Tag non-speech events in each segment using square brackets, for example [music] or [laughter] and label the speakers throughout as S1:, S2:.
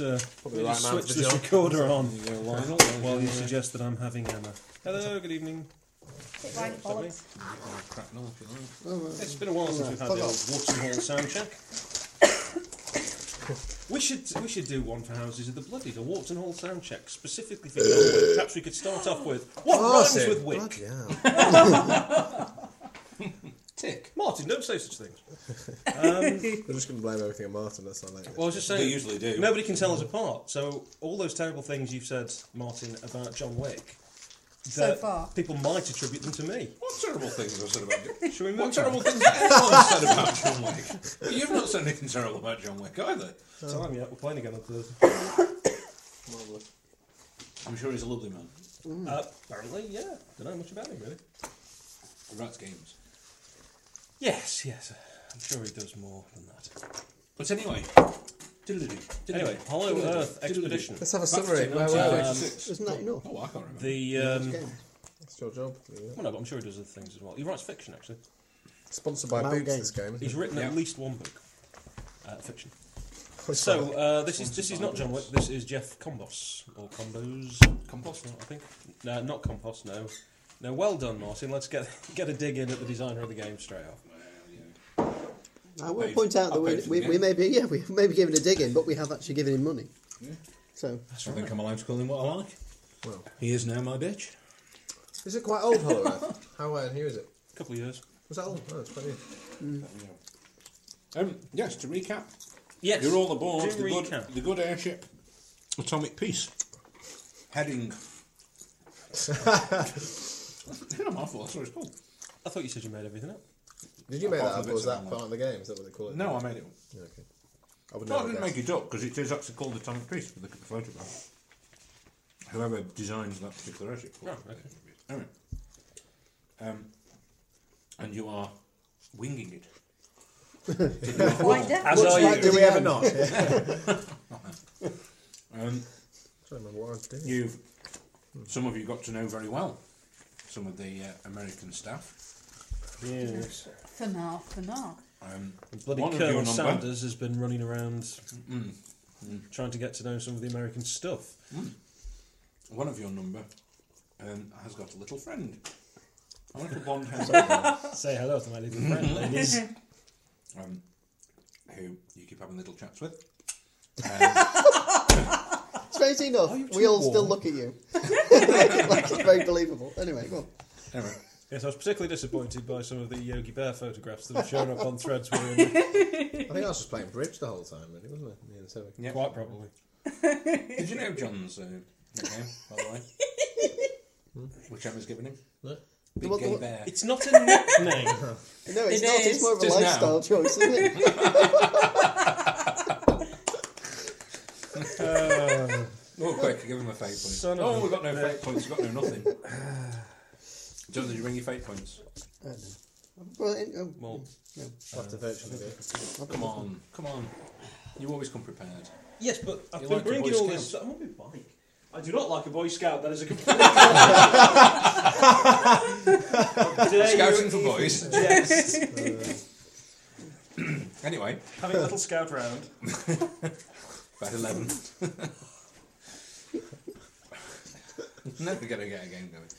S1: uh,
S2: Probably right
S1: just
S2: man for
S1: switch
S2: the
S1: this
S2: job.
S1: recorder on
S2: Yeah, why not?
S1: while you suggest that I'm having Emma. Hello, good evening.
S3: Bit like bollocks.
S2: Crack on if you like.
S1: It's been a while since we've had the old Watson Hall sound check. We should we should do one for Houses of the Bloodied, a Watson Hall sound check specifically for Wick. Perhaps we could start off with what rhymes
S4: Martin.
S1: with Wick?
S4: Bloody hell.
S2: Tick.
S1: Martin, don't say such things.
S4: They're just going to blame everything on Martin. That's not like
S1: Well, I was just
S2: They
S1: saying
S2: usually do.
S1: Nobody can tell us apart. So all those terrible things you've said, Martin, about John Wick.
S3: So
S1: that
S3: far.
S1: people might attribute them to me.
S2: What terrible things I've said [laughs] about John Wick?
S1: Shall we move
S2: What
S1: on?
S2: terrible things have everyone said about John Wick? But you've not said anything terrible about John Wick either.
S1: Time yet? We're playing again on Thursday.
S2: I'm sure he's a lovely man.
S1: Uh, apparently, yeah. Don't know much about him really.
S2: Rats games.
S1: Yes, yes. I'm sure he does more than that.
S2: But anyway. Diddle-doo, diddle-doo,
S1: Anyway, Hollow
S2: diddle-doo,
S1: Earth
S2: diddle-doo.
S1: Expedition.
S4: Let's have a
S2: Back to
S4: summary. Where were
S2: 1986.
S4: we? Isn't that enough?
S2: Oh, I can't remember.
S1: Um, The um,
S4: Game. That's your job. yeah.
S1: well, no, but I'm sure he does other things as well. He writes fiction actually.
S4: Sponsored by
S5: Mount
S4: Boots,
S5: Game.
S4: this game.
S1: He's written at
S2: Yeah.
S1: least one book, uh, fiction.
S4: What's
S1: So
S4: that?
S1: uh, this is this is not John Wick. This is Jeff Combos or Combos.
S2: Compost.
S1: I think no, not Compost. No, no. Well done, Martin. Let's get get a dig in at the designer of the game straight off.
S5: I will
S2: paid-
S5: point out
S2: I
S5: that we,
S2: paid for
S5: we,
S2: the
S5: we
S2: game.
S5: may be yeah we may be giving a dig in, but we have actually given him money. So
S2: I think I'm allowed to call him what I like.
S4: Well.
S2: he is now my bitch.
S4: Is it quite old, Hollow Earth? [laughs] How old? Who is it?
S1: A couple of years.
S4: Was that old? Oh, it's [laughs] quite new.
S2: Um, yes, to recap,
S1: Yes.
S2: you're all aboard
S1: Do
S2: the good,
S1: recap.
S2: the good airship Atomic Peace. Heading. yeah, my fault, that's what it's called.
S1: I thought you said you made everything up.
S4: Did you make that
S2: Apart
S4: up,
S2: from
S4: or was
S2: bits of
S4: that
S2: Alan
S4: part of the game? Is that what they call it?
S2: No, I made it.
S4: Yeah, Okay. I would
S2: No, I
S4: never
S2: didn't
S4: guess.
S2: make it up because it is actually called Atomic Peace if you look at the photograph. Whoever designs that particular airship. called
S1: Oh,
S2: it Atomic Peace. Anyway. Um, and you are winging it.
S3: Why don't-
S1: As
S5: Looks
S1: are
S4: [laughs]
S5: like
S1: you.
S5: the-
S4: Did we
S5: Yeah.
S2: [laughs]
S4: ever not? Yeah. I
S2: Um,
S4: don't remember what I was doing.
S2: You've some of you got to know very well some of the uh, American staff.
S1: Yes.
S3: Fanar, fanar.
S2: Um,
S1: Bloody
S2: One of
S1: Colonel
S2: your number.
S1: Sanders has been running around trying to get to know some of the American stuff.
S2: one of your number um, has got a little friend, a little blonde haired
S1: Say hello to my little friend, [laughs] ladies.
S2: um, who you keep having little chats with. Um,
S5: strange enough,
S1: you
S5: we all
S1: too
S5: still
S1: warm?
S5: look at you. like it's very believable. Anyway, go on.
S2: anyway,
S1: Yes, I was particularly disappointed by some of the Yogi Bear photographs that have shown up on threads we're in. [laughs]
S4: I think I was just playing bridge the whole time, really, wasn't I? Me and Sarah.
S2: yeah.
S1: Quite probably.
S2: Did you know John's uh, nickname, by the way?
S1: Hmm?
S2: Whichever's given him.
S4: No?
S2: Big
S5: Well,
S2: gay
S5: the-
S2: bear.
S1: It's not a nickname. [laughs]
S5: No, it's
S3: It
S5: not.
S3: is.
S5: It's more of a
S2: Just now.
S5: lifestyle choice, isn't it?
S2: Oh, quick, give him a fate point.
S1: Son of
S2: oh,
S1: a-
S2: we've got no fate points, we've got
S1: [sighs]
S2: no nothing. John, did you bring your fate points?
S5: well, in- um,
S1: Well,
S4: I'll have
S2: Uh,
S4: to virtually do it.
S2: Come on, come on. You always come prepared.
S1: yes, but I've
S2: You
S1: been
S2: like a
S1: bringing
S2: Boy
S1: all this.
S2: Scout?
S1: I'm on my bike. I do not like a Boy Scout. That is a [laughs] complete. Dare you
S2: Scouting for
S1: even
S2: boys.
S1: jest.
S2: [laughs] Anyway,
S1: Having a little scout round.
S2: about 11. [laughs] Never going to get a game going.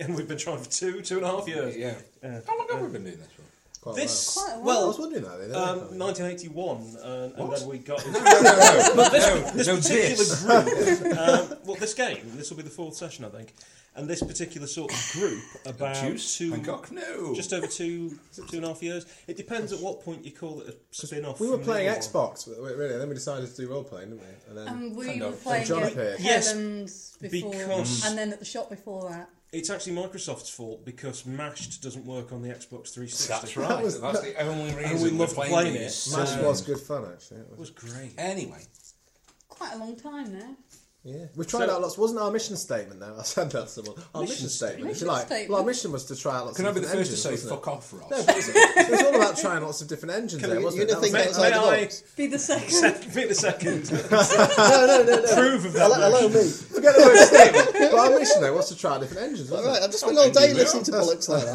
S1: And we've been trying for two, two and a half
S2: Um,
S1: years.
S2: yeah.
S1: [laughs] Yeah.
S2: How long have we been doing this for?
S4: Quite
S1: This,
S3: Quite a while.
S4: Well, I
S1: well,
S4: was wondering that. Really,
S1: um, 1981, uh, and then we got.
S2: No,
S1: this
S2: no,
S1: particular
S2: this.
S1: group, um, well, this game, this will be the fourth session, I think, and this particular sort of group about
S2: Juice?
S1: uh, two,
S2: Hancock? No.
S1: just over two, two and a half years. It depends at what point you call it a spin off.
S4: We were playing Xbox, but we- really, and then we decided to do role playing, didn't we? And then
S3: And we
S2: Kind
S3: were
S2: of.
S3: playing
S4: John
S3: at
S4: appeared.
S1: Yes,
S3: Helen's before,
S1: because-
S3: and then at the shop before that.
S1: It's actually Microsoft's fault because Mashed doesn't work on the Xbox 360.
S2: That's right.
S4: was-
S2: That's the only reason
S1: we
S2: we're
S1: loved
S2: playing,
S1: playing
S2: it.
S1: it.
S4: Smash
S1: So-
S4: was good fun, actually. It
S1: It
S4: was,
S1: was great. [laughs]
S2: Anyway,
S3: Quite a long time now.
S4: yeah, we tried
S1: So-
S4: out lots. Wasn't our mission statement though? [laughs] I said that to someone. Our mission,
S1: Mission
S4: statement. if
S3: statement.
S4: you
S3: Mission
S4: like, well, our
S3: statement.
S4: mission was to try out lots.
S2: can I
S4: of
S2: be the
S4: different
S2: first to
S4: engines,
S2: say
S4: wasn't it?
S2: fuck off, Ross?
S4: No, but it was, it was all about trying lots of different engines. There,
S5: you-
S4: wasn't it?
S5: you're gonna think
S4: That
S1: May,
S4: was
S1: may
S5: outside the
S1: I
S6: [laughs]
S5: box.
S3: Be the second.
S4: [laughs]
S1: be the second?
S5: no, no, no, no.
S1: Prove of that.
S5: Allow, allow
S1: notion.
S5: me.
S4: Forget the word statement.
S2: [laughs]
S4: But our mission, though, was to try different engines,
S5: All
S4: wasn't
S5: right,
S4: it?
S5: I've just spent all day
S2: Andy,
S5: listening to bollocks like that.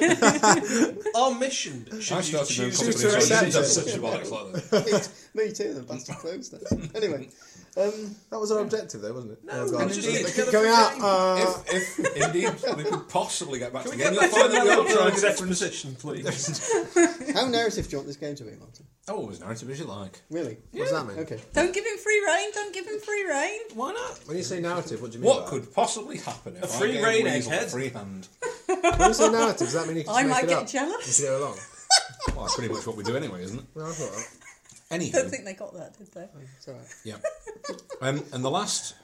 S5: [laughs]
S1: Our mission should
S2: I
S1: you
S2: started doing
S1: choose
S2: comedy,
S1: to
S2: so I
S1: accept
S2: didn't have
S1: it.
S2: such a bollocks like that.
S5: Me too, the bastard closed it. Anyway, um,
S4: That was our objective, though, wasn't it? Oh,
S1: No,
S4: God.
S1: we just need to
S4: Keep
S1: get a
S4: going out.
S1: frame.
S4: Uh,
S2: [laughs] If, if indeed we could possibly get back to
S1: Can
S2: the
S1: we
S2: game,
S1: get
S2: you'll
S1: back
S2: find that we all
S1: to
S2: tried
S1: the
S2: different.
S1: position, please?
S5: how narrative do you want this game to be, Martin?
S2: Oh, as narrative as you like.
S5: Really?
S4: what does that mean?
S5: Okay.
S3: Don't give him free reign. Don't give him free reign.
S1: Why not?
S4: When you say narrative, what do you mean?
S2: What
S4: by
S2: could possibly happen if
S1: A free
S2: I gave
S1: rein,
S2: Weasel
S1: egghead.
S2: a free hand?
S4: That? When you say narrative, does that mean you can
S3: I
S4: just make
S3: might
S4: it
S3: get
S4: up?
S3: jealous.
S4: You can go along.
S2: Well, that's pretty much what we do anyway, isn't it?
S4: No, I thought that.
S3: I don't
S2: Anywho,
S3: think they got that, did they?
S5: It's all right.
S2: yeah. Um, and the last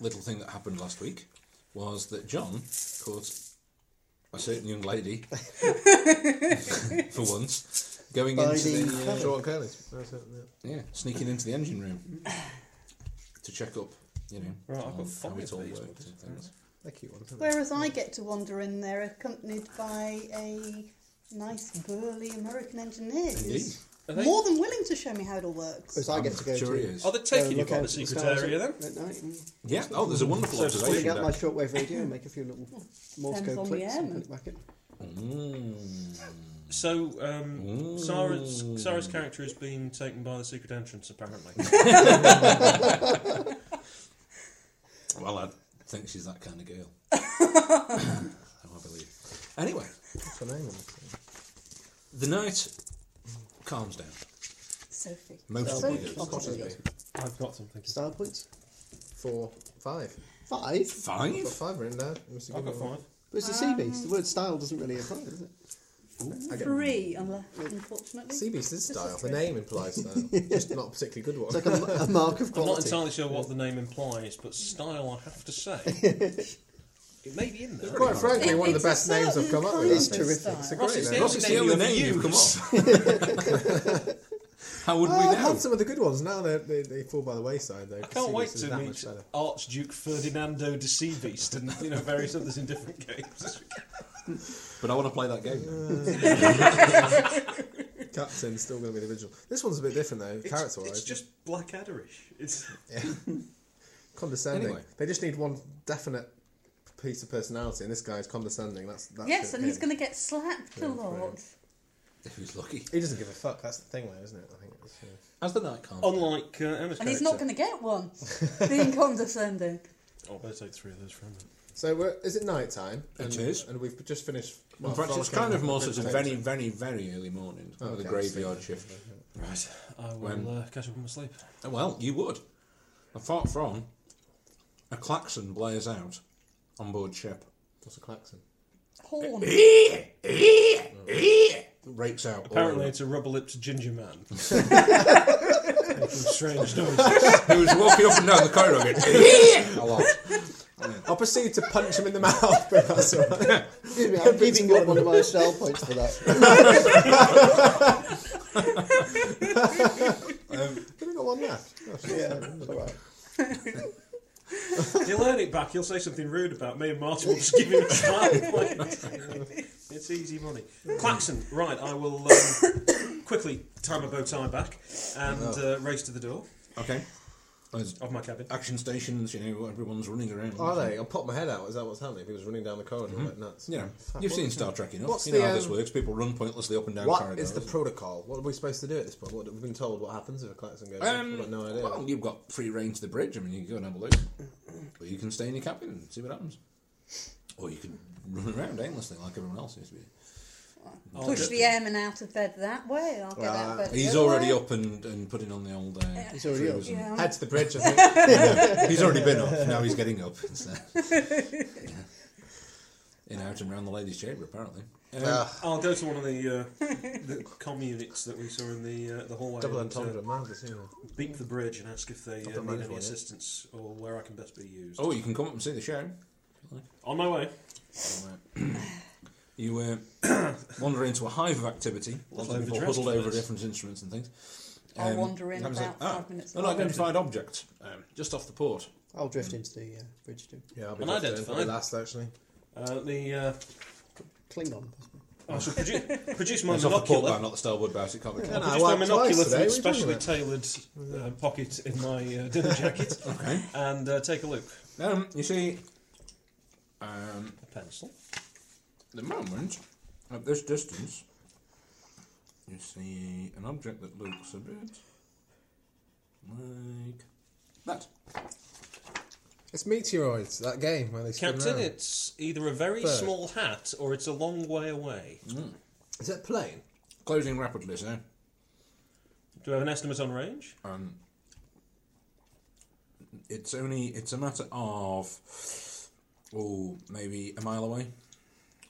S2: little thing that happened last week was that John caught a certain young
S1: [laughs]
S2: lady, for once, going into
S5: Biding
S2: the uh,
S4: Short and curly. That's it, yeah.
S2: yeah, sneaking into the engine room to check up, you know,
S1: Right, I've got
S2: on
S1: five
S2: how it all
S1: of these,
S2: worked
S1: but
S2: and things.
S4: They're cute ones, aren't
S3: Whereas I get to wander in there accompanied by a nice burly American engineer
S2: Indeed.
S3: who's
S1: Are they-
S3: more than willing to show me how it all works.
S5: Because I get to go
S2: sure
S5: to.
S2: he is.
S1: Are they taking you
S5: look
S1: by the
S5: out at the
S1: secret
S5: stars
S1: area then?
S5: at night and
S2: Yeah. Oh, there's a wonderful
S1: So
S5: Bring
S2: observation
S5: out my
S2: there.
S5: shortwave radio and make a few little Morse
S3: Depends on
S5: code
S3: the
S5: clicks and
S3: airman.
S5: put it back in.
S2: Mm.
S1: So, um, Sarah's, Sarah's character is being taken by the secret entrance, apparently.
S2: Well, I think she's that kind
S1: [laughs]
S2: of girl. [laughs] Oh, I believe. Anyway,
S4: they? What's her name? on this thing?
S2: the night calms down.
S3: Sophie.
S2: Most
S5: So-
S2: of it
S5: Oh,
S2: does.
S5: yes.
S1: I've got something.
S5: Star points?
S4: Four, five.
S5: Five?
S4: I've got
S2: Five.
S4: five written down. You must have
S1: I've got
S4: given me
S1: five.
S5: But it's a
S3: Um,
S5: sea beast. The word style doesn't really apply, does it?
S4: one. I get-
S3: Three, unless, unfortunately.
S4: Sea Beast is
S3: This is
S4: style. The
S3: true.
S4: name implies style.
S2: [laughs]
S4: Just not a particularly good one.
S5: It's like a, a mark
S1: I'm
S5: of
S1: not
S5: quality.
S1: entirely sure what the name implies, but style, I have to say. it may be in there.
S4: Quite frankly,
S3: It-
S4: one of the
S3: it's a
S4: best names I've
S3: certain
S4: come up
S3: kind
S4: with.
S3: of
S4: I think.
S5: terrific.
S4: It's a
S1: Ross,
S4: great
S1: it's
S4: name.
S1: the-
S2: Ross, it's the only name you've come up. How would we
S4: Oh, I've had
S2: know?
S4: some of the good ones. Now they, they, they fall by the wayside, though.
S1: I can't wait to
S4: that
S1: meet
S4: much better.
S1: Archduke Ferdinando de Sea Beast and you know various others in different [laughs] games.
S2: But I want to play that game.
S4: Captain's still going to be the original. This one's a bit different, though,
S1: It's,
S4: character
S1: it's
S4: wise.
S1: just Blackadderish. It's
S4: condescending.
S2: Anyway.
S4: They just need one definite piece of personality, and this guy's condescending. That's, that's
S3: Yes, and he's
S4: going
S3: going to get slapped a lot.
S2: If he's lucky.
S4: He doesn't give a fuck. That's the thing, though, isn't it? I think it's, yeah.
S2: As the night calms.
S1: unlike uh, Emma's
S3: And he's not going to get one. Being condescending.
S1: Oh, better take three of those from him.
S4: So, we're, is it night time?
S2: It
S4: And-
S2: is.
S4: And we've just finished.
S2: In fact, it's
S4: Frolic
S2: kind
S4: and
S2: of more
S4: Bridge
S2: sort of
S4: Tape.
S2: very, very, very early morning. kind of
S4: Okay,
S2: the
S4: I
S2: graveyard shift.
S1: Right, I
S2: When-
S1: will uh, catch up on my sleep.
S2: Oh, Well, you would. Apart from a klaxon blares out on board ship.
S4: What's a klaxon?
S3: Horn.
S2: It rakes out. all
S1: Apparently,
S2: over.
S1: it's a rubber-lipped ginger man. Making strange noises.
S2: he was walking up and down the corridor again. a lot.
S4: I'll proceed to punch him in the mouth, but that's all right.
S2: [laughs]
S5: Excuse me, I'm giving up one of my style points for that.
S4: Have we got one left? Gosh,
S5: Yeah, it's all right.
S1: He'll earn it back. He'll say something rude about me, and Martin will just give him a smile. it's easy money. Claxon, right? I will um, [coughs] quickly tie my bow tie back and uh, race to the door
S2: Okay. There's
S1: of my cabin.
S2: action stations, you know, everyone's running around.
S4: Are they? I'll pop my head out. Is that what's happening? If he was running down the corridor like nuts.
S2: You know, you've seen Star Trek enough.
S4: What's
S2: you know
S4: the,
S2: how this
S4: um,
S2: works. People run pointlessly up and down
S4: What
S2: corridors.
S4: is the protocol? What are we supposed to do at this point? What, we've been told what happens if a klaxon goes. off.
S2: Um,
S4: I've got no idea.
S2: Well, you've got free reign to the bridge. I mean, you can go and have a look. Or you can stay in your cabin and see what happens. Or you can run around aimlessly like everyone else used to be.
S1: I'll
S3: Push
S1: do-
S3: the airman out of bed that way. I'll get out of bed. the
S2: Uh, He's
S3: other
S2: already
S3: way.
S2: up and, and putting on the old. Uh,
S5: He's already up.
S2: shoes and-
S3: Yeah.
S4: Head to the bridge, I think.
S2: [laughs] He's already been up. Now
S3: [laughs]
S2: he's getting up. So. In out and round the ladies' chamber, apparently. Um,
S4: Ah,
S1: I'll go to one of the, uh, [laughs] the comm units that we saw in the uh, the hallway.
S4: double
S1: and, uh,
S4: entendre, man. This is
S1: beat the bridge and ask if they uh,
S4: done
S1: need any
S4: those one, yeah.
S1: assistance or where I can best be used.
S2: oh, you can come up and see the show.
S1: On my way.
S2: [clears throat] You [clears throat] uh, wander into a hive of activity. Lots of
S1: Lovely
S2: people
S1: dress
S2: puzzled
S1: for
S2: over
S1: this.
S2: different instruments and things. um,
S3: I'll wander in
S2: that was
S3: about
S2: ah,
S3: five minutes
S2: An
S3: later.
S2: identified object um, just off the port.
S5: I'll drift into the uh, bridge too.
S4: Yeah, I'll be
S1: Unidentified.
S4: last, last actually.
S1: Uh, the uh,
S5: Klingon. possibly.
S1: I shall
S4: [laughs]
S1: produ- produce my
S2: It's off the port bow,
S1: monocular.
S2: not the starboard bow, so it can't be
S1: I
S2: clever.
S4: Yeah.
S1: produced
S4: I
S1: my
S4: worked twice
S1: monocular
S4: today,
S1: from a
S4: what are you talking
S1: specially tailored uh, pocket in my uh, [laughs] dinner
S4: [laughs]
S1: jacket
S2: Okay.
S1: and uh, take a look.
S2: Um, you see, um,
S1: A pencil.
S2: at the moment, at this distance, you see an object that looks a bit like that.
S4: It's meteoroids. That game where they spin
S1: Captain,
S4: around.
S1: it's either a very
S4: Bird.
S1: small hat or it's a long way away.
S4: Is that plane?
S2: Closing rapidly, sir.
S1: Do we have an estimate on range?
S4: Uh,
S2: Um, it's only it's a matter of oh maybe a mile away.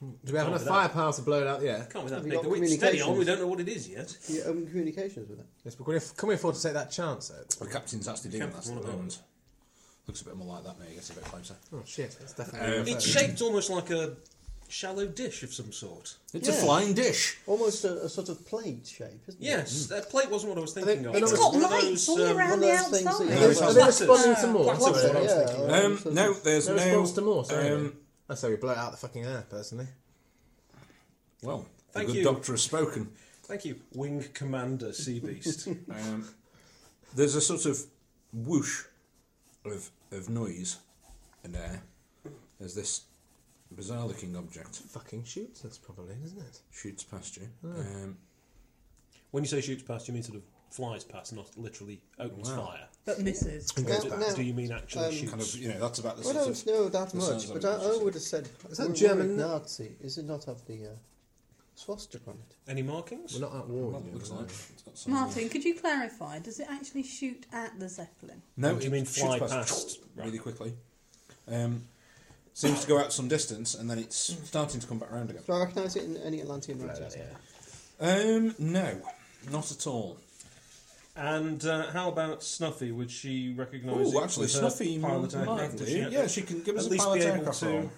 S4: Do we
S1: Can't
S4: have enough
S1: be that.
S4: firepower to blow it out? Yeah.
S1: Can't be that
S5: Have you
S1: big.
S5: got
S1: though. It's steady on, we
S5: communications?
S1: don't know what it is yet.
S5: You open communications with it.
S4: Yes, but can we, can we afford to take that chance? Though?
S2: The captain's actually doing that at
S1: Captain's
S2: the
S1: one of
S2: moment. Looks a bit more like that now. You get a bit closer.
S4: Oh shit! That's
S2: Um,
S4: definitely. Um,
S1: It's shaped almost like a shallow dish of some sort.
S2: It's a
S5: Yeah.
S2: flying dish.
S5: Almost a, a sort of plate shape, isn't it?
S2: mm.
S1: Yes, that plate wasn't what I was thinking of.
S4: It's
S1: was
S4: got
S1: one of
S3: lights
S1: those,
S3: all
S2: um,
S5: One
S3: around.
S5: of
S3: Around the
S5: those things
S3: outside.
S5: that
S1: Yeah,
S5: you-
S1: it's
S4: Are they
S1: Platters.
S4: responding to more? That's
S5: Platters,
S4: what I was
S5: yeah.
S4: thinking.
S5: Well,
S2: Um,
S5: so-
S2: no, there's
S4: No
S2: no.
S4: response to more. Sorry.
S2: um,
S4: I say we blow it out the fucking air. Personally,
S2: well, the
S1: Thank
S2: good
S1: you.
S2: doctor has spoken.
S1: Thank you, Wing Commander Sea
S2: [laughs]
S1: Beast.
S2: Um, there's a sort of whoosh of of noise in air as this bizarre looking object
S4: fucking shoots us probably, isn't it?
S2: shoots past you.
S4: Hmm.
S2: Um,
S1: when you say shoots past, you mean sort of flies past, not literally opens
S2: Wow.
S1: fire.
S6: But
S5: [laughs]
S6: misses.
S4: And goes
S5: Now-
S4: back.
S5: now-
S1: Do you mean actually
S5: um,
S1: shoots?
S2: kind of, you know, that's about the
S5: I
S2: sort
S5: don't
S2: of.
S5: know that
S2: That sounds
S5: much,
S2: like
S5: but I, I
S2: interesting.
S5: would have said.
S4: Is that
S5: we're- we're
S4: German?
S5: Nazi? Is it not have the uh, swastika on it?
S1: Any markings?
S4: We're not at war.
S2: Well,
S4: you
S2: it
S4: know,
S2: looks
S4: no. Hmm.
S2: like. It's got some-
S6: Martin, could you clarify? Does it actually shoot at the Zeppelin?
S2: No,
S1: Or do you
S2: it
S1: mean
S2: shoots
S1: fly past?
S2: really
S1: Right.
S2: quickly? Um, seems to go out some distance and then it's starting to come back around again.
S5: Do I recognise it in any Atlantean writings?
S2: Um, no, not at all.
S1: And uh, how about Snuffy? Would she recognise?
S2: Oh,
S1: it
S2: actually,
S1: with her
S2: Snuffy
S1: pilot aircraft?
S2: might
S1: Would
S2: do.
S1: she get
S2: Yeah, she can give us
S1: at
S2: a
S1: least
S2: pilot
S1: be able
S2: aircraft
S1: to.
S2: roll.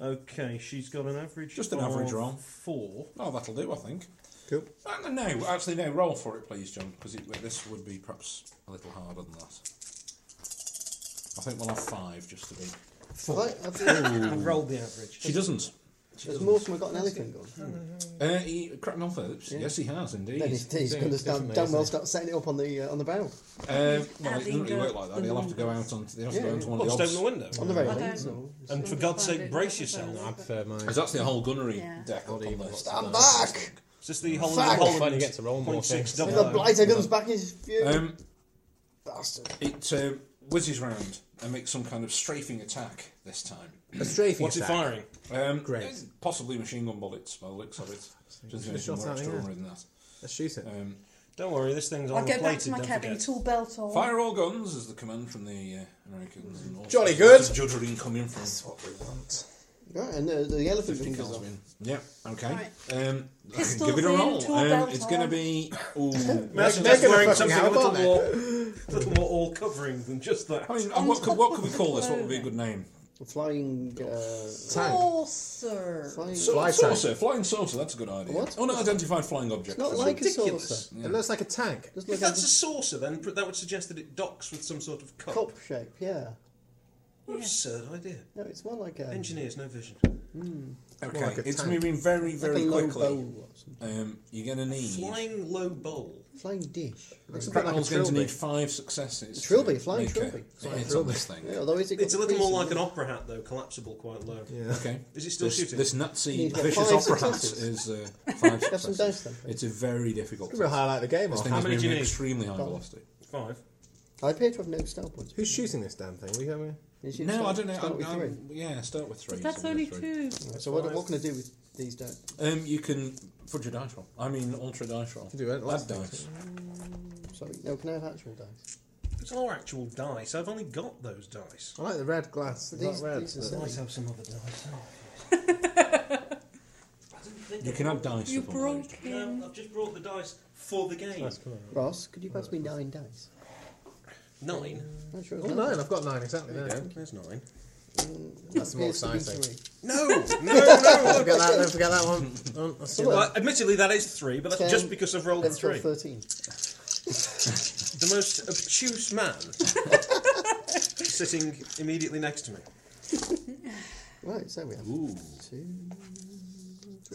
S1: Okay, she's got an average.
S2: Just an
S1: of
S2: average roll.
S1: Four.
S2: Oh, that'll do, I think.
S4: Cool.
S2: Uh, no, actually, no. Roll for it, please, John, because this would be perhaps a little harder than that. I think we'll have five just to be.
S5: Right,
S1: [laughs]
S5: I've got-
S1: I've rolled the average.
S2: She doesn't.
S5: [laughs] There's more from I got an elephant gun.
S2: Uh, he, Cracknell Phillips. Yes, he has indeed.
S5: Then he's, he's going to start,
S4: differently,
S5: damn well
S4: isn't
S5: start setting it up on the uh, on the barrel.
S2: Um, well, it
S6: Adding
S2: doesn't really work
S6: up
S2: like that.
S6: the
S2: He'll have to go out on. He'll have to go
S5: Yeah,
S2: into one
S1: Well,
S2: of
S1: stone
S2: the odds.
S1: the window.
S5: On the barrel.
S6: I don't-
S5: so-
S1: And for God's sake, brace yourself.
S4: I prefer mine.
S2: There's actually a whole gunnery
S6: Yeah.
S2: deck up
S4: Not
S2: on
S4: even
S2: this.
S4: what's-
S5: I'm back.
S1: Is this the Holland?
S5: Fuck.
S1: Holland
S4: Finally get to roll more
S1: 0.6
S4: things.
S1: double
S5: The
S1: O?
S5: blighter comes back in his view.
S2: Um,
S5: Bastard.
S2: it uh, whizzes round and makes some kind of strafing attack this time.
S4: A strafing
S1: What's it
S4: attack.
S1: firing?
S2: Um,
S4: Great.
S2: it's Possibly machine gun bullets, by the looks of it. Just anything
S4: shot
S2: more
S4: out, yeah.
S2: extraordinary than that.
S4: Let's shoot it.
S2: Um,
S1: Don't worry, this thing's
S6: I'll
S1: on
S6: go
S1: plated.
S6: back to my
S1: don't
S6: cabin,
S1: forget.
S6: tool belt on.
S2: Fire all guns is the command from the uh, Americans. And all
S4: Jolly
S2: sorts of Juddering coming from.
S4: what we want.
S5: Right, and the, the elephant
S2: 50
S5: gun goes
S2: kills
S5: off.
S2: win. Yeah, okay.
S6: Right.
S2: Um,
S6: Pistols
S2: give it a
S6: in,
S2: roll.
S6: tool
S2: Um,
S6: belt
S2: it's going to
S6: on.
S2: be. Ooh.
S1: Imagine
S4: They're
S1: just
S4: gonna
S1: wearing
S4: fucking
S1: something a
S4: help,
S1: little
S4: aren't they?
S1: more, little more all-covering than just that.
S2: I mean,
S6: On
S2: what, could,
S6: top
S2: what
S6: of
S2: could we
S6: the
S2: call this? What would be a
S6: clothing.
S2: good name?
S5: Flying. Uh,
S4: Tank.
S6: Saucer.
S5: flying.
S2: So,
S4: Fly
S2: saucer, flying saucer. That's a good idea.
S5: What?
S2: Unidentified flying object.
S5: Not
S2: That's
S5: like a
S1: ridiculous.
S5: saucer.
S2: Yeah.
S4: It looks like a tank.
S5: Doesn't
S1: If
S5: look like
S1: that's a saucer, then pr- that would suggest that it docks with some sort of
S5: a
S1: cup.
S5: cop shape. Yeah.
S1: What an absurd idea.
S5: No, it's more like a
S1: Engineers, no vision.
S2: Okay,
S4: More like a
S2: it's
S4: tank.
S2: moving very,
S5: like a
S2: very
S5: low
S2: quickly.
S5: bowl or something.
S2: Um, you're going to need.
S1: Flying low bowl.
S5: Flying dish.
S4: Looks a bit like a
S2: Cracknell's going to
S4: trilby.
S2: need five successes. to
S5: Trilby, flying
S2: make a
S5: trilby.
S2: hit on
S4: trilby.
S2: this thing.
S5: Yeah, although it's,
S1: It's a little more like an opera hat, though, collapsible quite low.
S4: Yeah.
S2: Okay.
S1: Is it still
S2: this,
S1: shooting?
S2: This Nazi
S5: You've got
S2: vicious
S5: five
S2: opera hat
S5: successes.
S2: is uh, five
S5: Have some
S2: successes.
S5: dice then, please.
S2: It's a very difficult.
S4: We'll
S2: test.
S4: highlight the game.
S2: This
S4: Or
S2: thing
S1: How
S2: is
S1: many do you
S2: moving at
S1: need?
S2: extremely high
S5: Five.
S2: velocity.
S1: Five.
S5: I appear to have no star points.
S4: Who's shooting this damn thing? We go.
S5: Is it
S2: No, I
S5: start-
S2: don't know.
S5: start with
S2: I'm,
S5: three?
S2: I'm, yeah, start with three.
S6: But that's
S2: so we'll
S6: only
S2: go three.
S6: two.
S5: So what, what can I do with these dice?
S2: Um, you can fudge a dice roll. I mean, alter a dice roll.
S4: Could do it.
S2: Add
S4: Last
S2: dice.
S5: Sorry, no, can I have actual dice?
S1: It's our actual dice. I've only got those dice.
S4: I like the red glass. It's not
S5: These-
S4: red.
S5: these are
S4: but-
S5: silly.
S1: Might have some other dice. [laughs] I didn't think
S2: You
S1: I
S2: can
S1: brought-
S2: add dice.
S6: You
S2: upon
S6: broke
S2: those.
S6: him.
S1: No, I've just brought the dice for the game.
S4: That's cool.
S5: Ross, could you pass me nine dice?
S1: Nine.
S5: Uh, Not sure.
S4: Oh, nine. I've got nine exactly. There.
S1: There's nine.
S4: That's more exciting.
S1: No, [laughs] no, no.
S4: Don't forget that. Don't forget that one. Oh, I see that.
S1: Well, admittedly, that is three, but that's
S5: Ten.
S1: just because I've rolled a
S5: That's
S1: three.
S5: thirteen.
S1: The most obtuse
S2: [laughs]
S1: man sitting immediately next to me.
S5: Right, so we have
S2: Ooh.
S5: two,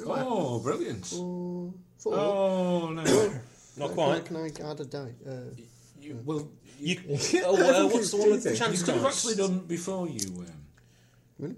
S5: Quite.
S2: Oh, brilliant.
S5: Four.
S2: Oh, no.
S1: Not
S5: Can I-
S1: quite.
S5: Can I add a die? Uh,
S2: you, well, you,
S1: You, oh, uh, what's the one with the
S4: cheating.
S1: chance
S2: could have
S1: dice?
S2: actually done before you um,
S5: Really?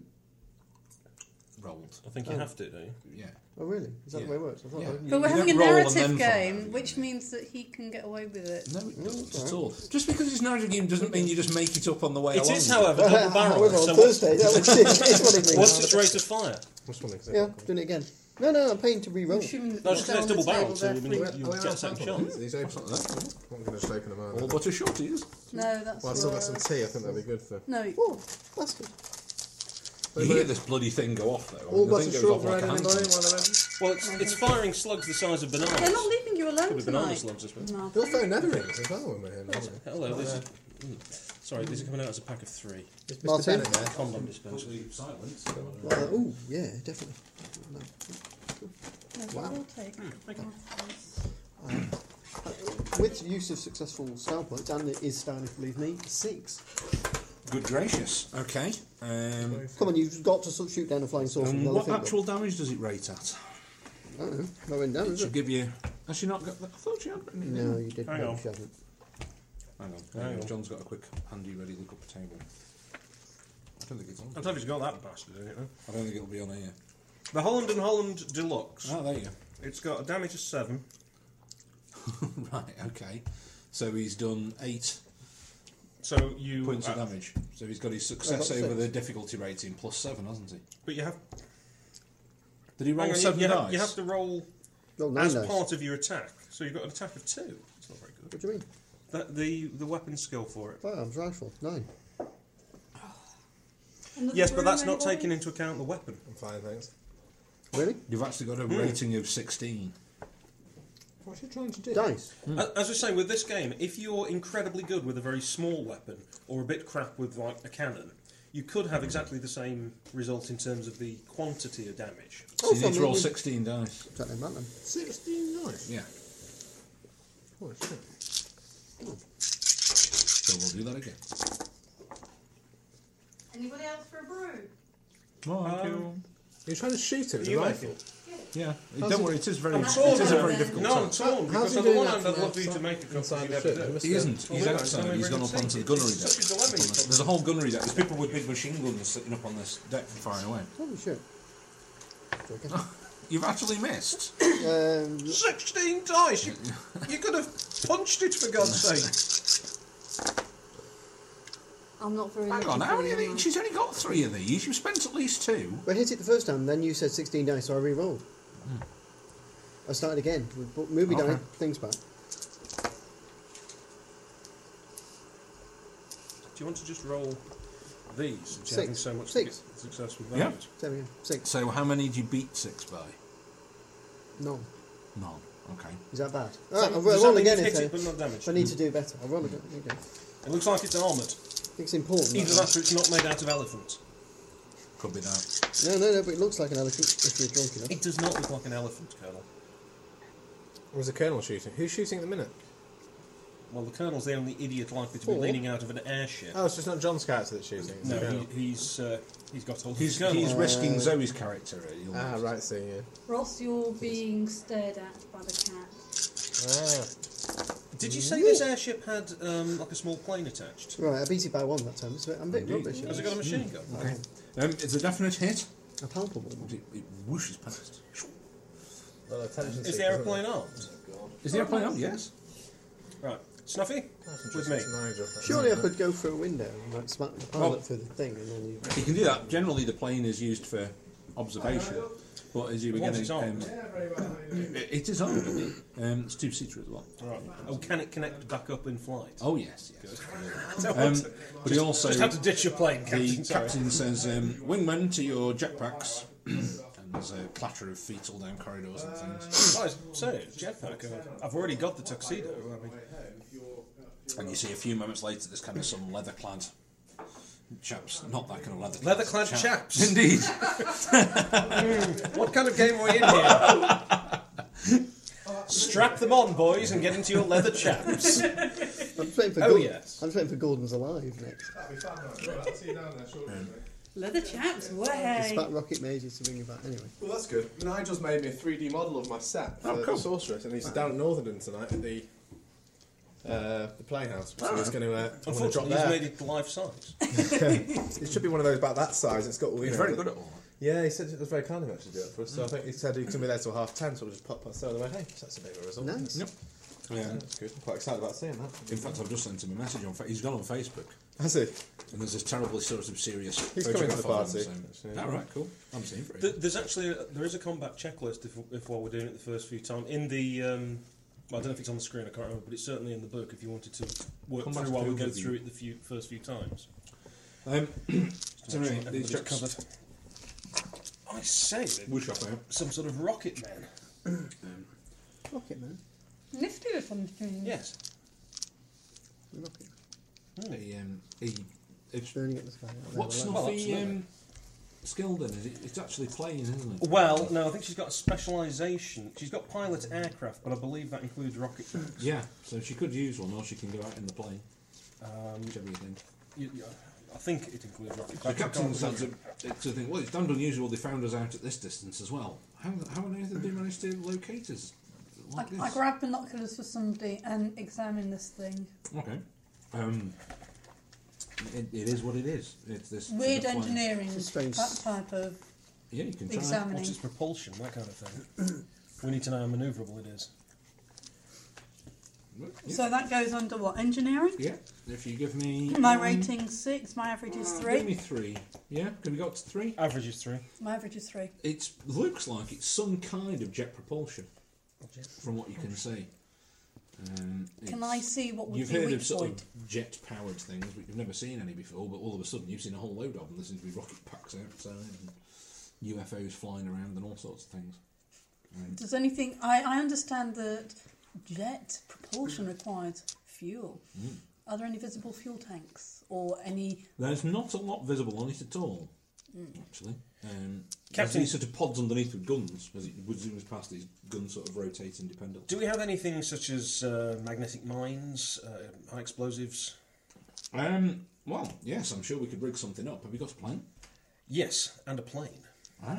S2: rolled.
S1: I think you have to, don't you?
S2: Yeah.
S5: Oh, really? Is that the way it works? I thought
S2: Yeah.
S5: I would-
S6: But we're
S2: You
S6: having a
S2: don't roll and then
S6: narrative
S2: fire.
S6: game, which means that he can get away with it.
S2: No, it doesn't at all. Just because it's narrative game doesn't mean you just make it up on the way
S1: It
S2: along.
S1: is, however, double barrel.
S5: However, on
S1: So what's,
S5: Thursday, [laughs] that was it. It's what it
S2: [laughs]
S5: means.
S1: what's its rate of fire?
S4: Which one is it?
S5: Yeah, doing it again. No, no, I'm paying to re-roll.
S1: No, it's it's double barrel, so you, mean, you
S4: Are we
S1: get a
S4: outside
S1: second shot.
S4: one? These open something that? I'm going to just open them out.
S2: All but a shot is.
S6: No, that's
S4: Well, I've still got
S6: what-
S4: some tea. I think that'd be good for.
S6: No,
S5: Oh, that's good.
S2: You hear this bloody thing go off though.
S4: All
S2: and the
S4: but
S2: thing
S4: a
S2: goes
S4: short
S2: off like
S4: bread,
S2: a hand.
S4: anybody?
S2: pump.
S4: One of them?
S1: Well, it's, it's firing slugs the size of bananas.
S6: they're not leaving you alone
S1: Could be banana
S6: tonight.
S1: slugs, I suppose.
S6: Mark.
S4: They'll throw nether rings as well when we're here. won't they?
S1: Hello, these are, mm, sorry, these are coming out as a pack of three.
S4: Is Mr.
S5: Martin?
S4: Bennett there?
S1: Condom dispenser.
S5: Uh, oh, yeah, definitely.
S6: No,
S5: Wow.
S6: we'll take it.
S5: With use of successful style points, and it is stylish, believe me, six.
S2: Good gracious. Okay. Um,
S5: Come on, you've got to sort- shoot down a flying saucer. with
S2: and
S5: another
S2: what
S5: thing.
S2: actual damage does it rate at?
S5: I don't know. Not written down,
S2: It
S5: is
S2: should
S5: it? Mm.
S2: give you. Has she not got? that? I thought she had written it. down.
S5: No, you did.
S1: Hang
S5: no,
S1: on.
S5: you haven't.
S2: Hang on.
S1: Hang
S2: Hang on.
S1: on.
S2: John's got a quick handy ready look up table. I don't think it's on.
S1: I don't know if he's got that bastard in it, though.
S2: I don't think it'll be on here.
S1: The Holland and Holland Deluxe.
S2: Oh, there you go.
S1: It's got a damage of seven.
S2: [laughs] right. Okay. So he's done eight
S1: So you.
S2: points
S1: uh,
S2: of damage. So he's got his success
S5: got
S2: over
S5: six.
S2: the difficulty rating plus seven, hasn't he?
S1: But you have.
S2: Did he roll
S1: hang on, you-
S2: seven
S1: you,
S2: dice?
S1: have, you have to roll
S5: Roll nine
S1: as
S5: dice.
S1: part of your attack. So you've got an attack of two. It's not very good.
S5: What do you mean?
S1: That, the, the weapon skill for it.
S5: Firearms, rifle, nine.
S6: Another
S1: Yes, but
S6: room,
S1: that's not
S6: anybody?
S1: taking into account the weapon.
S4: I'm fine, thanks.
S5: Really?
S2: You've actually got a
S1: Hmm.
S2: rating of 16.
S4: What's you trying to do?
S5: Dice.
S1: A- As I say, with this game, if you're incredibly good with a very small weapon or a bit crap with like a cannon, you could have exactly the same result in terms of the quantity of damage.
S2: So you
S5: Oh, so
S2: need to roll
S5: maybe-
S2: 16 dice.
S5: Is that them, that them?
S4: 16 knives.
S2: Yeah.
S4: Oh, shit.
S2: So we'll do that again.
S7: Anybody else for a brew?
S1: um,
S4: You're trying to shoot it with
S1: You
S4: a
S1: make
S4: rifle.
S2: yeah. Don't worry, it is very, it
S1: torn
S2: is a
S1: on
S2: very
S1: it.
S2: difficult
S1: No, I'm
S2: task.
S1: torn
S4: How's
S1: because
S4: he
S1: on the
S4: doing
S1: one
S4: that
S1: hand, I'd
S4: from
S1: love you to
S4: outside?
S1: make a copy.
S4: Inside
S1: You
S4: the
S1: have to
S4: ship,
S1: do
S4: you
S1: it.
S4: must
S2: He
S4: go.
S2: isn't. He's
S1: Well,
S2: outside.
S1: no,
S2: He's gone
S1: it's
S2: up onto the
S1: such a
S2: gunnery
S1: dilemma,
S2: deck.
S1: you've got to make
S2: There's a whole gunnery deck. There's people with big machine guns sitting up on this deck firing away.
S5: Holy shit. Okay.
S2: You've actually missed.
S5: um,
S1: Sixteen dice. You, you could have punched it for God's sake.
S7: I'm not very.
S2: Hang on,
S7: lucky
S2: how
S7: for
S2: many
S7: you,
S2: of these?
S7: am I?
S2: She's only got three of these. You spent at least two.
S5: Well, I hit it the first time, then you said 16 dice, so I re-rolled. I started again. We bought movie
S2: Okay.
S5: die, things back.
S1: Do you want to just roll these? Since
S5: Six.
S1: you're having so much
S5: Six.
S1: to get success with
S2: Yeah.
S1: those?
S5: There we go. Six.
S2: So how many did you beat six by?
S5: None.
S2: None. Okay.
S5: Is that bad?
S1: So
S5: Alright, I'll
S1: does
S5: roll,
S1: that mean
S5: again
S1: you've
S5: if
S1: hit
S5: I,
S1: it, but not damaged?
S5: if I need to do better. I'll roll again. Okay. I
S1: It looks like it's armoured.
S5: think it's important.
S1: Either
S5: that-
S1: that or it's not made out of elephant.
S2: Could be that.
S5: No, no, no, but it looks like an elephant if you're drunk enough.
S1: It does not look like an elephant, Colonel.
S4: Was the colonel shooting? Who's shooting at the minute?
S1: Well, the Colonel's the only idiot likely to be
S5: Or-
S1: leaning out of an airship.
S4: Oh, so it's not John's character that's shooting. it's the
S1: Uh, no,
S4: colonel.
S1: he, he's uh, he's got hold of
S2: He's,
S1: the Colonel.
S2: he's risking Zoe's character. you'll
S4: Ah,
S2: notice.
S4: right, see, yeah.
S7: Ross, you're being stared at by the cat.
S4: Ah,
S1: Did you say this airship had um, like a small plane attached?
S5: Right, I beat it by one that time. It's a bit, I'm a bit
S2: Indeed.
S5: rubbish.
S1: Has it got a machine gun?
S2: Okay. Um, it's a definite hit.
S5: A palpable one.
S2: It, it whooshes past.
S4: well, attention
S1: Is the aeroplane armed?
S2: Is the airplane up? Yes.
S1: Right, Snuffy, with me.
S5: Surely I could go through a window and like smack the pilot through the thing and then you...
S2: You can do that. Generally, the plane is used for observation, but as you were
S1: Once
S2: getting,
S1: it's
S2: um,
S1: armed.
S2: it is on. Um, it's two seater as well.
S1: Right. Oh, can it connect back up in flight? [laughs]
S2: Oh yes, yes.
S1: No,
S2: Um,
S1: just,
S2: but he also
S1: just had to ditch your plane,
S2: the
S1: Captain. Sorry.
S2: captain says, um, "Wingman to your jetpacks." and there's a clatter of feet all down corridors and things.
S1: Guys, so jetpack. uh, I've already got the tuxedo. I mean,
S2: And you see a few moments later, there's kind of some leather-clad chaps. Not that kind of leather.
S1: Leather-clad chaps.
S2: Indeed.
S1: [laughs] what kind of game are we in here? [laughs] Strap them on, boys, and get into your leather chaps.
S5: I'm just waiting for
S1: Oh,
S5: Gordon.
S1: yes.
S5: I'm just waiting for Gordon's alive next.
S4: I'll see you down there shortly.
S6: Leather chaps, way.
S5: Spat rocket mages to bring you back anyway.
S4: Well, that's good. Nigel's made me a 3D model of my set for
S2: Oh, cool.
S4: the sorceress, and he's down at Northerton tonight at the uh, the playhouse. So he's going to uh, I'm gonna drop
S1: Unfortunately, he's
S4: there.
S1: made it life size.
S4: It should be one of those about that size. It's got all. You
S2: He's
S4: know,
S2: very
S4: the-
S2: good at all.
S4: Yeah, he said it was very kind of him actually to do it for us. So I think he said he could be there till half ten, so we'll just pop past there on the way. Hey, so that's a bit of a result.
S5: Nice.
S2: Yep.
S4: Yeah,
S2: Um,
S4: that's good. I'm quite excited about seeing that.
S2: in fact, I've just sent him a message on. Fa- he's gone on Facebook,
S4: Has he?
S2: and there's this terribly sort of serious.
S4: He's coming to the
S2: photograph of
S4: party.
S2: him, so-
S4: Actually, yeah.
S2: All right, cool. I'm seeing for
S1: Th-
S2: it.
S1: There's actually a, there is a combat checklist if, if while we're doing it the first few times in the um, well, I don't know if it's on the screen I can't remember but it's certainly in the book if you wanted to work
S2: Combat
S1: through while we go
S2: overview.
S1: through it the few first few times.
S2: Um,
S1: Just
S2: so
S1: to make
S2: anyway,
S1: sure
S2: these
S1: everybody's
S2: chaps,
S1: I say that
S2: woodshop out.
S1: some sort of rocket man.
S5: Rocket man.
S6: Nifty or something.
S1: Yes.
S5: Rocket.
S2: He, um, he, it's,
S5: Burning up the sky. out there,
S2: what's
S5: all
S2: not
S5: that.
S1: well,
S2: the
S1: absolutely.
S2: um, skill then? Is it, it's actually playing, isn't it?
S1: Well, no, I think she's got a specialisation. She's got pilot aircraft, but I believe that includes rocket ships.
S2: Yeah, so she could use one, or she can go out in the plane,
S1: Um,
S2: whichever you think.
S1: you- you- I think it includes rocket
S2: The
S1: ships.
S2: captain said to, to think, well, it's damned unusual they found us out at this distance as well. How, how on earth did they manage to locate us
S6: I,
S2: like this?
S6: I grabbed binoculars for somebody and examined this thing.
S2: Okay. Um, it, it is what it is. It's this
S6: Weird
S2: plane.
S6: engineering,
S5: It's a strange-
S6: that type of
S2: Yeah, you can try.
S6: examining.
S1: What's its propulsion, that kind of thing. we need to know how manoeuvrable it is.
S2: Yeah.
S6: So that goes under what? Engineering?
S2: yeah. If you give me
S6: My
S2: um,
S6: rating's six, my average is
S2: uh,
S6: three.
S2: Give me three. Yeah. Can we go up to three?
S1: Average is three.
S6: my average is three.
S2: It looks like it's some kind of jet propulsion, from what you can see. Um,
S6: Can
S2: it's-
S6: I see what would
S2: You've
S6: be
S2: heard
S6: weak
S2: of sort
S6: point?
S2: of jet powered things, but you've never seen any before. But all of a sudden, you've seen a whole load of them. There seems to be rocket packs outside, and UFOs flying around, and all sorts of things.
S6: Does anything? I, I understand that jet propulsion requires fuel. Are there any visible fuel tanks or any?
S2: There's not a lot visible on it at all,
S6: Hmm.
S2: actually. Um, there's
S1: Captain-
S2: these sort of pods underneath with guns. As it zooms past, these guns sort of rotate independently.
S1: Do we have anything such as uh, magnetic mines, uh, high explosives?
S2: Um, well, yes, I'm sure we could rig something up. Have we got a plan?
S1: Yes, and a plane.
S2: Ah,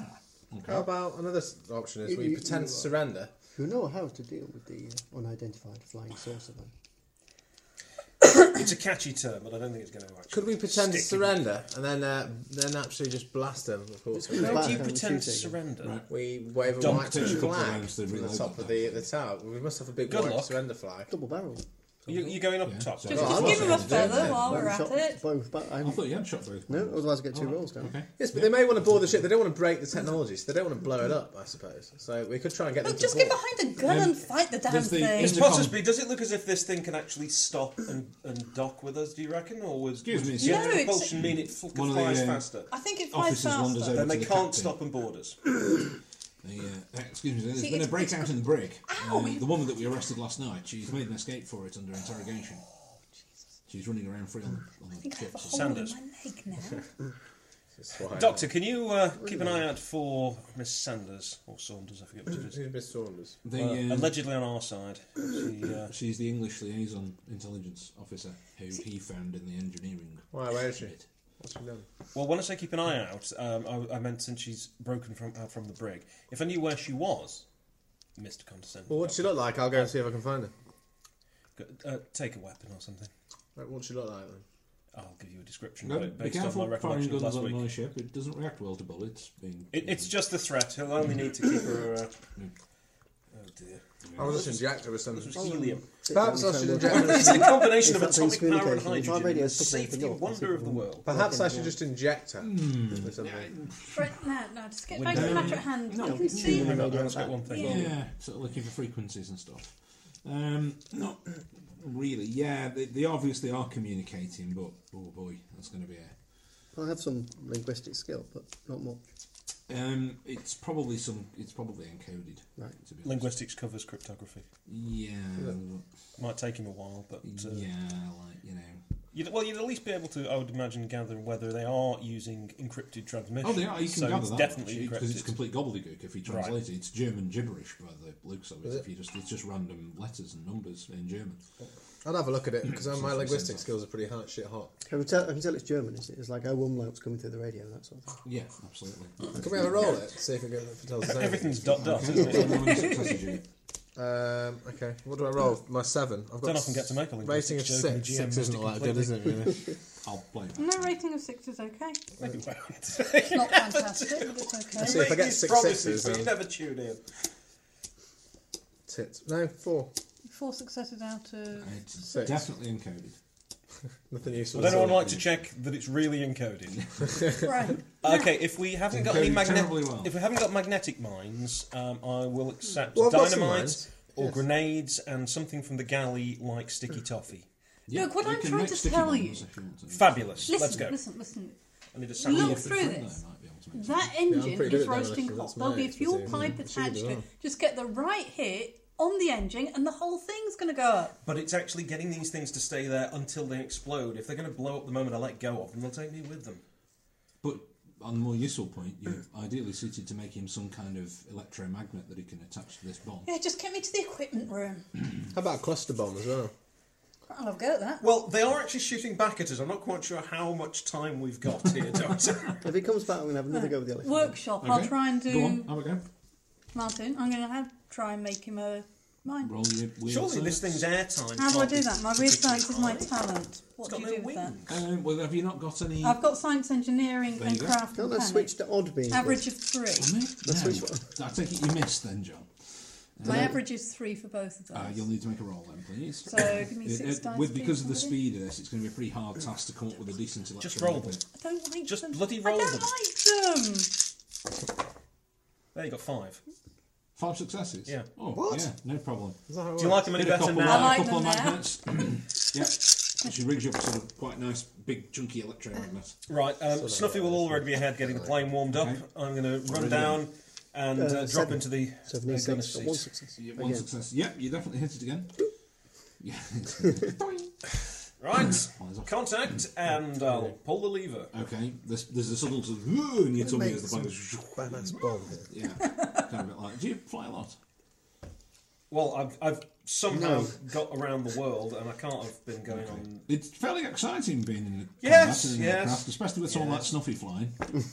S2: okay.
S4: How about another s- option is
S5: You-
S4: we
S5: you-
S4: pretend
S5: you-
S4: to surrender?
S5: You know how to deal with the uh, unidentified flying saucer then.
S1: it's a catchy term, but I don't think it's going to actually.
S4: Could we pretend to
S1: stick in-
S4: surrender and then uh, then actually just blast them? Of course,
S5: It's
S1: How do
S5: Back
S1: you
S5: on
S1: pretend to
S5: shooting.
S1: surrender?
S4: we wave a
S1: Don't
S4: white
S2: take a couple of
S4: flag
S2: rounds to
S4: from the
S2: reload
S4: top
S2: that.
S4: of the, the tower. We must have a big
S1: Good
S4: white
S1: luck.
S4: surrender flag.
S5: Double barrel.
S1: You, you're going up
S2: Yeah,
S1: top.
S2: so-
S1: right?
S2: No,
S6: Just,
S2: I
S6: just
S2: was
S6: give him a
S2: saying do it.
S6: feather while we're
S5: Well,
S6: at
S5: shot
S6: it.
S5: Both ba-
S2: I
S5: I'm,
S2: thought you had shot both.
S5: no, otherwise I get two rolls down.
S2: Okay.
S4: Yes, but they may want to board the ship. They don't want to break the technology, so they don't want to blow it up, I suppose. So we could try and get them
S6: Look,
S4: to
S6: just
S4: board.
S6: get behind a gun
S2: Um,
S6: and fight the damn
S2: there's the-
S6: thing.
S2: there's
S1: Miss
S2: the-
S1: Pottersby, does it look as if this thing can actually stop and, and dock with us, do you reckon? Or was
S2: Excuse me,
S1: was
S2: sir.
S1: jet
S6: No, it's-
S1: propulsion mean it fl-
S2: One of the,
S1: flies
S2: um,
S1: faster?
S6: I think it flies
S2: Officers wanders over
S6: faster.
S1: Then they
S2: to the
S1: can't
S2: captain.
S1: stop and board us.
S2: The, uh, excuse me, there's
S6: See,
S2: been a
S6: it's-
S2: breakout in the brig.
S6: Ow!
S2: Um, the woman that we arrested last night, she's made an escape for it under interrogation. She's running around free on the, on
S6: I
S2: the
S6: think I have a
S2: ships.
S6: hole
S1: Sanders.
S6: in my leg now.
S4: It's fine.
S1: Doctor, can you uh, keep an eye out for Miss Sanders, or Saunders, I forget which it
S4: Who's
S1: is. Uh,
S4: Miss Saunders?
S2: They, um,
S1: Allegedly on our side. She, uh,
S2: she's the English liaison intelligence officer who he found in the engineering.
S4: Why, where is she?
S2: bit.
S4: What's she done?
S1: Well, when I say keep an eye out, um, I, I meant since she's broken from out from the brig. If I knew where she was, Mister Condescending.
S4: Well, what's she look like? I'll go and see if I can find her.
S1: Uh, take a weapon or something.
S4: Right, what's she look like then?
S1: I'll give you a description
S2: No,
S1: of it
S2: be
S1: based on my
S2: careful firing
S1: recollection of
S2: guns
S1: last
S2: on
S1: week.
S2: my ship. It doesn't react well to bullets. Being,
S1: It, it's just the threat. He'll only need to keep her. Uh, oh dear.
S4: I was just injector or
S1: This
S4: something.
S1: was helium.
S4: Perhaps I should
S1: [laughs]
S4: inject.
S1: It's a combination of
S5: If that's
S1: atomic
S5: being
S1: power and
S5: communicated, if our
S1: hydrogen.
S5: radio
S1: The
S5: is picking
S1: safety
S5: everything up, that's
S1: wonder
S5: it.
S1: of the world.
S4: Perhaps I should just inject her with something.
S6: Right, now, now, just get back
S1: Window.
S6: to the matter at hand.
S2: No,
S6: Can we
S2: no,
S6: see?
S1: Hang on,
S5: radio
S1: let's get
S5: back.
S1: one thing.
S6: Yeah.
S2: um, Yeah, sort of looking for frequencies and stuff. Um, not really. Yeah, they, they obviously are communicating, but oh boy, that's going to be a
S5: I have some linguistic skill, but not much.
S2: Um, it's probably some. It's probably encoded.
S5: Right.
S2: To be honest.
S1: Linguistics covers cryptography.
S2: Yeah.
S1: Might take him a while, but uh,
S2: Yeah, like you know,
S1: You'd, well, you'd at least be able to, I would imagine, gather whether they are using encrypted transmission.
S2: Oh, they are. You can
S1: so
S2: gather
S1: it's
S2: that
S1: definitely
S2: because it's
S1: encrypted.
S2: complete gobbledygook. If you
S1: Right.
S2: translate it, it's German gibberish by the Luke. So it's,
S4: it?
S2: if you just it's just random letters and numbers in German.
S4: I'd have a look at it because my
S2: Something
S4: linguistic
S2: sensible.
S4: skills are pretty hot, shit hot.
S5: I can tell, I can tell it's German, isn't it? It's like, oh, one lout's coming through the radio and that sort of thing.
S2: Yeah, absolutely.
S4: Can we have a roll it? See if it, goes, if it tells us anything.
S1: Everything's dot
S4: [laughs]
S1: dot, isn't
S2: [laughs] Okay,
S1: it?
S2: how many successes you get?
S4: Um, okay, what do I roll? My seven. I've got
S1: Don't often get to make a linguistic
S4: rating of
S1: joke
S4: six.
S1: and the GM
S4: six
S1: missed
S4: isn't
S1: it
S4: all that good, isn't
S1: [laughs]
S4: it? Really?
S2: I'll play that.
S6: No rating of six is okay.
S1: Maybe
S4: [laughs]
S1: it won't.
S6: It's not fantastic, but it's okay.
S4: see if I
S1: Make
S4: get
S1: these
S4: six
S1: promises,
S4: sixes,
S1: but you
S4: then-
S1: never tune in.
S4: Tits. No, four.
S6: Four successes out of.
S2: It's
S4: Six.
S2: definitely encoded.
S4: Nothing useful.
S1: Would anyone
S4: So-
S1: like to check that it's really
S2: [laughs]
S1: encoded?
S6: Right.
S1: okay, if we haven't got any
S2: Encoded
S1: magnetic,
S2: terribly well.
S1: if we haven't got magnetic mines, um, I will accept
S4: Well, I've got some
S1: dynamite
S4: mines.
S1: or
S4: Yes. Hmm.
S1: grenades and something from the galley like sticky toffee.
S2: Yeah,
S6: Look, what
S2: you
S6: I'm
S2: can
S6: trying
S2: make
S6: to
S2: sticky
S6: tell
S2: bombs
S6: you-
S2: if you want to.
S1: Fabulous.
S6: Listen,
S1: Let's go.
S6: listen, listen.
S1: I need a sample.
S6: Look through
S2: Fruit,
S6: this.
S2: though, might be able to make some.
S6: That engine
S4: pretty good
S6: is
S4: at that,
S6: roasting hot.
S4: actually. That's
S6: There'll
S4: my
S6: be a fuel
S4: expertise.
S6: pipe
S4: Mm,
S6: attached
S4: sure
S6: to
S4: they
S6: it.
S4: are.
S6: Just get the right hit on the engine, and the whole thing's going to go up.
S1: But it's actually getting these things to stay there until they explode. If they're going to blow up the moment I let go of them, they'll take me with them.
S2: But on the more useful point,
S6: Mm.
S2: you're ideally suited to make him some kind of electromagnet that he can attach to this bomb.
S6: Yeah, just get me to the equipment room.
S4: How about a cluster bomb as well?
S6: I'll have a go at that.
S1: Well, they are actually shooting back at us. I'm not quite sure how much time we've got [laughs] here, Doctor.
S5: If it comes back, I'm going to have another go with the elephant.
S6: Workshop. I'll
S2: Okay,
S6: try and
S2: Go on,
S6: do
S2: have a go.
S6: Martin. I'm going to have try and make him a mine.
S2: Roll your wheel
S1: Surely this
S2: science.
S1: thing's airtime.
S6: How do I
S1: can't
S6: do
S1: be
S6: that? My weird
S1: particularly
S6: science is my
S1: high.
S6: talent. What
S1: It's
S6: do
S1: got
S6: you
S1: no
S6: do with that?
S1: wings.
S2: Um, well, have you not got any?
S6: I've got science, engineering,
S2: There you
S6: and
S2: go.
S6: craft.
S5: Can't I
S6: mechanics.
S5: switch to odd being?
S6: Average of three.
S2: No.
S5: which one.
S2: I take it you missed then, John.
S6: My average is three for both of those.
S2: Uh, you'll need to make a roll then, please.
S6: So give me
S2: It-
S6: six
S2: it-
S6: dice.
S2: with,
S6: please,
S2: because of the
S6: somebody.
S2: speed of this, it's going to be a pretty hard task to come up with a decent electromagnet.
S1: Just roll them.
S6: I don't like
S1: Just
S6: them.
S1: bloody
S6: I
S1: roll
S6: don't
S1: them.
S6: like them.
S1: There you got five.
S2: Five successes.
S1: Yeah.
S2: Oh, yeah, no problem.
S1: Do you like them any
S2: Did a
S1: better
S2: couple,
S1: now?
S6: I like
S2: a couple of
S6: them now.
S2: magnets. [clears throat] yeah. And she rigs you up sort of quite nice, big, chunky electromagnet.
S1: Right, um, Snuffy
S5: uh,
S1: will already be ahead getting the plane warmed up.
S2: Okay.
S1: I'm going to run
S2: Brilliant.
S1: down and uh,
S5: Uh,
S1: drop
S5: seven.
S1: into the
S5: So I've
S1: uh,
S5: nearly
S1: gunner
S5: got one
S1: seat.
S5: success.
S2: Yeah, One
S5: Again.
S2: success. Yep, you definitely hit it again. [laughs] Yeah.
S1: Right,
S2: Mine's off.
S1: contact, and I'll pull the lever.
S2: okay. There's, there's a subtle sort of "Ooh," in your tummy
S4: Make
S2: as the
S4: some
S2: plane
S4: badass bomb here.
S2: [laughs] Yeah. kind of a bit like. Do you fly a lot?
S1: Well, I've, I've somehow got around the world, and I can't have been going on.
S2: It's fairly exciting being in a
S1: Yes,
S2: combat in an
S1: yes.
S2: aircraft, especially with someone like
S1: [laughs]
S2: Snuffy flying.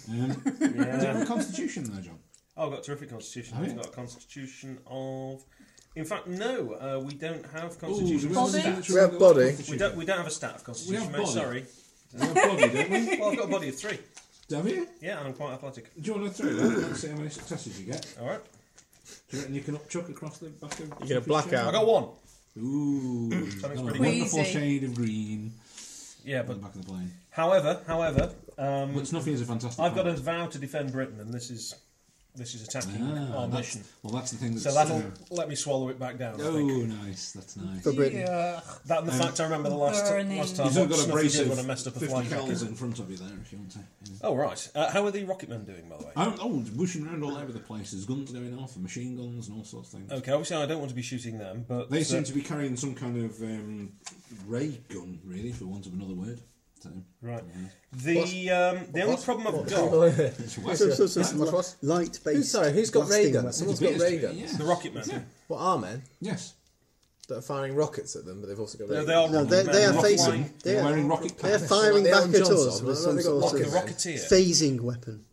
S2: Um, Do you have a constitution there, John?
S1: Oh, I've got a terrific constitution.
S2: Have
S1: I've
S2: you?
S1: got a constitution of. In fact, no, uh, we don't have
S2: Ooh, do
S1: constitution.
S2: we
S6: Body?
S1: stat.
S2: have a
S4: We have body.
S2: constitution?
S1: We don't, we don't have a stat of constitution,
S2: have
S1: mate,
S2: body.
S1: sorry.
S2: We have body, don't we?
S1: [laughs] Well, I've got a body of three.
S2: Have you?
S1: Yeah, and I'm quite athletic.
S2: Do you want to throw that? Let's see how many successes you get.
S1: All right.
S2: Do you reckon you can upchuck across the back of
S4: get a blackout.
S1: I got one.
S2: Ooh, got a
S1: pretty
S6: good.
S2: wonderful
S6: Wheezy.
S2: shade of green
S1: Yeah,
S2: on
S1: but
S2: the back of the plane.
S1: however, however, um,
S2: But Snuffy is a fantastic.
S1: I've got a
S2: pilot.
S1: vow to defend Britain, and this is this is attacking
S2: Ah,
S1: our
S2: that's,
S1: Oh, mission.
S2: well, that's the thing. That's
S1: So that'll
S2: uh,
S1: let me swallow it back down. I
S2: oh,
S1: think.
S2: nice. That's nice.
S5: For Britain.
S6: Yeah.
S1: That and the fact I remember the last
S6: burning.
S1: last time
S2: You've
S1: what
S2: still got a
S1: Snuffy
S2: brace
S1: did
S2: of
S1: when I messed up a
S2: 50
S1: flying
S2: cals
S1: jacket.
S2: in front of you there, if you want to. yeah.
S1: Oh right. Uh, how are the rocket men doing, by the way?
S2: Oh, oh, whooshing around all over the place. There's guns going off, and machine guns, and all sorts of things.
S1: Okay, obviously I don't want to be shooting them, but
S2: They
S1: uh,
S2: seem to be carrying some kind of um, ray gun, really, for want of another word. So,
S1: right. The um, the only problem I've got
S2: it's a waste.
S5: So, so, so, so,
S4: Much what?
S5: light based.
S4: Who's- sorry, who's got ray guns? Someone's
S2: It's a bit-
S4: got ray
S2: it's a bit-
S4: guns.
S2: yeah.
S1: the rocket men.
S2: Yeah.
S4: [laughs] What are men
S1: [laughs]
S2: Yes.
S4: that are firing rockets at them, but they've also got
S1: No,
S4: ray
S1: they are
S4: guns?
S5: No,
S1: rocket
S5: they,
S1: men.
S5: they are
S1: Not
S5: facing.
S1: flying.
S5: They are,
S2: Wearing rocket
S5: they are
S2: pants.
S5: firing
S4: Like
S5: back
S4: Elton
S5: at us
S4: Johnson,
S5: with
S4: like
S5: some
S4: they got
S5: sort
S1: The
S5: of
S4: rocket-
S1: Rocketeer.
S5: phasing weapon.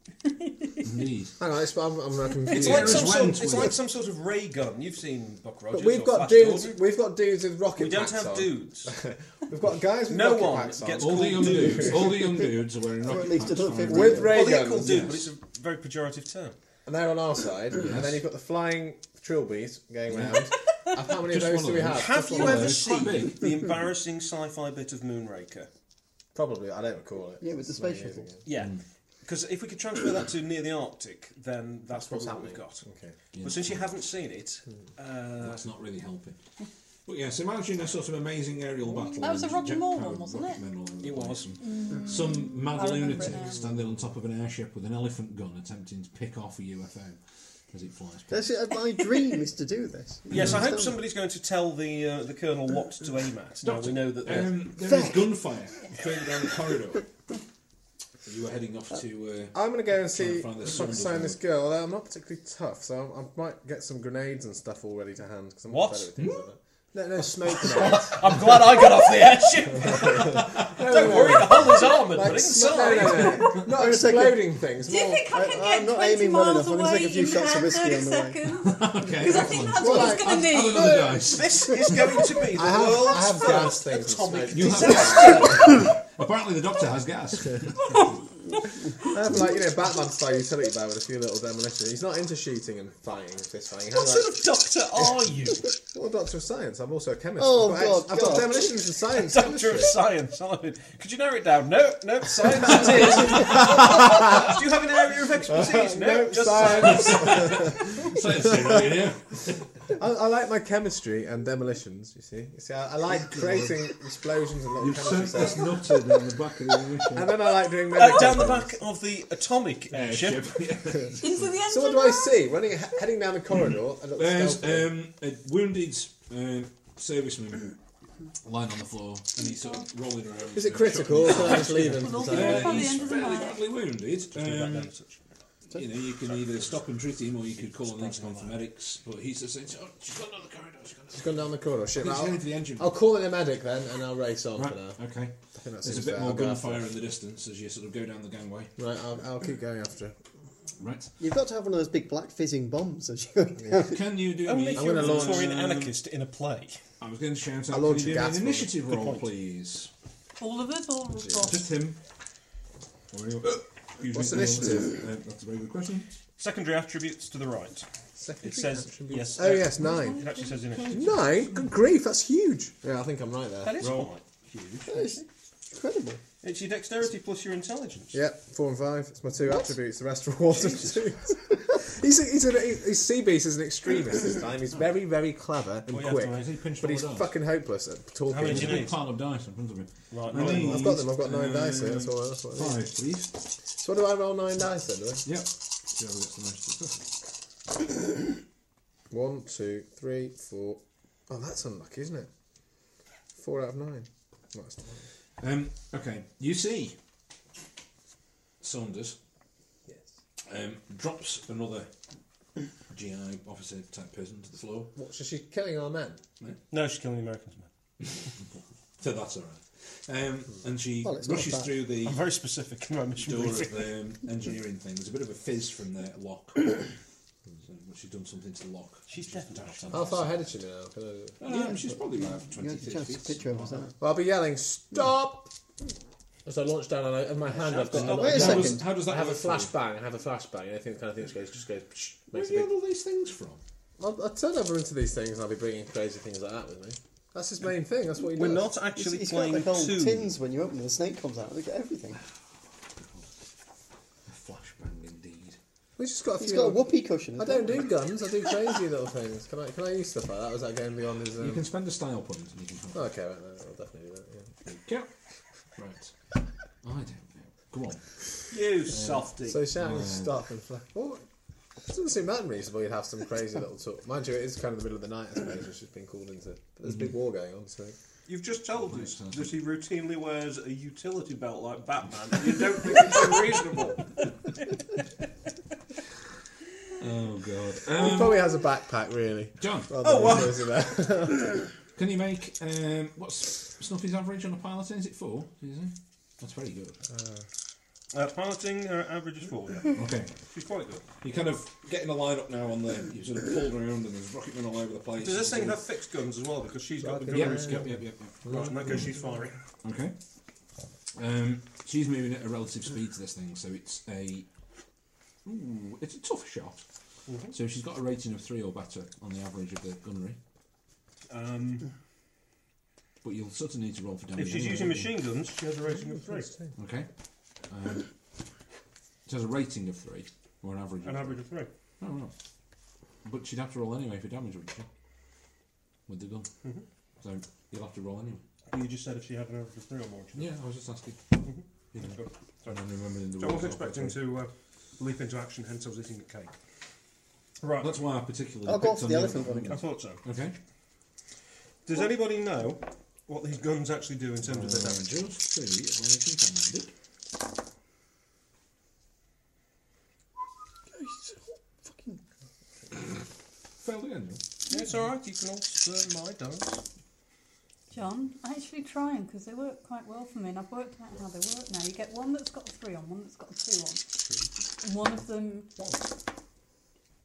S2: Indeed.
S4: Hang on, it's, I'm, I'm, I'm
S1: It's
S4: confused.
S1: like
S2: There's
S1: some sort.
S2: ones
S1: It's
S2: with-
S1: like some sort of ray gun. You've seen Buck Rogers.
S4: but we've
S1: or
S4: got
S1: Flash
S4: dudes.
S1: Gordon.
S4: We've got dudes with rocket
S1: We don't
S4: packs
S1: have
S4: on.
S1: dudes.
S4: We've got guys with
S1: No
S4: rocket
S1: one
S4: packs on.
S1: gets
S2: All the young
S1: called dude.
S2: dudes, all the young dudes are wearing rocket
S5: at least
S2: pants
S5: another
S2: firing
S5: 50.
S2: ray
S4: with
S2: guns.
S4: ray
S1: Well, they're
S4: guns.
S1: called dude,
S2: yes.
S1: but it's a very pejorative term.
S4: And they're on our side, and then you've got the flying trilbies
S1: [laughs]
S4: going round. And How many
S2: Just
S4: of those
S2: one
S4: do
S2: of
S4: we
S2: them.
S4: have?
S1: Have
S4: Just
S1: you
S4: one of
S1: ever
S4: those.
S1: seen
S2: Quite big.
S1: the embarrassing sci-fi bit of Moonraker?
S4: Probably, I don't recall it.
S5: Yeah, with the
S4: It's many
S5: space
S4: years
S5: shuttle.
S4: ago.
S1: Yeah. Because if we could transfer that to near the Arctic, then that's, probably what we've got.
S4: Okay.
S1: But since you haven't seen it,
S4: Hmm.
S1: uh,
S2: That's not really helping. But yes, imagine a sort of amazing aerial battle.
S6: Mm. That was a
S2: with
S6: Roger Moore
S2: jet-powered
S6: one, wasn't
S2: rocket
S6: it? Mm.
S2: men all over the
S1: It
S2: place.
S1: was.
S2: And Some mad
S6: I remember
S2: lunatic
S6: now.
S2: standing on top of an airship with an elephant gun attempting to pick off a UFO. as it flies. past.
S5: That's it. My dream is to do this.
S1: Yes,
S4: Hmm.
S1: I hope
S5: Understand?
S1: somebody's going to tell the uh, the colonel what to aim at. Now we know that. they're-
S2: Um, there is
S6: [laughs]
S2: gunfire further down the corridor. You are heading off to. Uh,
S4: I'm going to go and see
S2: Trying to find this
S4: try to
S2: symbol.
S4: sign this girl. Although I'm not particularly tough, so I'm- I might get some grenades and stuff all ready to hand. Cause I'm not
S1: What? Oh.
S4: better with things like that. No,
S1: [laughs]
S4: no, smoke grenades.
S1: I'm glad I got off the [laughs] airship.
S4: No, no,
S1: Don't
S4: no,
S1: worry, the whole is armoured, but
S4: Like, no, no,
S1: inside. [laughs]
S4: no, no. Not exploding things.
S6: Do you
S4: More,
S6: think I can
S5: I-
S6: get
S5: I'm not
S6: 20
S5: aiming well
S6: miles
S5: enough. I'm
S6: away
S5: gonna take a few
S6: in
S5: shots of
S6: about
S5: whiskey
S6: 30
S5: on the way.
S6: seconds?
S2: Uh, okay,
S6: Because I
S2: come
S6: think
S2: on.
S6: that's what it's
S2: Have-
S6: going to
S2: have
S6: need. [laughs]
S2: another dice.
S1: This is going to be the
S4: I have, I
S1: world's
S4: have gas things. and
S1: atomic
S4: smoke.
S2: You have gas. Apparently, the doctor has [laughs] gas.
S4: I have like you
S1: [laughs]
S4: know Batman style utility bear with a few little demolition. He's not into shooting and fighting and fist fighting. He's
S1: What
S4: like,
S1: sort of doctor are you?
S4: well, doctor of science. I'm also a chemist.
S5: Oh,
S4: I've got
S5: God,
S4: ex- I've got
S5: God.
S4: demolitions and
S1: [laughs]
S4: science.
S1: Doctor of
S4: chemistry.
S1: Science. aren't you? Could you narrow it down? No, no,
S4: [laughs]
S1: science it is. Do you have an area of expertise? No,
S4: [laughs] No,
S1: just science.
S4: science.
S2: So it's right here.
S4: I, I like my chemistry and demolitions. You see, you see, I, I like creating explosions and little
S8: You've
S4: chemistry
S8: sent
S4: cells.
S8: this nutter down the back of the
S2: [laughs]
S4: And
S8: mission.
S4: then I like doing
S1: Uh,
S4: medical
S1: down the
S4: things.
S1: back of the atomic airship.
S2: Airship. yeah.
S6: Into the
S4: So what do I see? Running, he- heading down the corridor. A little
S2: There's
S4: stealthily.
S2: um, a wounded um, serviceman lying on the floor, and he's sort of rolling around.
S4: Is it critical? Or can I just leave him?
S6: We'll all
S4: Like,
S6: be
S2: Uh,
S6: Probably
S2: he's
S6: under the
S2: fairly
S6: knife.
S2: badly wounded. Um,
S1: down such.
S2: you know, you can either stop and treat him, or you could call an intercom for medics. But he's just saying, "Oh, she's gone down the corridor. She's gone down."
S4: He's gone down the corridor. Shit,
S2: The corridor. He's
S4: I'll,
S2: heading for the engine.
S4: I'll call in a medic then, and I'll race on for now.
S2: Right. Okay.
S4: I think that
S2: There's a
S4: seems
S2: bit
S4: fair.
S2: more
S4: I'll go after
S2: gunfire
S4: it.
S2: in the distance as you sort of go down the gangway.
S4: Right, I'll, I'll keep going after. it.
S2: Right.
S5: You've got to have one of those big black fizzing bombs as you go down.
S2: Can you do
S1: Only
S2: me?
S1: if you're a
S4: gonna launch-
S1: Victorian anarchist in a play.
S2: I was going to shout out.
S4: I'll
S2: Can
S4: launch
S2: you do
S4: a
S2: me an
S4: gas
S2: initiative
S1: Good
S2: roll,
S1: point.
S2: please?
S6: All of it, or
S2: Just him. Or anyone- Excuse me.
S4: What's initiative?
S2: Uh, That's a very good question.
S1: Secondary attributes to the right.
S4: Secondary
S1: It says
S4: attribute.
S1: yes.
S4: Oh
S1: uh,
S4: yes, nine.
S1: It actually says initiative.
S4: Nine. Good grief, that's huge. Yeah, I think I'm right there.
S1: That is
S2: Roll.
S1: quite huge.
S5: Incredible.
S1: It's your dexterity plus your intelligence.
S4: Yep, four and five. It's my two attributes. The rest are all substitutes. [laughs] he's a, he's, a, he's sea beast is an extremist this time. He's very very clever and
S1: What you have
S4: quick,
S1: to raise-
S2: Has he pinched
S4: but
S2: all
S4: he's
S2: the dice?
S4: fucking hopeless at talking.
S1: How many do
S2: There's
S1: you
S2: a
S1: need?
S2: big pile of dice in front of him.
S1: Right,
S2: I
S1: right.
S2: need,
S4: I've got them. I've got nine
S2: uh,
S4: dice here. That's all. That's what it is.
S8: Five, please.
S4: So what do I roll nine dice then? Do I?
S2: Yep. See how we get some extra stuff.
S4: One, two, three, four. Oh, that's unlucky, isn't it? Four out of nine. No, it's not.
S2: Um, okay, you see Saunders um, drops another GI officer type person to the floor.
S4: What? So she's killing our men.
S1: No, she's killing the Americans, man.
S2: So that's alright. Um, and she
S5: Well, it's not
S2: rushes
S5: bad.
S2: through
S4: [laughs]
S2: the
S1: I'm very specific in my mission
S2: door
S1: briefing.
S2: of the um, engineering thing. There's a bit of a fizz from the
S4: [coughs]
S2: lock. so, but she's done something to the lock.
S1: She's definitely not
S4: How far ahead is she now? Can I...
S2: Um, she's probably about
S5: Uh, You
S2: 20
S5: had a chance
S2: 30
S5: to
S2: feet.
S5: picture of us, haven't
S4: Well, I'll be yelling, stop! As I launch down, and, I, and my hand, I've got
S5: Stop. Wait a
S2: How
S4: I
S5: second.
S2: does, how does that
S4: I have a
S2: work for you?
S4: flashbang. I have a flashbang. Anything that kind of thing just goes, just goes. Psh,
S2: Where
S4: makes
S2: do
S4: a
S2: you have
S4: big.
S2: all these things from?
S4: I'll, I'll turn over into these things, and I'll be bringing crazy things like that with me. That's his main thing. That's what he
S1: We're
S4: does.
S1: not
S5: He's,
S1: actually
S5: he's got
S1: playing
S5: the gold
S1: two.
S5: tins when you open them. The snake comes out. Look at everything.
S2: A flashbang indeed.
S4: We just got a few.
S5: He's got a
S4: little-
S5: whoopee cushion.
S4: I don't do guns. [laughs] I do crazy little things. Can I? Can I use stuff like that? Was that going beyond his? Um...
S2: You can spend a style point and you can have
S4: Oh, okay, right, no, I'll definitely do that. Yeah.
S2: Yeah. Right. I don't know. Come on.
S1: You softy.
S4: So shouting, stop and flash. Well, it doesn't seem that unreasonable. You'd have some crazy little talk. Mind you, it is kind of the middle of the night. I suppose which has been called into. But there's a big war going on, so.
S1: You've just told us
S2: Right, so-
S1: that he routinely wears a utility belt like Batman, and you don't think it's unreasonable.
S2: Oh god.
S4: He probably has a backpack, really.
S2: John,
S4: Oh, wow.
S2: can you make um, what's Snuffy's average on a pilot? Is it four? Is it? That's very good.
S1: [laughs] Uh, piloting uh, average is four. Yeah.
S2: Okay.
S1: She's quite good.
S2: You're kind of getting a line up now on the. You sort of pulled around and there's rocketmen all over the place.
S1: Does this thing have fixed guns as well? Because she's got the
S2: Yep,
S1: gunnery skill.
S2: yep, yep, yep.
S1: Right, and that goes she's firing.
S2: Okay. Um, she's moving at a relative speed to this thing, so it's a. Ooh, it's a tough shot.
S1: Mm-hmm.
S2: So she's got a rating of three or better on the average of the gunnery,
S1: Um,
S2: but you'll sort of need to roll for damage.
S1: if she's
S2: anyway,
S1: using
S2: won't you?
S1: machine guns, she has a rating of three.
S2: Okay. Um, it has a rating of three, or an average.
S1: An
S2: of
S1: average of three.
S2: Three. Oh, well. But she'd have to roll anyway for damage, wouldn't she? With the gun.
S1: Mm-hmm.
S2: So you'll have to roll anyway.
S1: You just said if she had an average of three or more. she-
S2: Yeah, I was just asking. You know,
S1: Mm-hmm. Good.
S2: I don't remember the
S1: So I was
S2: rules off by
S1: expecting
S2: three.
S1: to uh, leap into action, hence I was eating a cake. Right.
S2: That's why I particularly
S5: I'll go
S2: picked
S5: off
S2: on
S5: the
S2: you.
S5: elephant one
S1: I
S5: again.
S1: thought so.
S2: Okay.
S1: Does anybody know what these guns actually do in terms of their
S2: Uh,
S1: damage?
S2: just see if I can find it.
S6: Fucking
S2: Failed again, though.
S1: Yeah, it's all right. You can all serve my dice.
S6: John, I actually try them because they work quite well for me, and I've worked out how they work now. You get one that's got a three on, one that's got a two on. And one of them,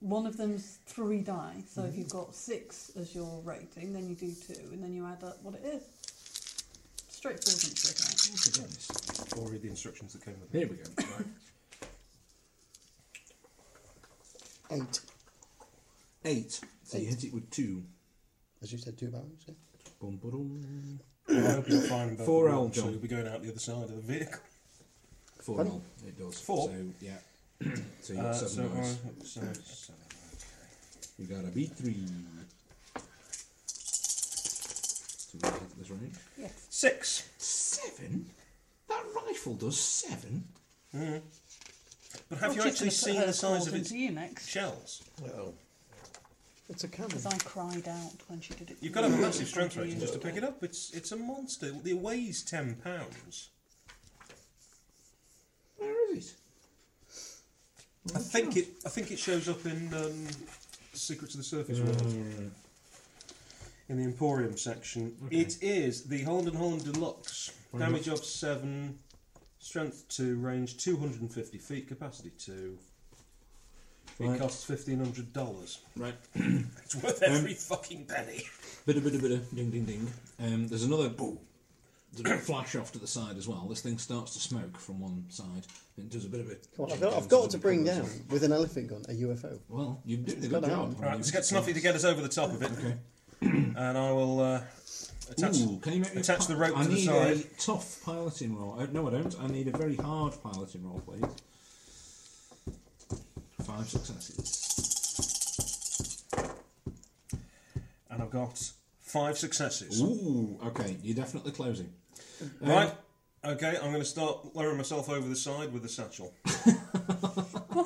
S6: one of them's three die. So
S1: Mm-hmm.
S6: if you've got six as your rating, then you do two, and then you add up what it is. Straightforward and straight
S2: Look at this.
S1: Or read the instructions that came with it.
S2: Here we go. Right.
S5: Eight.
S2: Eight. So you hit it with two.
S5: As you said, two barrels. Yeah.
S2: Bum, ba-dum.
S1: I hope you're fine. and
S2: Four
S1: both
S2: L,
S1: of you, So
S2: John.
S1: you'll be going out the other side of the vehicle.
S2: Four
S5: Pardon?
S2: roll. It does.
S1: Four?
S2: So, yeah. [clears throat] so you
S1: Uh,
S2: got
S1: so,
S2: seven
S1: I-
S2: dice.
S1: so, so,
S2: You got a B3. So we hit this range.
S1: Six.
S2: Seven? That rifle does seven?
S1: But have you actually seen the size of its
S6: you next?
S1: shells?
S4: Oh,
S5: It's a cannon.
S6: Because I cried out when she did it.
S1: You've got to have a massive
S6: Fucking
S1: strength rating
S6: years
S1: just to pick
S6: ago.
S1: it up. It's it's a monster. It weighs ten pounds.
S2: Where is it?
S1: I think it. I think it shows up in um, Secrets of the Surface World in the Emporium section. It is the Holland and Holland Deluxe. Damage of seven, strength two, range two hundred and fifty feet, capacity two. It
S2: Right.
S1: costs fifteen hundred dollars.
S2: Right. [clears throat]
S1: It's worth every fucking penny.
S2: Bidda bidda bidda, ding ding ding. Um, there's another [clears throat] boom. There's a bit of flash off to the side as well. This thing starts to smoke from one side. It does a bit of it.
S5: Come on, I've got, I've got to bring down with an elephant gun a UFO.
S2: Well, you did a
S5: got
S2: good
S5: to
S2: job.
S5: happen.
S1: Right, let's get Snuffy to get us over the top of it,
S2: Okay.
S1: and I will uh, attach.
S2: Ooh, can you make me a
S1: attach the rope
S2: I
S1: to the
S2: need
S1: side.
S2: a tough piloting roll. Uh, no, I don't. I need a very hard piloting roll, please. Five successes.
S1: and I've got five successes.
S2: Ooh, okay. You're definitely closing.
S1: Right. Okay, I'm going to start lowering myself over the side with the satchel.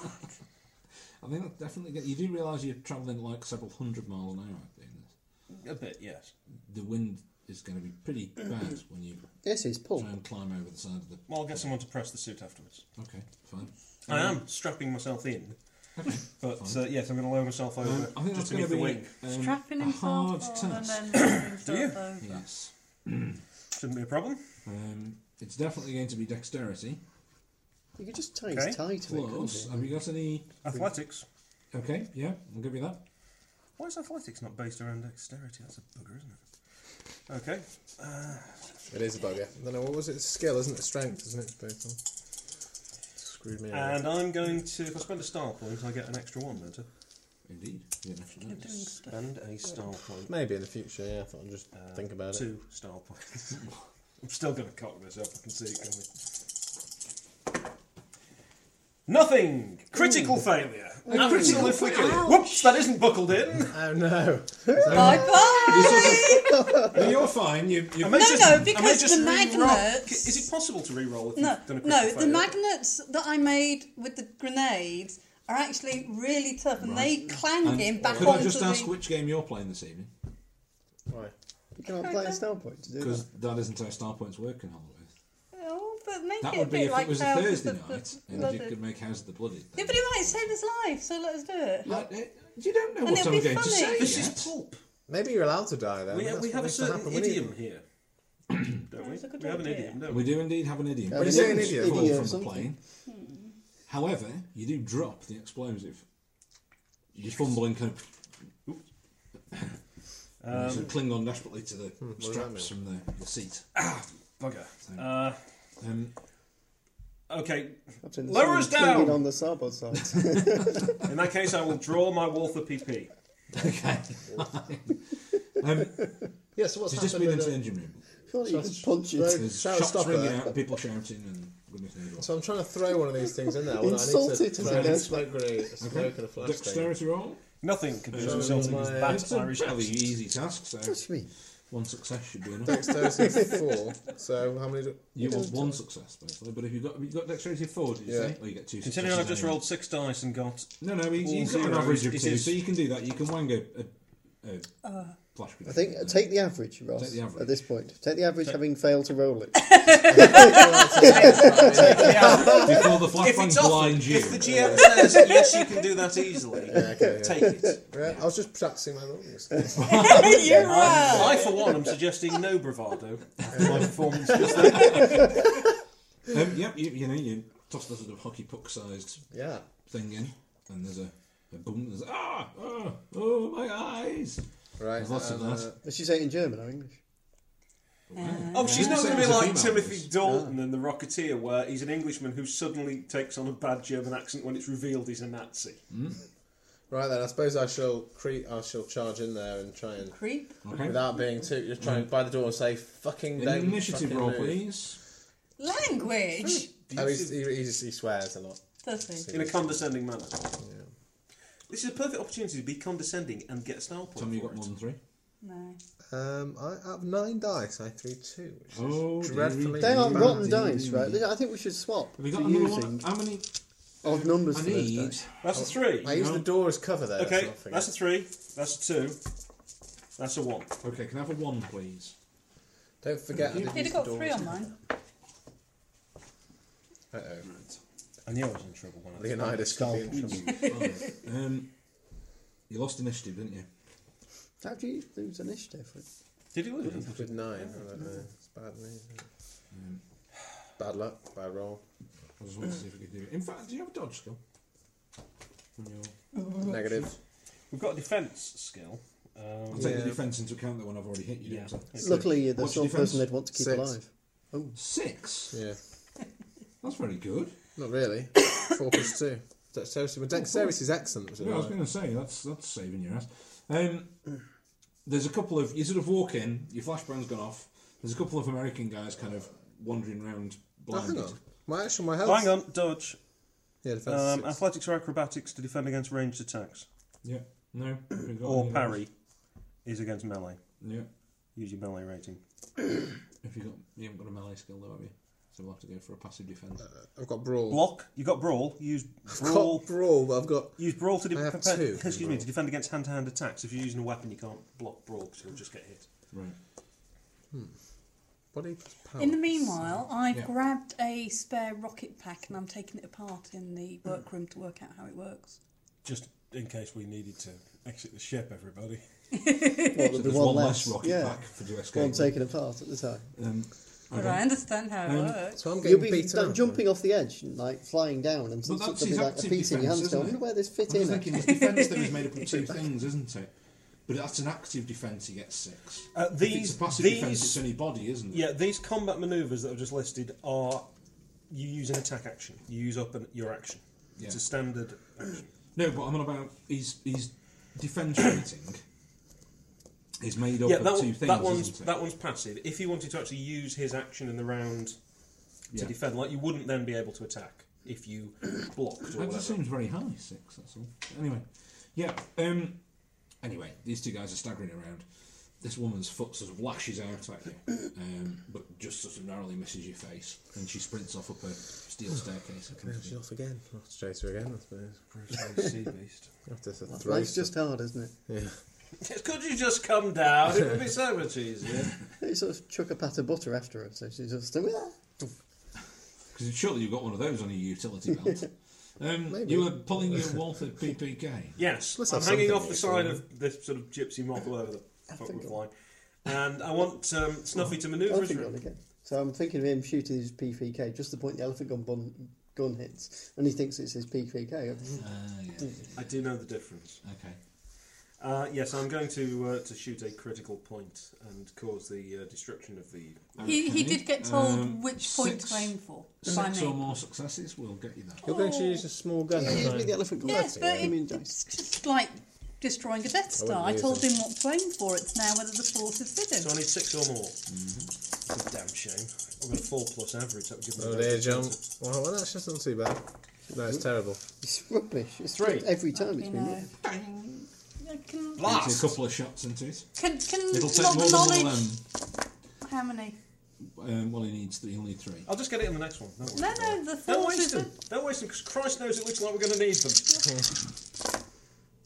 S2: I think that's definitely. Get, you do realise you're travelling like several hundred miles an hour doing this.
S1: A bit, yes.
S2: The wind is going to be pretty bad when you
S5: This is pull.
S2: try and climb over the side of the.
S1: Well, I'll get someone to press the suit afterwards.
S2: Okay, fine.
S1: I am strapping myself in, but uh, yes, I'm going to lower myself over
S2: Um, I think
S1: Uh, just
S2: that's
S1: to
S2: going
S1: give the
S2: to be
S1: wing.
S2: um,
S6: Strapping
S2: a
S6: himself
S2: hard
S6: on and
S2: task.
S6: then
S1: [laughs]
S6: lowering himself
S1: you?
S6: over.
S2: Yes.
S1: Shouldn't be a problem.
S2: Um, it's definitely going to be dexterity.
S5: You could just tie
S1: Okay.
S5: his tie to it.
S2: Plus,
S5: couldn't you?
S2: have you got any?
S1: Athletics.
S2: Okay, yeah, I'll give you that.
S1: Why is athletics not based around dexterity? That's a bugger, isn't it? Okay.
S4: it is a bug. Yeah. No, no. What was it? It's skill, isn't it? Strength, isn't it? Both of them. Screwed me. over.
S1: And I'm going to. If I spend a star point, I get an extra one, don't I?
S2: Indeed. Yeah, actually,
S1: [laughs]
S6: You're
S2: nice.
S6: doing stuff.
S1: And a star point.
S4: Maybe in the future. Yeah. I thought I'd just
S1: Uh,
S4: think about it.
S1: Two star points. [laughs] I'm still going to cock this up. I can see it coming. Nothing. Critical failure. Absolutely critical. Whoops! That isn't buckled in.
S4: Oh no!
S6: Bye bye!
S2: No, you're fine. You, you
S1: I may
S2: made
S6: No,
S1: just-
S6: no,
S1: I may
S6: because
S1: just
S6: the
S1: re-roll.
S6: magnets-
S1: C- Is it possible to re-roll? If
S6: No,
S1: you've done a critical
S6: no, the
S1: failure?
S6: magnets that I made with the grenades are actually really tough, and they clang him back
S2: Could I
S6: onto
S2: just
S6: the.
S2: ask which game you're playing this evening?
S4: Why?
S5: You can't play a star point to do
S2: Because
S5: that.
S2: that isn't how star points work in Holloway.
S6: Oh, but make
S2: That
S6: it a
S2: would be
S6: bit
S2: if
S6: like
S2: it was a
S6: House of
S2: Thursday
S6: the- the-
S2: night
S6: the-
S2: and you could make House of the Bloody.
S6: Yeah, but it might save his life, so let us do it.
S2: Like, eh, you don't know
S6: And
S2: what
S6: it'll
S2: I'm
S6: be
S2: going to
S6: funny.
S2: say.
S1: This
S2: yet.
S1: is pulp.
S4: Maybe you're allowed to die then.
S1: We, uh,
S4: That's
S1: we
S4: what
S1: have a
S4: needs to
S1: certain
S4: happen. We need-
S1: idiom here, don't we?
S6: Hmm. That's a good
S1: We have an
S6: idea.
S1: idiom, don't
S2: We
S1: we?
S2: do indeed have an idiom.
S5: Yeah,
S2: But
S5: we
S2: you
S4: do
S2: don't
S4: an idiom.
S2: fall
S5: Idiom or
S2: from the
S5: something.
S2: plane. Hmm. However, you do drop the explosive. You fumble and kind of.
S1: Um,
S2: you sort of cling on desperately to the
S4: does that
S2: straps from the, the seat.
S1: Bugger. Uh,
S2: Um, [laughs]
S1: okay.
S5: That's in the
S1: Lower us
S5: side, clinging
S1: down!
S5: on the starboard side. [laughs]
S1: In that case, I will draw my Walther PP.
S2: okay. um,
S4: Yeah. So what's
S2: it's just
S4: happened?
S2: been into
S4: in
S2: the
S4: the-
S2: engine room.
S5: Surely you could punch it.
S4: Right.
S2: There's
S4: Shout
S2: shots
S4: stopper.
S2: ringing out, people shouting, and goodness knows
S4: So I'm trying to throw one of these things in there. wouldn't I? I
S5: Insult
S4: need
S5: it,
S4: to throw in a
S5: okay.
S4: smoke grenade, a
S2: what.
S4: smoke and a
S2: Okay.
S4: flash thing.
S2: Dexterity roll.
S1: Nothing can be as
S4: Uh,
S1: insulting as
S4: my-
S1: that
S2: It's a
S1: Irish
S2: fairly
S1: accent.
S2: easy task. So
S5: Trust me.
S2: One success should be enough.
S4: Dexterity four. So how many? Do,
S2: You want one success, basically. But if you've got, you've got dexterity of four, did you
S4: Yeah.
S2: say? Oh, you get two
S1: Considering I've
S2: successes
S1: just
S2: anyway.
S1: rolled six dice and got
S2: No, no, he's,
S1: all
S2: he's got an
S1: zeros,
S2: average of
S1: it
S2: two,
S1: is-
S2: so you can do that. You can wang a, a, a flash
S5: I think uh,
S2: grenade.
S5: take the average, Ross.
S2: Take the average.
S5: At this point, take the average, having failed to roll it.
S2: Before the
S1: if
S2: flashbang
S1: it's offered,
S2: blinds you.
S1: if the GM says yes, you can do that easily,
S4: okay, yeah.
S1: take it.
S4: yeah, I was just practicing my lungs.
S1: You're I, for one, am suggesting no bravado. after my performance just then.
S2: Um, yep, you, you know, you toss the sort of hockey puck sized
S4: yeah.
S2: thing in, and there's a, a boom, there's ah, ah, oh, my eyes.
S4: Right. um, uh,
S2: There's lots of
S4: and,
S2: that.
S5: Does she say it in German or English?
S1: [laughs] Oh, she's not
S2: Same
S1: going to be
S2: as the
S1: like
S2: female
S1: Timothy
S2: voice.
S1: Dalton in The Rocketeer, where he's an Englishman who suddenly takes on a bad German accent when it's revealed he's a Nazi.
S4: Right then, I suppose I shall cre- I shall charge in there and try and
S6: Creep.
S2: Okay.
S4: without being too just try and by the door and say fucking
S2: Mm. An
S4: don't
S2: initiative
S4: fucking
S2: roll,
S4: move."
S2: please.
S6: Language.
S4: Oh, he's, he, he, just, he swears a lot.
S6: Thirty.
S1: In a condescending manner. This is a perfect opportunity to be condescending and get a style point.
S2: Tell me you
S1: for
S2: got
S1: it.
S2: more than three.
S6: No.
S4: Um, I have nine dice. I three two. Which is
S2: Oh, dearie.
S4: dreadfully.
S5: They are
S4: bad.
S5: rotten dice, right? I think we should swap
S2: Have you got
S5: to
S2: another
S5: using
S2: one? How many?
S5: odd numbers
S2: I
S5: for those
S2: need.
S5: dice.
S1: That's a three.
S4: I use the door as cover there.
S1: Okay,
S4: so I
S1: that's a
S4: forget.
S1: three. That's a two. That's a one.
S2: Okay, can I have a one, please?
S4: Don't forget. I didn't
S6: He'd
S4: use
S6: have got
S4: the door
S6: three
S4: as
S6: on mine.
S4: cover. Uh-oh.
S1: I knew I was in trouble when I
S4: Leonidas could be in trouble.
S2: Five. um, you lost initiative, didn't you?
S5: How do you lose initiative?
S1: [laughs] Did he lose?
S4: With nine. I don't know. It's bad. isn't it?
S2: Mm.
S4: Bad luck. Bad roll.
S2: I just wanted to see if we could do it. In fact, do you have a dodge skill? On your-
S4: Negative.
S1: We've got a defence skill. Um,
S2: I'll take
S4: Yeah.
S2: the defence into account though when I've already hit you.
S1: Yeah.
S2: don't I?
S5: Luckily, you're the
S2: What's
S5: sort
S2: your
S5: of person
S2: defence?
S5: they'd want to keep
S4: Six.
S2: [laughs]
S5: alive.
S2: Six.
S4: Yeah.
S2: That's very good.
S4: Not really. [coughs] Four plus two. Dexterity. Well, dexterity is excellent. is it
S2: Yeah, I was
S4: right?
S2: going to say that's that's saving your ass. Um, there's a couple of you sort of walk in, your flashbang's gone off. There's a couple of American guys kind of wandering around
S4: Oh, hang
S2: blinded.
S4: on. My actual my health.
S1: hang on, dodge.
S4: Yeah, defense. is
S1: Um,
S4: six.
S1: athletics or acrobatics to defend against ranged attacks.
S2: yeah, no, haven't got
S1: Or
S2: any of
S1: parry is against melee.
S2: those. Yeah,
S1: Use your melee rating.
S2: if you got you haven't got a melee skill though, have you? So we'll have to go for a passive defence.
S4: I've got brawl.
S1: Block. You got brawl.
S4: [laughs]
S1: Use
S4: Brawl.
S1: brawl.
S4: brawl. but I've got.
S1: Use brawl to de-
S4: I have
S1: compare-
S4: two in
S1: excuse me
S4: brawl.
S1: to defend against hand-to-hand attacks. If you're using a weapon, you can't block brawl because you'll just get hit.
S2: Right.
S4: Body plus power.
S6: In the meanwhile, I've
S2: Oh, Yeah.
S6: grabbed a spare rocket pack and I'm taking it apart in the
S2: Hmm.
S6: workroom to work out how it works.
S1: Just in case we needed to exit the ship, everybody.
S5: Well,
S2: So
S5: there'd be
S2: there's
S5: one
S2: one
S5: less.
S2: less rocket
S5: yeah.
S2: pack for to escape.
S5: One taken apart at the time.
S2: Um,
S6: But I understand how it
S2: Um,
S6: works.
S4: so I'm
S5: You'll
S4: getting
S5: be
S4: beaten
S5: like,
S4: up.
S5: jumping off the edge and like flying down and
S2: But
S5: something
S2: that's his
S5: like a
S2: active
S5: piece in your
S2: defence,
S5: hands. going, I
S2: isn't
S5: wonder
S2: it?
S5: where this fit
S2: I'm
S5: in.
S2: just thinking his defence though is made up
S1: [laughs]
S2: of two things, isn't it? But that's an active defence. He gets six.
S1: Uh,
S2: If it's
S1: these,
S2: a passive defence. It's
S1: these,
S2: only body, isn't it?
S1: yeah, these combat manoeuvres that I've just listed are you use an attack action. You use up an, your action. It's
S2: Yeah.
S1: a standard action.
S2: No, but I'm on about his his defence rating is made up
S1: yeah,
S2: of
S1: that,
S2: two
S1: one,
S2: things.
S1: that one's
S2: isn't it?
S1: that one's passive. If you wanted to actually use his action in the round
S2: Yeah.
S1: to defend, like you wouldn't then be able to attack if you blocked or
S2: That just
S1: whatever.
S2: seems very high, six. That's all. Anyway, yeah. Um, anyway, these two guys are staggering around. This woman's foot sort of lashes out at you, um, but just sort of narrowly misses your face, and she sprints off up a steel staircase. I
S4: Yeah,
S2: think.
S4: she's off again. I'll have to chase her again, I suppose.
S1: sea beast.
S4: After the throw.
S5: Life's just hard, isn't it? [laughs]
S4: Yeah.
S1: [laughs] Could you just come down? It would be so much easier.
S2: [laughs]
S5: You sort of chuck a pat of butter after her, so she's just. "Ah."
S2: Because surely you've got one of those on your
S4: [laughs]
S2: utility belt. Um,
S4: Maybe.
S2: you were pulling
S4: [laughs]
S2: your Walther PPK.
S1: Yes,
S4: Let's
S1: I'm
S4: have
S1: hanging
S4: something
S1: off the
S4: here,
S1: side
S4: shall
S1: of this sort of gypsy moth, or whatever the fuck we're flying. And I want um, Snuffy to manoeuvre us
S5: Elephant gun
S1: round.
S5: again. So I'm thinking of him shooting his PVK just the point the elephant gun bun, gun hits, and he thinks it's his PVK.
S2: Ah, yeah.
S1: I do know the difference.
S2: Okay.
S1: Uh, yes, I'm going to uh, to shoot a critical point and cause the uh, destruction of the.
S6: He, he
S2: Okay.
S6: did get told
S2: Um,
S6: which point
S2: six-
S6: to aim for by
S2: Six
S6: me.
S2: or more successes, we'll get you that.
S4: You're going to use a small gun.
S5: Yeah,
S4: aren't
S5: give me
S4: you?
S5: the elephant gun.
S6: Yes, but
S5: I
S6: it,
S5: mean,
S6: it's just like destroying a Death
S4: I wouldn't
S6: Star. I,
S4: use
S6: told
S4: it.
S6: him what to aim for. It's now whether the force is
S1: So
S6: hidden.
S1: I need six or more. It's a damn shame. I've got a four plus average. That would give me. a
S4: Mm-hmm. Oh
S1: very
S4: dear,
S1: good
S4: John.
S1: chance.
S4: Well, well, that's just not too bad. No, it's terrible.
S5: It's rubbish. It's
S1: Three.
S5: every time it's
S6: You
S5: been
S6: know.
S5: there.
S6: I can,
S2: Takes
S1: Blast!
S2: a couple of shots into it.
S6: can, can
S2: It'll take
S6: log
S2: more than
S6: knowledge.
S2: one.
S6: How many?
S2: Um, well, he needs three. He'll need three.
S1: I'll just get it in the next one. Don't worry.
S6: No, no, the
S1: Don't
S6: thought
S1: waste
S6: is
S1: them.
S6: that
S1: Don't waste them because Christ knows it looks like we're going to need
S6: [laughs]
S1: them.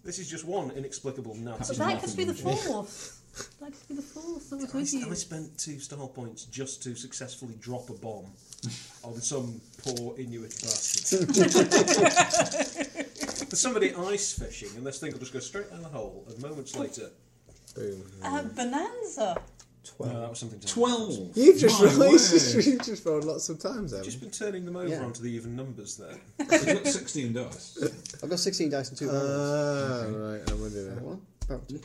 S1: this is just one inexplicable nut.
S6: But that could be the force. That could be the force that was
S1: I,
S6: with
S1: I
S6: you.
S1: spent two star points just to successfully drop a bomb on some poor Inuit
S5: [laughs]
S1: bastard. There's somebody ice fishing, and this thing will just go straight down the hole, and moments later,
S4: Boom.
S6: Uh, bonanza.
S1: no, that was uh, something. to-
S2: Twelve.
S4: You've just
S2: My
S4: released.
S2: word.
S4: [laughs] You've just rolled lots of times, Evan.
S1: Just been turning them over
S5: Yeah.
S1: onto the even numbers there.
S2: He's got sixteen
S5: [laughs]
S2: dice. Um,
S5: I've got 16 dice and two
S6: Uh,
S4: Ah,
S5: rounds.
S4: right. I'm with you there.
S5: One, about two.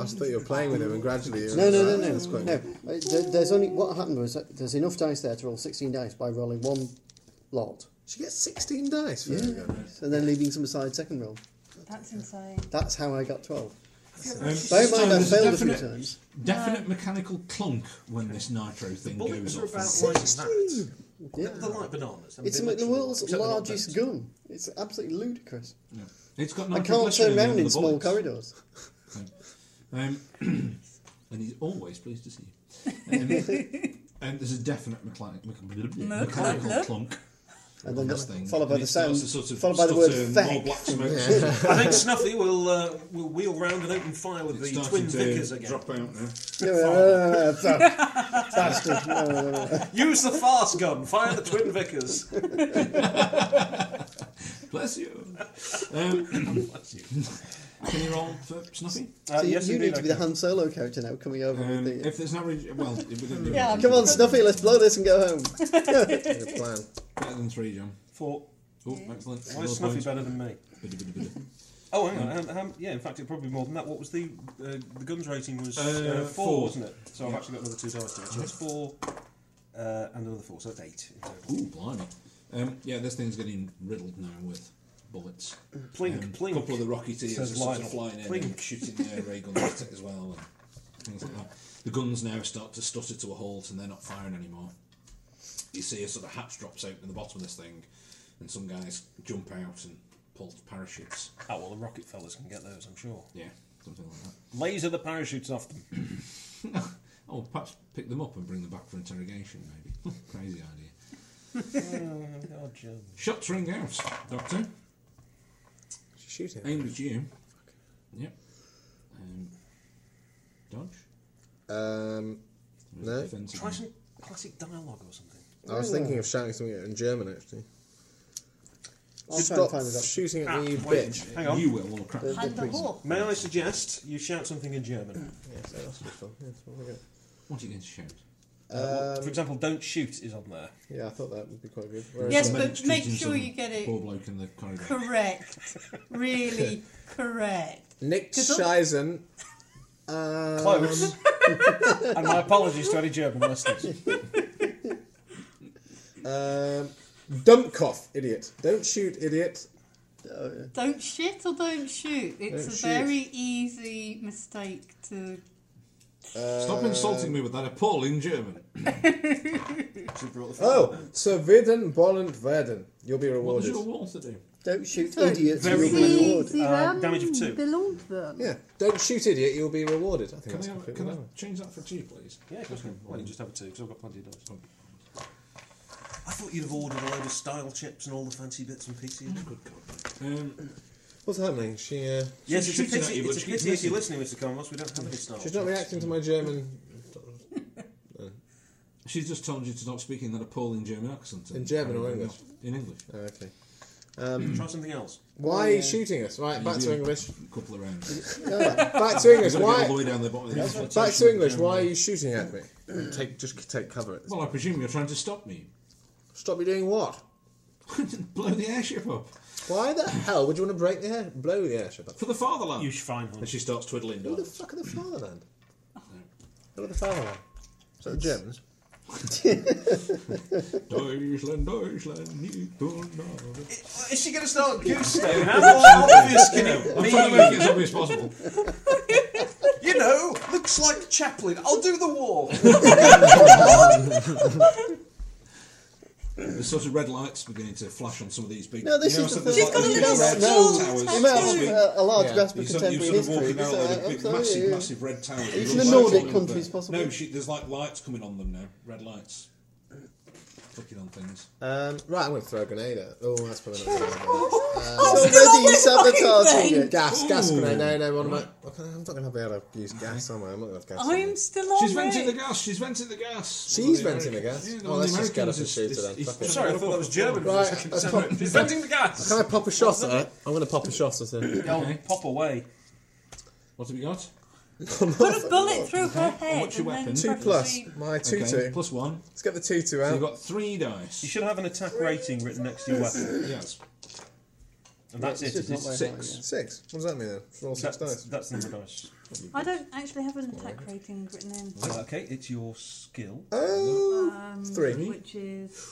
S4: I just thought you were playing with him, and gradually. You
S5: No, no, no, no.
S4: That's quite
S5: no. Uh, there- There's only what happened was that there's enough dice there to roll 16 dice by rolling one lot
S4: She gets 16 dice. For yeah.
S5: and then leaving some aside second roll.
S6: That's insane.
S5: That's how I got 12.
S2: Um,
S5: Bear in
S2: so
S5: mind, I
S2: there's
S5: failed a few
S2: definite,
S5: times.
S2: definite mechanical clunk when this nitro thing
S1: Bullets
S2: goes
S1: are
S2: off.
S1: about like that.
S5: Yeah.
S1: They're like bananas. They're
S5: It's the
S1: miniature
S5: world's
S1: except they're not
S5: largest
S1: bent.
S5: gun. It's absolutely ludicrous.
S2: Yeah. It's got
S5: I can't
S2: nitroglycerin
S5: turn round
S2: the
S5: in small
S2: bullets.
S5: corridors.
S2: Um, [clears throat] and he's always pleased to see you.
S5: [laughs]
S2: Um, and there's a definite mechani- mechan- mechanical
S6: cluck.
S2: clunk.
S5: And then
S2: This
S5: that-
S2: thing.
S5: followed by
S2: And
S5: the
S2: it starts
S5: sound,
S2: to sort of
S5: followed by the word
S2: stutter and more
S5: feck. [laughs]
S2: black smoke.
S1: I think Snuffy will uh, will wheel round and open fire
S5: [laughs]
S1: with
S2: It's
S1: the
S2: starting
S1: twin
S2: to
S1: vickers again.
S2: drop out now.
S5: No, no, no, no, no, no. Bastard. No, no, no, no.
S1: Use the farce gun. Fire the twin
S5: [laughs]
S1: vickers.
S2: Bless you. Um,
S5: [laughs]
S2: [clears throat] can you roll for Snuffy?
S1: Uh,
S5: So you, you
S1: indeed
S5: need
S1: I
S5: to be the
S1: can.
S5: Han Solo character now, coming over
S2: Um,
S5: with the...
S2: if there's not, re- well, we're going to do
S6: Yeah,
S5: Come on, Snuffy, let's blow this and go home.
S4: Good plan.
S2: better than three, John.
S1: Four.
S2: Oh, excellent.
S1: Why is Snuffy
S2: Another point.
S1: better than me?
S2: Biddy, biddy, biddy.
S1: Oh, hang on. Um, um, yeah, in fact, it probably more than that. What was the uh, the guns rating was uh, 4
S2: Uh, four.
S1: wasn't it? So I've
S2: Yeah.
S1: actually got another two dice. to it. So it's four uh, and another four. So that's eight in total.
S2: Ooh, blimey. Um, yeah, this thing's getting riddled now with bullets.
S1: Plink,
S2: Um,
S1: plink.
S2: A couple of the rocketeers are
S1: says
S2: sort
S1: Lionel.
S2: of flying in
S1: Plink.
S2: and shooting
S1: [laughs]
S2: their ray guns at it as well. And things like that. The guns now start to stutter to a halt and they're not firing anymore. You see a sort of hatch drops open in the bottom of this thing and some guys jump out and pull parachutes.
S1: Oh well, the rocket fellas can get those, I'm sure.
S2: Yeah, something like that.
S1: Laser the parachutes off them.
S2: [laughs] Oh, perhaps pick them up and bring them back for interrogation, maybe. [laughs] Crazy idea.
S1: God, Joe.
S2: Shots ring out, Doctor.
S4: Shoot him.
S2: Aimed at you. Yep. Um, dodge?
S4: Um,
S2: Or is
S4: No.
S2: it defensive?
S1: Try some classic dialogue or something.
S4: I was thinking of shouting something in German, actually.
S5: I'll try and
S4: Stop
S5: find it up.
S4: shooting at
S1: Ah,
S4: me, you
S1: wait.
S4: bitch.
S1: Hang on.
S2: You will, or crap.
S5: The-
S6: And a hawk.
S1: May I suggest you shout something in German?
S4: Yeah, so that's good fun. Yeah, that's what we got.
S2: What are you going to shout?
S1: Uh,
S4: Um,
S1: for example, don't shoot is on there.
S4: yeah, I thought that would be quite good. Where
S6: Yes,
S4: is it?
S6: but
S2: Men's
S6: make
S2: treating
S6: sure
S2: some
S6: you get it
S2: Poor bloke in the corridor. [laughs]
S6: Correct. Really correct.
S4: Nick
S6: Cause all-
S4: Scheisen. Um,
S1: Close. [laughs] and my apologies to any German listeners.
S4: Um, Dumpkoff, idiot. Don't shoot, idiot.
S5: Oh, yeah.
S6: Don't shit or don't shoot. It's
S4: Don't
S6: a
S4: shoot.
S6: very easy mistake to.
S2: Stop insulting me with that appalling German.
S4: Oh, so Widden, Bolland, Werden. You'll be
S2: What does
S4: rewarded.
S2: your wall to do?
S5: Don't shoot
S6: Don't.
S5: idiots.
S1: Very
S5: you'll be
S1: good.
S5: rewarded.
S1: Uh, haben damage of two.
S4: Yeah, don't shoot, idiot. You'll be rewarded. I think
S2: Can, I,
S4: that's
S2: have,
S4: completely
S2: can I
S4: wrong.
S2: change that for two, please?
S1: Yeah, of course you can. Why don't you just have a two? Because I've got plenty of dice. I thought you'd have ordered a load of style chips and all the fancy bits and pieces.
S2: Um,
S4: What's happening? She, uh,
S1: yes, it's a
S2: shooting at
S1: pity.
S2: you, but
S1: It's a
S2: she
S1: pity
S2: keeps
S1: if you're
S2: missing.
S1: listening, Mr. Carmos. We don't have any style.
S5: Oh,
S4: she's not reacting to my German.
S2: she's just told you to stop speaking that appalling German accent.
S4: In German or
S2: Apparently
S4: English?
S2: not. In English.
S4: Oh, okay.
S1: Try something else.
S4: Why are you shooting us? Right, back
S2: You
S4: to
S2: do [laughs]
S4: English.
S2: A couple of rounds.
S4: Back to
S2: You've got to get all
S4: English.
S2: the
S4: Why?
S2: way down the bottom of the alphabet.
S4: Back to English. Why are you shooting at me? Take, just take cover. At this.
S2: Well, I presume you're trying to stop me. [laughs]
S4: Stop you doing what?
S2: Blow the airship up.
S4: Why the hell would you want to break the air, blow the airship up?
S2: For the fatherland.
S1: You Schweinhund.
S2: and she starts twiddling
S4: Who the
S2: dice.
S4: fuck are the Fatherland? Who are the Fatherland? Is that the Germans?
S2: Deutschland, Deutschland, you don't know.
S1: Is she going to start goose stone? How much obvious can it
S2: I'm trying to make it as obvious as possible.
S1: You know, looks like Chaplin. I'll do the war.
S2: There's sort of red lights beginning to flash on some of these big.
S5: No, this
S2: you know,
S5: is
S2: sort
S5: the
S2: of
S5: She's
S2: like
S5: got
S2: these
S5: a
S2: big
S5: little
S2: red
S5: stone
S2: towers.
S5: The amount
S2: Sweet.
S5: of uh, a large
S4: Yeah.
S5: grasp
S2: You're
S5: of
S2: sort, you're
S5: contemporary
S2: sort of
S5: history.
S2: walking out
S5: so, uh,
S2: with a big,
S5: absolutely,
S2: massive,
S5: yeah.
S2: massive red tower.
S5: Even
S2: You
S5: the
S2: look
S5: Nordic
S2: like something,
S5: countries,
S2: but-
S5: possibly.
S2: No, she, there's like lights coming on them now. Red lights. Clicking on things.
S4: Um, right, I'm going to throw a grenade at. Oh, that's probably not
S6: [laughs]
S4: a
S1: [laughs]
S4: good idea.
S5: Already sabotaging it.
S4: Gas, gas grenade. No, no, what am I? What can I- I'm not going to be able to use gas, am I? I'm not going to have gas.
S6: I'm still on
S2: She's venting the
S6: it.
S2: gas. She's venting the gas.
S4: She's
S2: Well,
S4: venting the gas.
S2: Yeah,
S4: Oh,
S2: well,
S4: let's
S2: the
S4: just get up
S2: Americans
S4: and
S2: is-
S4: shoot her
S2: is-
S4: then.
S2: is-
S4: Fuck it.
S1: Sorry, I thought that was
S5: [laughs]
S1: German. for a
S4: Right,
S1: second.
S4: let's
S1: Sounded-
S4: pop-
S1: He's venting the gas.
S4: Can I pop a shot at her? I'm going to pop a shot at her.
S1: Oh, pop away.
S2: What have you got?
S6: Put
S2: [laughs]
S6: a bullet through her head.
S2: what's your
S6: and
S2: weapon?
S6: then
S4: Two
S6: press
S4: plus.
S6: the-
S4: My two
S2: Okay,
S4: two.
S2: plus one.
S4: Let's get the two two
S2: You've
S4: out.
S2: got three dice.
S1: You should have an attack rating written next to your weapon,
S2: Yes.
S1: and that's it.
S5: It's
S1: isn't
S5: just not
S1: it?
S5: very
S2: six.
S5: high,
S4: Six. What does that mean then? Roll six
S1: That's,
S4: dice.
S1: that's the number of dice.
S6: I don't actually have an attack rating written in.
S1: Uh, okay, it's your skill.
S2: Uh,
S4: Oh,
S6: Um,
S4: Three.
S6: Which is.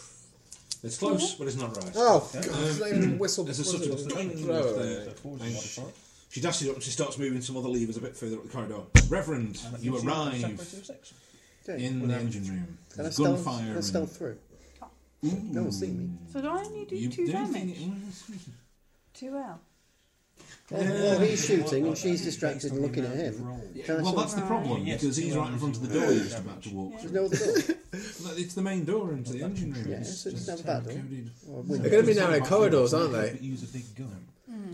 S2: It's close, but it's not right.
S4: oh God! It's not even whistled.
S2: There's a sort of twang
S4: throw
S2: with
S4: it.
S2: the-
S1: So four is modified.
S2: She dashes up and she starts moving some other levers a bit further up the corridor. Reverend,
S1: And that
S2: you
S1: gives you an attack
S2: arrive
S1: rating of six.
S5: yeah. Okay.
S2: in the engine room.
S5: Can I
S2: There's
S5: stealth,
S2: gunfire.
S5: can I
S2: and-
S5: stealth through? No one's seen me.
S6: So do I only do
S2: You
S6: two
S2: don't
S6: damage?
S2: think it-
S6: Two L.
S5: Well, well, he's shooting and she's distracted and looking at him.
S2: Yeah,
S5: Can I
S2: well,
S5: stealth?
S2: that's the problem
S1: Yes,
S2: because he's
S1: you
S2: right in
S1: are
S2: front of the
S1: using
S2: door
S1: the
S2: you're just about to walk
S5: There's
S2: through.
S5: no other
S2: [laughs]
S5: door.
S2: Look, It's the main door into the engine room.
S5: Yeah,
S2: It's
S5: so it's
S2: just
S5: not a bad
S2: time
S5: door.
S2: coded.
S5: Or window.
S4: They're going to be narrow corridors, aren't
S1: But
S4: they?
S1: use a big gun.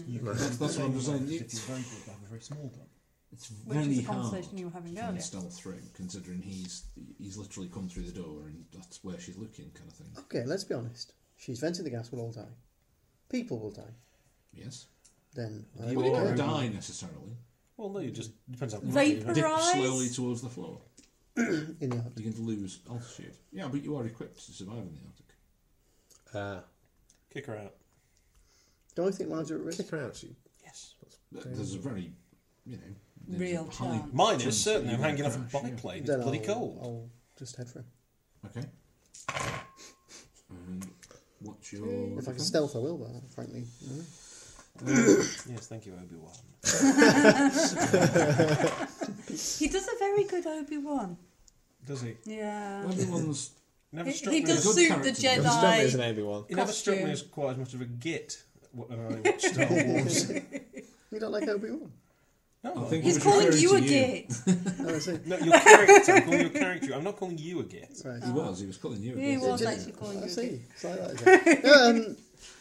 S1: You can-
S2: That's, that's what I'm just saying.
S1: If you're
S2: It's
S1: very good, you have a very small gun.
S2: it's
S6: Which
S2: very
S6: is the
S2: hard.
S6: conversation you were having
S2: And
S6: earlier.
S2: stealth through, considering he's he's literally come through the door and that's where she's looking, kind of thing.
S5: Okay, let's be honest. She's venting the gas, we'll all die. People will die.
S2: Yes,
S5: Then uh, I
S2: but
S5: will
S2: he won't
S5: die.
S2: die necessarily.
S1: Well, no, it just depends how
S6: Vaporise.
S2: Dip slowly towards the floor.
S5: in the Arctic.
S2: You're going to lose altitude. Yeah, but you are equipped to survive in the Arctic.
S4: Uh,
S1: Kick her out.
S5: Do I think lives are at risk?
S4: kick her out. She.
S1: Yes.
S2: Th- There's a very, you know, there's
S6: Real
S2: a high
S6: chance.
S1: Mine
S2: chance
S1: is certainly.
S2: that
S1: I'm
S2: you're
S1: hanging
S2: gonna
S1: off a
S2: crash, yeah.
S1: biplane. It's
S5: Then
S1: bloody
S5: I'll,
S1: cold.
S5: I'll just head for it.
S2: Okay. And what's your?
S5: If I can stealth, I will, but uh, frankly. no.
S1: Yes, thank you, Obi Wan.
S6: He does a very good Obi Wan.
S1: Does he?
S6: Yeah.
S2: Everyone's
S1: Never
S6: He,
S1: struck
S6: he
S1: me
S6: does
S1: as,
S2: good
S6: suit the
S2: character.
S4: Strong as an
S6: Jedi.
S4: Obi Wan.
S1: he never struck me
S6: costume.
S1: as quite as much of a git when I watched [laughs] Star Wars.
S5: You don't like
S1: [laughs]
S5: Obi Wan?
S1: no,
S2: I think
S6: He's
S2: He was
S6: calling
S2: referring
S6: you a
S2: to you.
S6: git.
S5: No, I see.
S1: no, your character. I'm calling you a character. I'm not calling you a git.
S5: Right.
S2: He was. He was calling you.
S6: Yeah, he
S2: again.
S6: was actually calling you
S5: I
S6: a git.
S5: see. It's like
S1: [laughs]
S5: that. is it?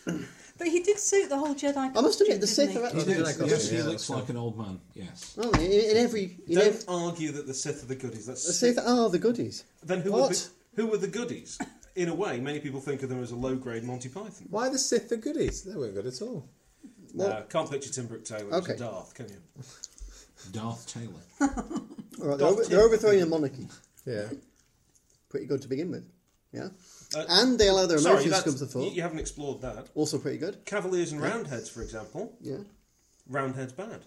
S5: um,
S6: But he did suit the whole Jedi.
S5: I must admit, the
S6: costume,
S5: Sith
S6: didn't
S5: are
S2: He
S5: actually.
S2: did.
S4: Yeah,
S2: Yes, he
S4: yeah,
S2: looks
S4: that's
S2: like an old man. Yes.
S5: Well, Oh, in, in every. In
S1: Don't
S5: ev-
S1: argue that the Sith are the goodies. That's
S5: the Sith are the goodies.
S1: Then who
S5: What?
S1: Are the, who are the goodies? In a way, many people think of them as a low-grade Monty Python.
S4: Why the Sith the goodies? They weren't good at all.
S1: No, can't picture Tim Brooke Taylor
S5: Okay.
S1: as a Darth, can you?
S2: Darth Taylor.
S5: All right, they're, over, they're overthrowing a monarchy.
S4: Yeah.
S5: Pretty good to begin with. Yeah?
S1: Uh,
S5: and they allow their
S1: Sorry,
S5: emotions to
S1: that's-
S5: come to the
S1: you,
S5: fore.
S1: you haven't explored that.
S5: Also pretty good.
S1: Cavaliers and Roundheads, for example.
S5: Yeah.
S1: Roundheads bad.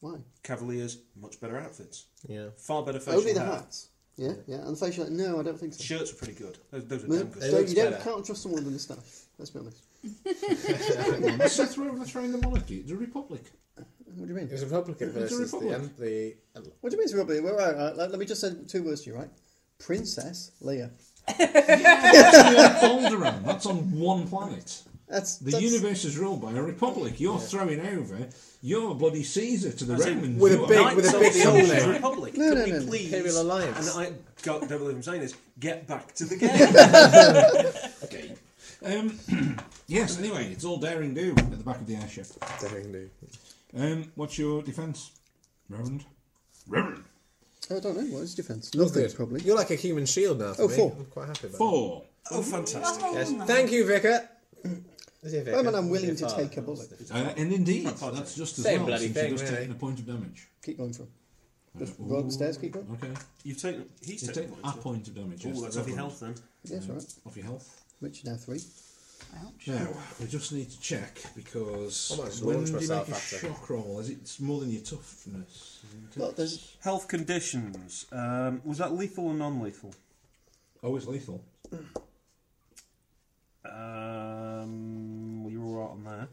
S5: Why?
S1: Cavaliers much better outfits,
S4: Yeah.
S1: far better facial
S5: Only the
S1: hair.
S5: hats. Yeah, yeah. And the facial. No, I don't think so.
S1: Shirts are pretty good. Those, those are
S5: No,
S1: damn
S5: don't-
S1: good.
S4: They
S5: you
S4: look
S5: don't,
S4: better.
S5: can't trust someone with a moustache. Let's be honest.
S2: the Sith were overthrowing the monarchy. It's a [laughs] republic.
S5: What do you mean?
S4: It was a Republican
S2: It was a
S4: versus
S2: republic.
S4: the. the
S5: What do you mean it's rubbery? Well, right, right, let, let me just say two words to you, right? Princess Leia.
S2: That's on Alderaan. That's on one planet.
S5: That's
S2: The
S5: that's-
S2: universe is ruled by a republic. You're throwing over. You're a bloody Caesar to the
S1: That's it.
S2: Romans.
S4: With a
S2: You are-
S4: big-
S1: Knights
S4: with a
S1: of
S4: big
S1: the
S4: hole
S1: Old
S4: in it.
S1: Republic.
S5: No,
S1: Could
S5: no,
S1: we
S5: no, no.
S1: please?
S4: Imperial Alliance.
S1: And I God, don't believe I'm saying this. Get back
S5: [laughs]
S1: to the game.
S2: Okay. Um, [clears throat] yes. Anyway, it's all daring do at the back of the airship.
S4: Definitely.
S2: Um, what's your defence, Reverend? Reverend.
S5: I don't know. What is defence? Nothing,
S4: Good.
S5: probably.
S4: You're like a human shield now for
S5: Oh,
S4: me.
S5: four.
S4: I'm quite happy about
S2: Four.
S1: oh, fantastic!
S6: Oh,
S4: that. Yes.
S6: no.
S4: Thank you, Vicar.
S5: Well, man, I'm willing to take a bullet.
S2: Uh, and indeed,
S1: positive.
S2: that's just as
S4: Same
S2: well.
S4: bloody
S2: since
S4: thing,
S2: you're just
S4: really.
S2: taking a point of damage.
S5: Keep going from. Just
S2: Uh,
S5: go up
S2: ooh,
S5: the stairs, keep going.
S2: Okay.
S1: You've taken. He's
S2: Just
S1: taken.
S2: take a point of damage. yes,
S1: Oh, that's heavy
S2: Reverend.
S1: health then.
S5: Yes, all right.
S2: Off your health.
S5: Which now three.
S6: Ouch.
S2: Now, we just need to check because
S4: I might just
S2: when
S4: launch
S2: do you
S4: myself
S2: make a
S4: after.
S2: shock roll? Is it it's more than your toughness?
S5: Well, there's-
S1: Health conditions. Um, was that lethal or non-lethal?
S2: Oh, it's lethal.
S1: Um, well, you're all right on there.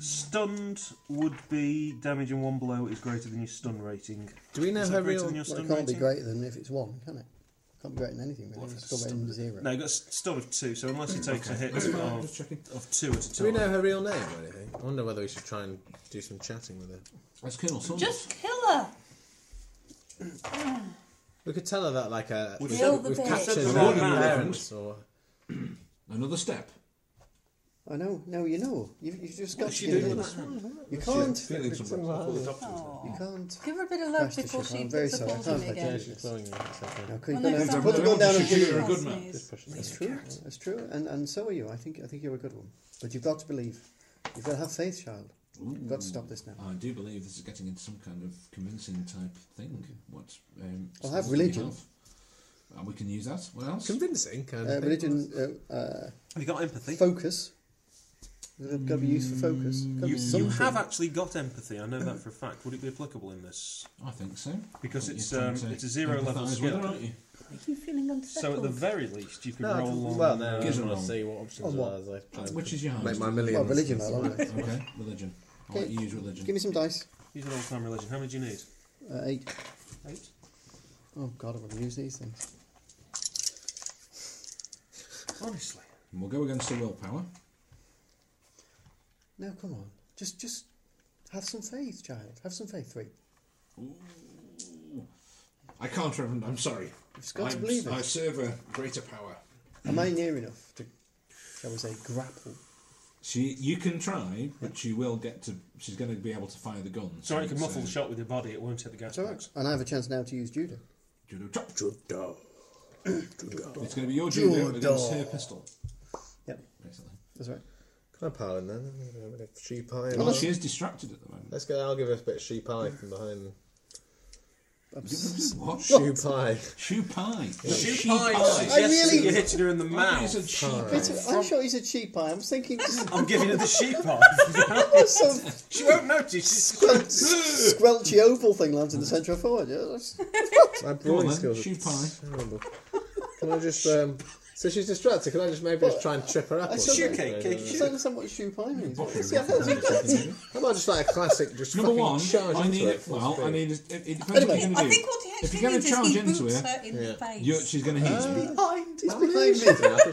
S1: Stunned would be damage in one blow is greater than your stun rating.
S4: Do we know
S1: Is
S4: her
S1: that greater
S4: real?
S1: than your
S5: Well, it
S1: stun
S5: can't be
S1: rating?
S5: greater than if it's one, can it? Can't be regretting anything, really. It's got in zero.
S1: No, you've got a stun of two, so unless he takes a hit
S5: Oh.
S1: of, of two at a
S4: Do we
S1: time.
S4: know her real name or anything? I wonder whether we should try and do some chatting with her.
S2: That's Colonel Saunders.
S6: Just kill her.
S4: We could tell her that, like, uh,
S1: We've
S4: we've,
S1: said-
S6: Kill
S4: we've
S6: the
S4: captured
S1: bitch.
S4: her
S1: Said the wrong man.
S4: parents, or
S2: Another step.
S5: I know, no, you know. You've, you've just got
S1: she
S5: to get
S1: doing
S5: in. You can't.
S2: Feeling
S5: [laughs]
S2: some
S6: Aw.
S5: You can't.
S6: Give her a bit of love
S5: That's the
S6: before
S5: shit.
S6: she
S5: I'm
S6: puts
S5: very
S6: the
S5: sorry.
S6: ball
S5: Sounds
S6: in
S5: like
S6: again.
S5: Yes.
S4: Throwing her at something.
S5: No, can
S6: Well, no,
S5: you go down,
S6: some-
S5: put the gun down and
S2: She's
S5: give
S2: a
S5: her.
S2: good man.
S6: Sneeze.
S5: That's true. That's true. And and so are you. I think I think you're a good one. But you've got to believe. You've got to have faith, child. You've got to stop this now. Uh,
S2: I do believe this is getting into some kind of convincing type thing. What? Um,
S5: I'll
S2: skills
S5: have
S2: do you
S5: religion.
S2: have? And we can use that. What else?
S4: Convincing, kind of.
S5: Uh,
S4: thing.
S5: religion, uh, uh,
S1: Have you got empathy?
S5: focus. There's got to be used for focus. Gotta be
S1: You, you
S5: something.
S1: have actually got empathy. I know that for a fact. Would it be applicable in this?
S2: I think so.
S1: Because
S2: But
S1: it's,
S2: you're trying
S1: um,
S2: to
S1: it's a zero level
S2: empathise
S1: skill.
S2: With her, aren't you?
S9: Are you feeling
S1: So at
S9: unsettled?
S1: the very least, you could
S4: No,
S1: roll on.
S4: well, no, I
S1: uh,
S4: just
S2: Gizzard
S4: want to
S2: roll.
S4: see what options
S5: On what?
S4: are as I try and
S2: Oh, Which is your
S4: make
S2: highest?
S4: my millions.
S5: Well, religion, I like that.
S2: Okay, religion. I'll
S5: Okay.
S2: let you use religion.
S5: Give me some dice.
S1: Use an old time religion. How many do you need?
S5: Uh, eight.
S1: Eight.
S5: Oh God, I've got to use these things.
S1: Honestly.
S2: And we'll go against the willpower.
S5: No, come on. Just, just have some faith, child. Have some faith. Three.
S2: I can't remember. I'm sorry.
S5: You've got to
S2: I'm-
S5: believe it.
S2: I serve a greater power.
S5: Am I near enough to, shall we say, grapple?
S2: She, you can try, but she will get to. She's going to be able to fire the gun.
S1: Sorry, you can
S2: it's,
S1: muffle
S2: uh,
S1: the shot with your body. It won't hit the gas
S5: It's all right.
S1: box.
S5: And I have a chance now to use judo.
S2: Judo chop. [clears throat] It's going to be your
S5: Judo.
S2: judo against her pistol,
S5: Yep,
S2: basically.
S5: that's right.
S4: Can I pile in then? I'm gonna have a bit of Sheep pie.
S2: Well, Oh, she is distracted at the moment.
S4: Let's go. I'll give her a bit of sheep pie from behind.
S2: [laughs] What?
S4: Shoe pie.
S2: Shoe pie.
S1: Shoe
S2: Shoe
S1: pie
S2: pie.
S5: I really-
S1: you're hitting her in the
S2: I
S1: mouth.
S2: said shoe pie.
S5: It's, I'm sure he's a cheap pie. I was thinking just [laughs]
S1: I'm giving her the [laughs] sheep pie.
S5: some
S1: she won't notice. She's-
S5: squelchy oval thing lands in the central forward. Yeah, that's-
S4: My
S2: Go on
S4: brawling
S2: then,
S4: skills
S2: shoe pie. [laughs]
S4: are terrible. Can I just? Um, so she's distracted. Can I just maybe just try and trip her up?
S5: I
S4: or
S5: still
S4: something?
S1: Shoe cake,
S4: So,
S1: cake,
S5: I
S1: shoe
S5: don't understand what shoe pie means.
S2: Bottle
S5: It's- yeah,
S2: of
S5: that's-
S2: it.
S4: How about just like a classic? Just
S2: Number
S4: fucking
S2: one,
S4: Charge
S2: I
S4: into
S2: need
S4: it.
S2: it. Well, I need it. it- It depends what you're
S5: Anyway,
S2: going to do.
S6: I think what he
S2: if
S6: actually
S2: you're going to
S6: means is
S2: charge
S6: he
S2: into
S6: boots
S2: her,
S6: her in
S4: Yeah.
S6: the face.
S2: you're, she's going to hit you.
S5: behind. He's
S4: She's
S5: behind me.
S4: behind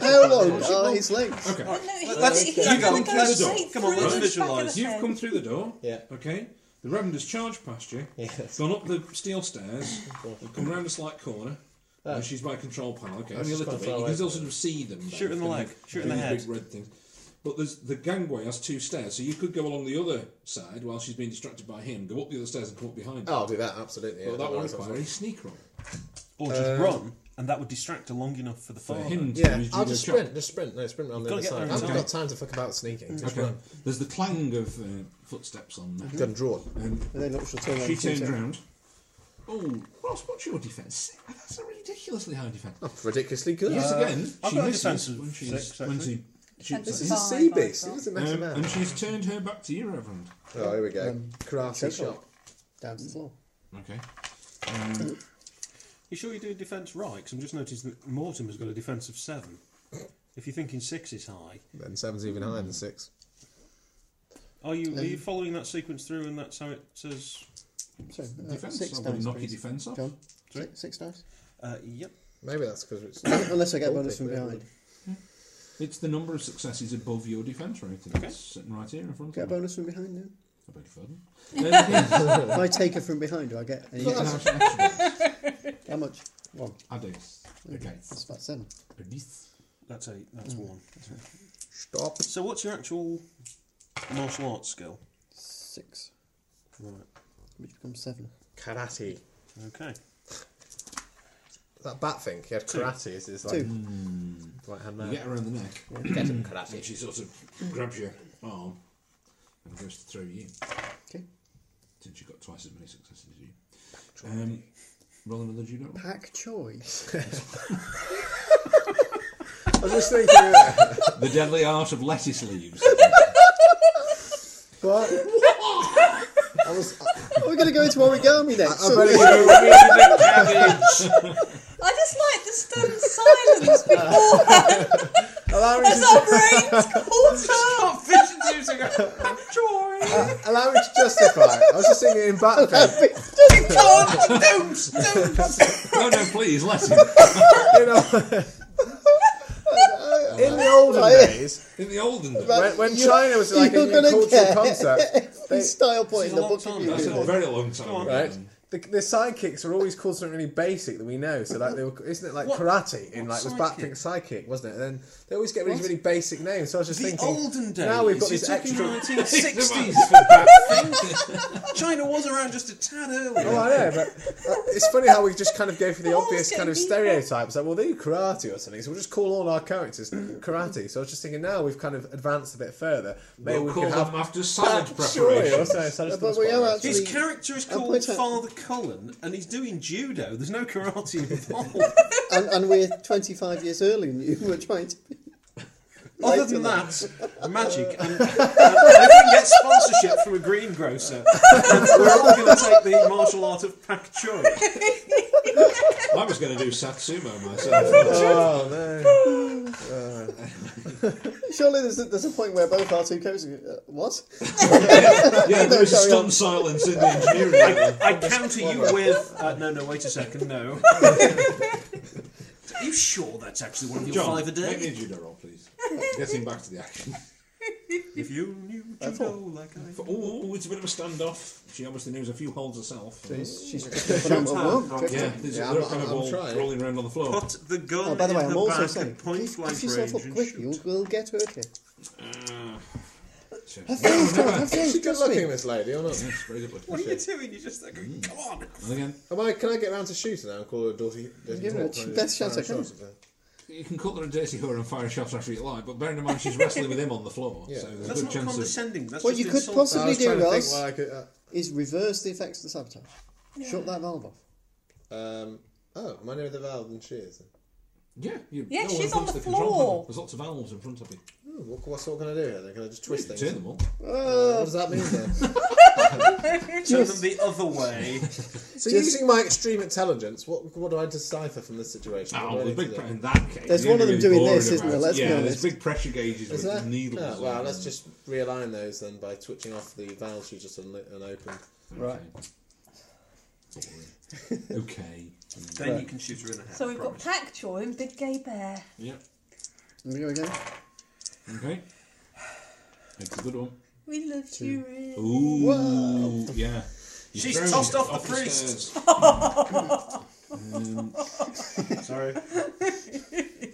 S2: [laughs]
S4: me.
S5: How long are his legs?
S2: Okay.
S6: No, he-
S1: Let's-
S6: he's
S1: hang
S6: gonna
S1: on,
S6: go
S1: let's-
S6: straight
S1: come on,
S6: through
S1: let's
S6: the back of
S1: visualise.
S6: the
S2: You've
S6: head.
S2: come through the door.
S4: [laughs] Yeah.
S2: Okay. The Reverend has charged past you.
S4: Yes.
S2: Gone up the steel
S4: [laughs]
S2: stairs. and come round a slight corner. and she's by control panel. Okay. Only a
S4: she's
S2: little
S4: Ah. quite
S2: bit.
S4: far
S2: You
S4: away
S2: can still
S4: from
S2: sort of see them.
S1: Shoot in the
S2: though,
S1: leg,
S2: from
S1: shoot in the
S2: these
S1: head.
S2: Big red things. But there's the gangway has two stairs, so you could go along the other side while she's being distracted by him. Go up the other stairs and come up behind. her.
S4: Oh, I'll do that Oh, absolutely.
S2: But
S4: yeah,
S2: that will
S4: otherwise
S2: require
S4: I'll-
S2: a sneak roll
S1: Or just run, and that would distract her long enough for the
S2: for
S1: father.
S2: him to
S4: Yeah,
S2: use
S4: I'll
S2: judo
S4: just
S2: chop.
S4: sprint. Just sprint. No, sprint on the
S1: gotta
S4: other
S1: get
S4: side. I
S1: there in
S4: haven't
S2: time.
S4: got time to fuck about sneaking. Just
S2: Okay.
S4: run.
S2: There's the clang of uh, footsteps on that.
S4: Gun drawn.
S2: And
S5: And then look, she'll turn around.
S2: she
S5: and shoot
S2: turns
S5: her.
S2: round. Oh, Ross, what's your defence? That's a ridiculously high
S5: Uh,
S2: defence.
S4: Ridiculously good.
S2: Yet again,
S1: I've
S2: she
S1: got a
S2: misses
S1: defence of
S2: when, she's,
S1: six,
S2: when she
S6: Defence
S2: shoots
S4: This
S2: at
S4: is
S2: you.
S4: a
S6: Five,
S4: sea
S6: I've
S4: beast.
S6: got.
S4: He's a massive
S2: Um,
S4: man.
S2: and she's turned her back to you, Reverend.
S4: Oh, here we go.
S6: Um,
S4: Karate
S5: chokehold.
S4: shot.
S5: Down to the floor.
S2: Okay. Um,
S1: You sure you do defence right? Because I'm just noticing that Mortimer's got a defence of seven. If you're thinking six is high,
S4: Then seven's even higher than six.
S1: are you are you following that sequence through? And that's how it says.
S5: Sorry, uh,
S2: defence.
S5: six
S2: I wouldn't
S5: dice,
S2: knock your
S5: please.
S2: defence off.
S5: John,
S1: Sorry?
S5: si- six dice.
S1: Uh, yep.
S4: Maybe that's because it's.
S5: [coughs] Unless I get a
S4: Don't
S5: bonus
S4: think
S5: from
S4: that
S5: behind.
S2: It's the number of successes above your defence rating.
S1: Okay.
S2: It's sitting right here in front
S5: Get a
S2: of me.
S5: bonus from behind now.
S2: I beg your pardon. Um,
S5: If I take her from behind, do I get
S2: [laughs]
S5: any?
S2: it's an action- action.
S5: How much? One.
S2: I do. Okay.
S5: That's about seven.
S1: That's eight. That's one.
S4: Stop.
S1: Hmm. So what's your actual martial arts skill?
S5: Six.
S1: Right.
S5: Which becomes seven.
S4: Karate.
S1: Okay.
S4: That bat thing. He had karate as his like,
S5: Two.
S4: right hand
S2: You
S4: man.
S2: get around the neck.
S4: Get him
S2: And
S4: karate.
S2: she sort of grabs your arm and goes to throw you,
S5: Okay.
S2: since you got twice as many successes as you. Um, roll another judo. roll.
S5: Pack choy.
S4: [laughs] I was just thinking. uh,
S2: the deadly art of lettuce leaves.
S4: What? I was. I,
S5: Are we going to go into origami next?
S4: I better
S5: So-
S4: go.
S6: I just like the stunned silence before
S4: Allow me,
S6: [laughs] as
S4: to,
S6: our brains caught up.
S4: uh, allow me to justify. I was just thinking in
S6: [laughs]
S4: bat thing.
S6: Can't, don't, don't.
S2: no, no, please, lettuce.
S4: Here
S6: [laughs]
S4: In the olden
S5: Like- [laughs]
S4: days,
S2: In the olden days.
S4: when, when China was like a
S5: you're
S4: new
S5: gonna
S4: cultural
S1: [laughs]
S5: care.
S4: concept,
S5: Every style point
S1: It's
S5: in
S1: a
S5: the
S1: long
S5: book.
S1: time,
S5: you
S1: that's
S2: That's
S5: do.
S2: a very long time ago.
S4: right? The, the sidekicks were always called something really basic that we know. So like they were, isn't it like
S1: What-
S4: karate in like
S1: what
S4: was
S1: sidekick?
S4: Batpink sidekick, wasn't it? And then they always get really, really basic names. So I was just
S1: The
S4: thinking,
S1: olden days.
S4: now we've got
S1: You're
S4: this
S1: talking
S4: extra. [laughs]
S1: 1960s for Batman. China was around just a tad earlier.
S4: Oh, I know, but uh, it's funny how we just kind of
S1: [laughs]
S4: go for the obvious kind of
S10: getting
S4: stereotypes. Like, well, they do karate or something, so we'll just call all
S1: [coughs]
S4: our characters karate. So I was just thinking, now we've kind of advanced a bit further. Maybe
S2: We'll
S4: we
S2: call
S4: could have
S2: them after salad
S4: Sorry,
S2: preparation.
S4: or something. [laughs] So I just
S5: But
S4: thought
S5: we
S4: it was quite
S5: are
S4: nice.
S5: actually-
S1: His character is
S5: I'll
S1: called
S5: point out-
S1: Father Cullen, and he's doing judo. There's no
S4: [laughs]
S1: karate involved.
S5: and, and we're 25 years early and you were trying to be [laughs]
S1: Other
S5: later
S1: than that, magic. And, uh, if we can get sponsorship from a greengrocer, [laughs] we're all going to take the martial art of pak choi.
S2: I was going to do Satsumo
S4: [laughs]
S2: myself.
S4: Oh no!
S5: surely there's a, there's a point where both our two coaches uh, what
S2: yeah, there was a
S5: Carry on.
S2: stunned silence in the engineering room.
S1: I counter you with. Uh, no, no, wait a second,
S4: [laughs]
S1: no. Are you sure that's actually one of your
S2: John,
S1: five a
S2: make me
S1: day?
S2: a judo roll, please. Getting back to the action.
S1: If you knew judo like I
S2: For- ooh, oh, it's a bit of a standoff. She obviously knows a few holds herself.
S5: she's,
S1: [laughs]
S5: she's
S2: Yeah, there's-
S4: Yeah,
S2: they're
S4: I'm-
S2: kind of
S4: I'm
S2: all
S4: trying.
S2: rolling around on the floor.
S1: Put the gun
S5: oh by the
S1: in
S5: way I'm also
S1: back
S5: saying
S1: at point
S5: give,
S1: blank
S5: give yourself up
S1: range and Uh,
S5: quick
S1: shoot.
S5: you will get hurt here
S2: So-
S5: have
S4: Is she
S5: faith
S4: good
S5: trust me
S4: looking, this lady, or not?
S2: Yes, very good looking.
S1: What are you doing? You're just like, going, come on.
S2: And again,
S4: Am I? Can I get round to shooting now and call her a dirty? dirty
S5: Give her
S4: talk?
S5: a
S4: Can I just
S5: best
S4: fire
S5: shot I
S4: a shot
S5: can.
S4: or something?
S2: you can cut her a dirty whore and fire shots after you like, but bearing in mind she's wrestling with him on the floor,
S4: Yeah.
S2: so there's
S1: That's
S2: a
S1: not
S2: good chance of.
S1: condescending. That's
S5: Well,
S1: just
S5: you could
S1: insulting.
S5: possibly-
S4: I was
S5: do,
S4: trying to think
S5: Ross?
S4: what I could. uh,
S5: is reverse the effects of the sabotage shut that valve off
S4: Um, oh, am I nearer the valve than she is?
S2: Yeah, you,
S6: Yeah,
S2: no one
S6: she's on
S2: puts
S6: the
S2: control
S6: floor.
S2: panel. There's lots of valves in front of you.
S4: Ooh, Oh, what, what's what can I do here? Then? Can I just twist
S2: Turn
S4: things?
S2: them all. Oh,
S4: What does that mean
S5: [laughs]
S4: then?
S1: Turn [laughs] them the other way.
S4: So using my extreme intelligence, what what do I decipher from this situation?
S2: Oh,
S4: What do I
S2: there's
S4: need to
S2: big
S4: do?
S2: pre- in that case.
S5: There's
S2: you're
S5: one of them
S2: really
S5: doing
S2: boring
S5: this, isn't
S2: about
S5: there?
S2: it.
S5: Let's be
S2: yeah,
S5: honest.
S2: there's big pressure gauges
S4: Is
S2: with
S4: that?
S2: needles.
S4: Oh,
S2: on
S4: well,
S2: them.
S4: let's just realign those then by switching off the valves you just unli- unopened.
S5: right
S2: Boring. okay.
S1: Then you can shoot her in the head.
S6: So we've
S1: I
S6: got
S1: promise.
S6: Pak Choi and Big Gay Bear.
S2: Yep.
S5: and we go again
S2: Okay. That's a good one.
S6: We love you, Rick.
S2: Ooh, yeah. You
S1: She's
S2: throw me
S1: tossed off the priest.
S2: stairs.
S1: Sorry.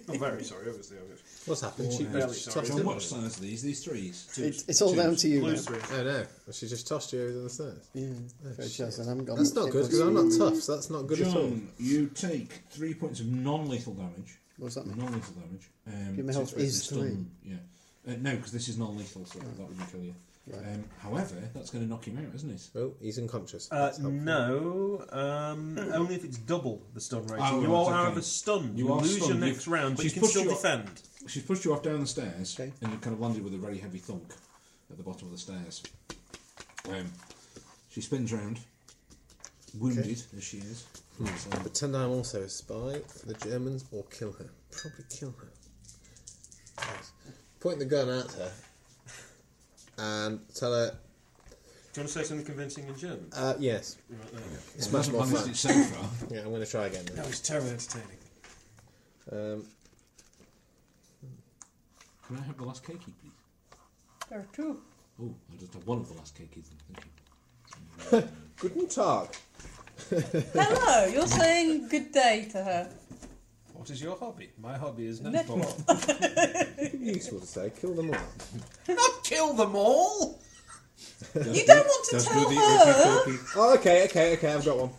S1: I'm very sorry, obviously. obviously.
S4: What's happened? She
S2: Barely
S4: she
S1: sorry.
S4: tossed
S2: John,
S4: you.
S2: what size are these? These threes. Twos.
S5: it, it's all down to you now.
S1: Blues three.
S4: Oh no, well, she just tossed you over the stairs.
S5: yeah. Very chance, and I haven't got
S4: That's not
S5: it
S4: good
S5: was-
S4: because I'm not tough, so that's not good at all.
S2: John, you take three points of non-lethal damage.
S5: What's that mean?
S2: Non-lethal damage. Um,
S5: Give me
S2: so
S5: health
S2: it's basically
S5: is three.
S2: stun, Yeah. Uh, no, because this is non-lethal, so that wouldn't kill you. Um, however, that's going to knock him out, isn't it?
S4: Oh, he's unconscious.
S1: Uh,
S4: That's helpful.
S1: no, um, only if it's double the stun rating.
S2: Oh,
S1: you are,
S2: right, okay.
S1: however, stunned.
S2: You
S1: You,
S2: are
S1: lose
S2: stunned.
S1: your next
S2: You've-
S1: round, but you
S2: she's
S1: can
S2: pushed
S1: still
S2: you up.
S1: defend.
S2: She's pushed you off down the stairs,
S5: Okay.
S2: and you kind of landed with a very heavy thunk at the bottom of the stairs. Um, she spins round, wounded as she is.
S5: Hmm.
S2: So,
S4: Pretend I'm also a spy for the Germans, or kill her. Probably kill her. Yes. Point the gun at her and tell her,
S1: Do you want to say something convincing in German?
S4: uh, yes,
S1: Right, there you go.
S4: it's
S2: it
S4: much
S2: hasn't
S4: more
S2: managed
S4: fun.
S2: it so far.
S4: Yeah, I'm going to try again then.
S1: That was terribly entertaining.
S4: Um,
S2: Can I have the last cakey, please?
S6: There are two.
S2: Oh, I just have one of the last cakeys. then, Thank you.
S4: Guten Tag.
S6: Hello, you're saying good day to her.
S1: What is your hobby? My hobby is
S6: Net-
S1: netball.
S4: Useful to say, kill them all.
S1: Not kill them all!
S6: You don't want to
S2: That's
S6: tell
S2: really
S6: her.
S2: okay, cakey.
S4: Oh, okay, okay, okay, I've got one.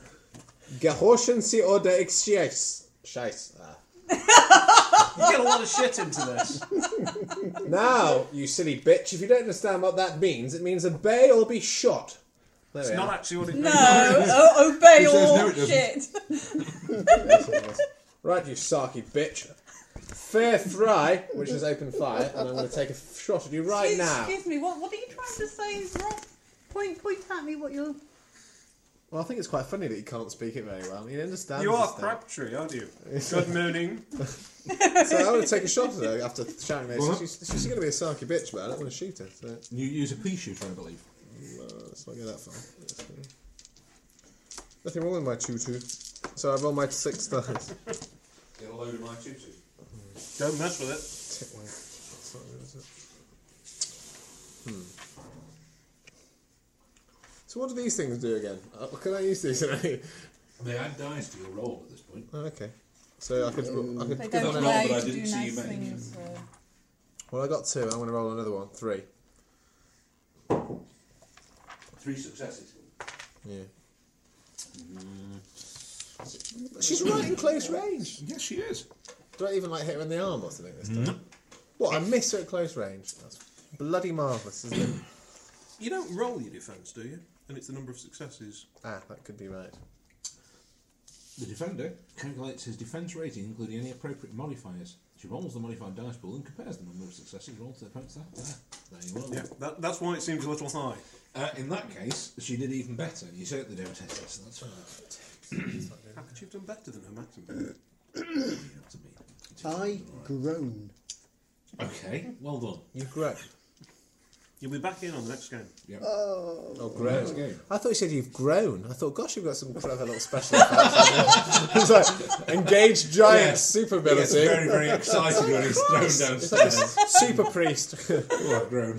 S4: Gehorchen Sie oder ich schieß. Scheiß. Ah.
S1: You get a lot of shit into this.
S4: Now, you silly bitch, if you don't understand what that means, it means obey or be shot.
S1: [laughs]
S4: There
S1: It's
S4: we
S1: not
S4: are.
S1: actually what it
S6: No,
S1: means.
S6: o- Oh, obey
S2: Who says
S6: all
S2: no, it doesn't?
S6: shit.
S4: Right, you sarky bitch. Fair fry, which is open fire, and I'm going to take a shot at you right
S6: Excuse,
S4: now.
S6: excuse me, what, what are you trying to say is wrong? Point, point at me what you're.
S4: Well, I think it's quite funny that you can't speak it very well. You understand.
S1: You are Crabtree, aren't you? Good morning.
S4: So I'm going to take a shot at her after shouting this.
S2: What?
S4: She's, she's going to be a sarky bitch, but I don't want to shoot her. So.
S2: You use a pea shooter, I believe.
S4: Uh, let's not go that far. Let's go. Nothing wrong with my two two. So I roll my six dice. [laughs]
S2: It'll
S11: load of my tutsu.
S1: Don't mess with it.
S4: Tick one. Sorry, what is it? So what do these things do again? Uh, can I use these? [laughs] already?
S2: They add dice to your roll at this point.
S4: oh, okay. So I could, I could
S6: They
S4: give
S6: don't
S11: wrong,
S4: them-
S6: allow
S11: but
S6: you
S11: I
S6: to do
S11: didn't see you
S6: nice
S11: make any.
S6: things. Uh,
S4: Well, I got two. I'm going to roll another one. Three.
S11: Three successes.
S4: Yeah. She's right in close range.
S2: Yes, she is.
S4: Do I even like hit her in the arm or something this time? What? I miss her at close range. That's bloody marvellous, isn't it?
S1: You don't roll your defence, do you? And it's the number of successes.
S4: ah, that could be right.
S2: The defender calculates his defence rating, including any appropriate modifiers. She rolls the modified dice pool and compares the number of successes rolled to the opponent's attack. There, there you are.
S1: Yeah, that, that's why it seems a little high.
S2: Uh, in that case, she did even better. You certainly don't test this, that's fine.
S1: How could you have done better than her maximum?
S2: That's a beat.
S5: I groan.
S2: Okay, well done.
S4: You grown.
S1: You'll be back in on the next game. [laughs]
S2: Yep.
S4: Oh, grown.
S2: Next game.
S4: I thought you said you've grown. I thought, gosh, you've got some clever little special effects. [laughs] it's like engage giant
S2: Yeah.
S4: super
S2: He gets
S4: ability.
S2: very, very excited when he's thrown
S4: It's like
S2: downstairs.
S4: a super priest.
S2: Oh, I've grown.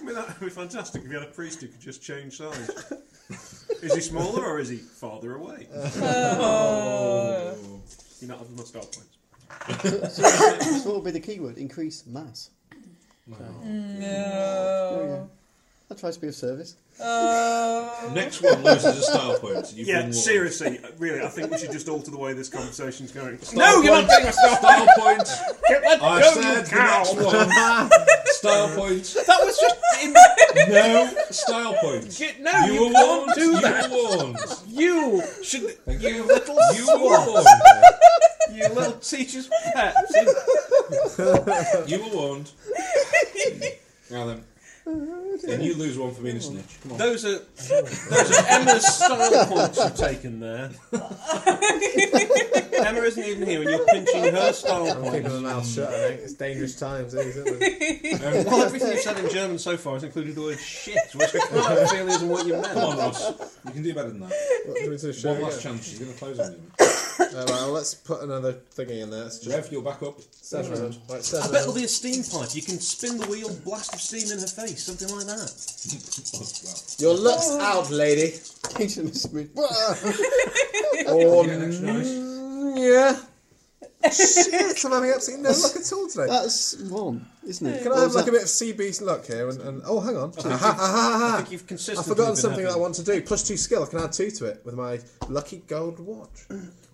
S1: I mean, that would be fantastic if you had a priest who could just change [laughs] size. is he smaller or is he farther [laughs] away? Oh. you not having my star points.
S5: So what will be the key word? Increase mass. There we
S6: no.
S5: go. That tries to be of service. [laughs]
S6: Oh.
S2: Next one loses a star point. You've
S1: Yeah,
S2: won one.
S1: seriously, really, I think we should just alter the way this conversation's going.
S2: no, you're not getting a star point. I
S1: go,
S2: said
S1: you
S2: the next one. Star point.
S11: That was just in
S2: No style points.
S11: no.
S2: You, were warned. you were warned.
S11: You should.
S2: Thank you.
S11: little
S2: You were warned.
S11: You little teacher's pet.
S2: You were warned. Now then. And you lose one for being a snitch. Come on.
S1: Those are those are Emma's style points you've taken there. Emma isn't even here, and you're pinching her style
S4: [laughs] I'm keeping
S1: points.
S4: my mouth shut. I think it's dangerous times, isn't [laughs] it?
S1: Well, everything you've said in German so far has included the word shit, which I can't feel isn't what you meant.
S2: Come on, Ross. You can do better than that.
S4: What, do we do, show
S2: One last
S4: again?
S2: chance. She's going to close on you.
S4: Uh, well, let's put another thingy in there. It's just
S2: Rev, you're back up.
S4: seven round. Right,
S1: I
S4: seven
S1: bet it'll
S4: round.
S1: be a steam pipe. You can spin the wheel, blast of steam in her face, something like that.
S4: Your luck's out, lady.
S5: Patient Mr. Smith. Whoa!
S4: Or
S2: Yeah, that's nice.
S4: Oh, mm, yeah. Shit, I'm having absolutely no luck at all today.
S5: That's one, isn't it?
S4: Can I have like a bit of sea beast luck here? And, and oh, hang on, Ah, ha, ah, ha,
S1: I
S4: ha,
S1: think you've
S4: ha.
S1: consistently.
S4: I've forgotten
S1: been
S4: something that I
S1: having-
S4: want to do. Plus two skill. I can add two to it with my lucky gold watch.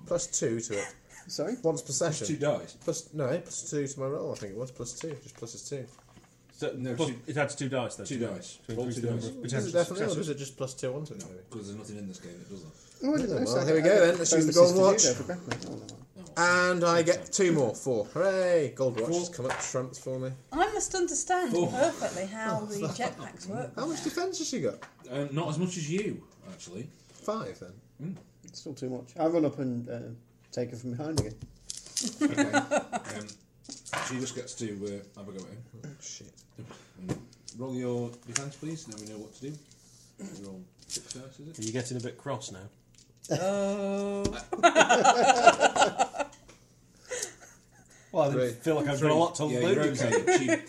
S4: Plus two to it.
S5: Sorry?
S4: Once per
S2: Two
S4: session.
S2: dice.
S4: Plus no, plus two to my roll. I think it was plus two. Just plus is two.
S1: So,
S2: No,
S1: plus-
S2: two-
S1: it adds two dice then.
S2: Two dice.
S1: To
S2: Roll
S1: increase
S2: two
S1: the
S2: dice.
S1: number of
S4: Is
S1: potential
S4: it definitely, or
S1: successes.
S4: is it just plus two onto it? maybe?
S2: Because there's nothing in this game that does that.
S5: Oh, I didn't
S4: well,
S5: know. So I-
S4: here we
S5: I
S4: go
S5: got
S4: then. Let's use the golden
S5: bonuses to do
S4: watch.
S5: there for grappling. Oh, no.
S4: And I get two more. Four. Hooray! Gold watch has come up trumps for me.
S6: I must understand
S11: Oh.
S6: perfectly how the jetpacks work.
S4: How much
S6: now.
S4: defense has she got?
S2: Um, not as much as you, actually.
S4: Five then.
S5: It's still too much. I run up and uh, take her from behind again.
S2: Okay. um, she just gets to uh, have a go at him.
S4: Oh, shit.
S2: Um, roll your defence, please. Now we know what to do. Roll six dice, is
S1: Are
S2: it?
S1: you getting a bit cross now?
S6: Oh.
S1: [laughs] Well, I
S4: Three.
S1: feel like I've got a lot to
S2: yeah,
S1: load.
S2: you're
S1: you with.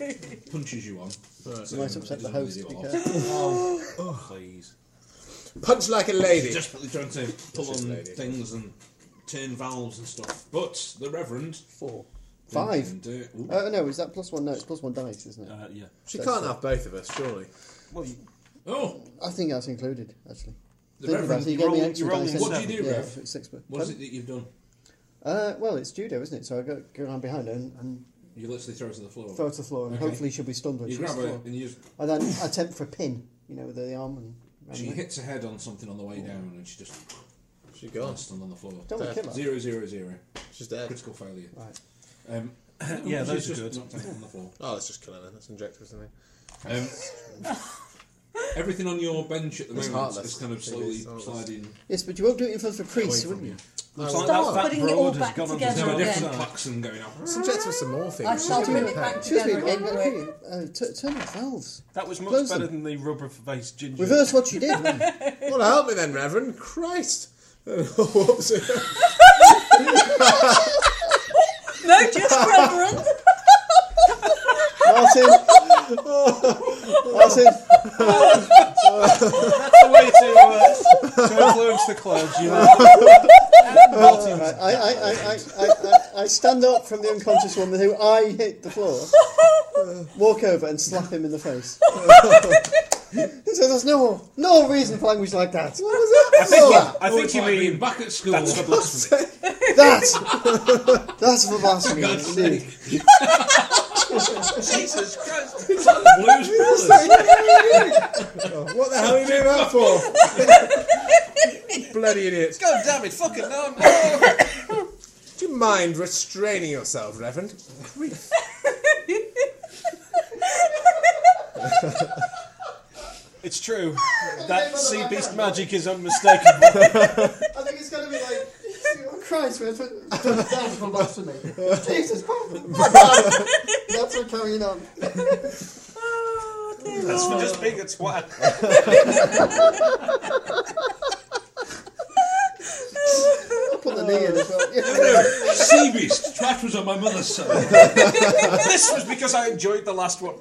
S2: okay. she punches you on.
S4: Right.
S2: So
S5: You might
S2: it
S5: upset the
S2: doesn't
S5: host.
S2: really do
S5: Be
S2: a lot.
S5: careful.
S1: Please.
S4: Punch like a lady.
S2: Desperately trying to pull
S4: Just
S2: on
S4: lady.
S2: things and turn valves and stuff. But the Reverend.
S5: Four. Five.
S2: Didn't do it. Ooh.
S5: Uh, no, is that plus one? No, it's plus one dice, isn't it?
S1: Uh, yeah.
S4: She can't have both of us, surely.
S1: Well, you,
S2: oh!
S5: I think that's included, actually.
S2: The
S5: Think about
S2: Reverend.
S5: it, you
S1: you're
S5: gave me
S1: rolling-
S5: extra
S1: you're rolling
S5: dice.
S1: what
S5: anyway.
S2: do you do,
S5: yeah,
S2: Rev?
S5: it's Six, but,
S2: What is it that you've done?
S5: Uh, well, it's judo, isn't it? So I go, go around behind her and, and
S2: You literally throw her to the floor.
S5: throw her to the floor, and
S2: Okay.
S5: hopefully she'll be stunned when
S2: you
S5: she hits
S2: grab
S5: the
S2: her
S5: floor.
S2: and you just
S5: And then I attempt for a pin, you know, with the arm and. around
S2: She
S5: there.
S2: hits her head on something on the way down and she just
S4: She gone.
S2: stunned on the floor.
S5: Don't want to kill her. Uh,
S2: Zero, zero, zero.
S4: She's dead.
S2: Critical failure.
S5: Right.
S2: Um, [clears throat]
S1: yeah,
S2: she's
S1: those are
S2: just
S1: good.
S2: knocked out on the floor.
S4: Oh, let's just kill her. then. Let's inject her with something.
S2: Um, [laughs] everything on your bench at the
S4: It's
S2: moment
S4: heartless.
S2: is kind
S4: It
S2: of
S4: is
S2: slowly
S4: heartless.
S2: sliding
S5: Yes, but you won't do it in front of a
S2: away
S5: priest,
S2: from
S5: wouldn't
S2: you.
S5: you?
S1: looks
S4: will
S1: like
S4: start
S1: that fat
S6: putting it all
S1: broad has
S6: back
S1: gone onto
S6: together
S2: There's now a
S1: the
S6: again.
S2: different klaxon going up.
S4: Subject her with some more
S6: I
S4: things.
S6: shall
S4: She's in
S6: put it
S4: pain.
S6: back
S5: Excuse me,
S6: together
S5: uh,
S6: again. quick.
S5: uh, t- turn the valves.
S1: That was much
S5: Close
S1: better
S5: them.
S1: than the rubber face ginger.
S2: [laughs]
S5: Reverse what you did.
S4: Well, help me then, Reverend. Christ. [laughs] Whoops.
S6: No, just brethren.
S5: [laughs] Martin! Martin!
S1: That's the way to, uh, to influence the clouds. You know.
S5: Right, I, I, I, I, I, I, I stand up from the unconscious woman who I hit the floor, uh, walk over and slap him in the face. [laughs] so there's no no reason for language like that. What
S1: I
S5: was
S1: think,
S5: that?
S1: I think you
S12: like being
S1: mean
S12: back at school.
S1: that's for blasphemy.
S5: that that's for blasphemy. indeed.
S1: [laughs] Jesus Christ! It's like the Blues Brothers.
S4: What the hell are you doing that for? Bloody idiots.
S1: God damn it! Fucking no! no.
S4: Do you mind restraining yourself, Reverend? Grief.
S1: It's true. That sea beast magic is unmistakable.
S5: I think it's going to be like. oh, Christ, we're that's for blasphemy. Jesus Christ! that's what's carrying on.
S6: Oh, dear
S1: That's
S6: Lord.
S1: for just being a twat.
S5: I'll put the knee in as well.
S2: Sea beast. Trash was on my mother's side.
S1: this was because I enjoyed the last one.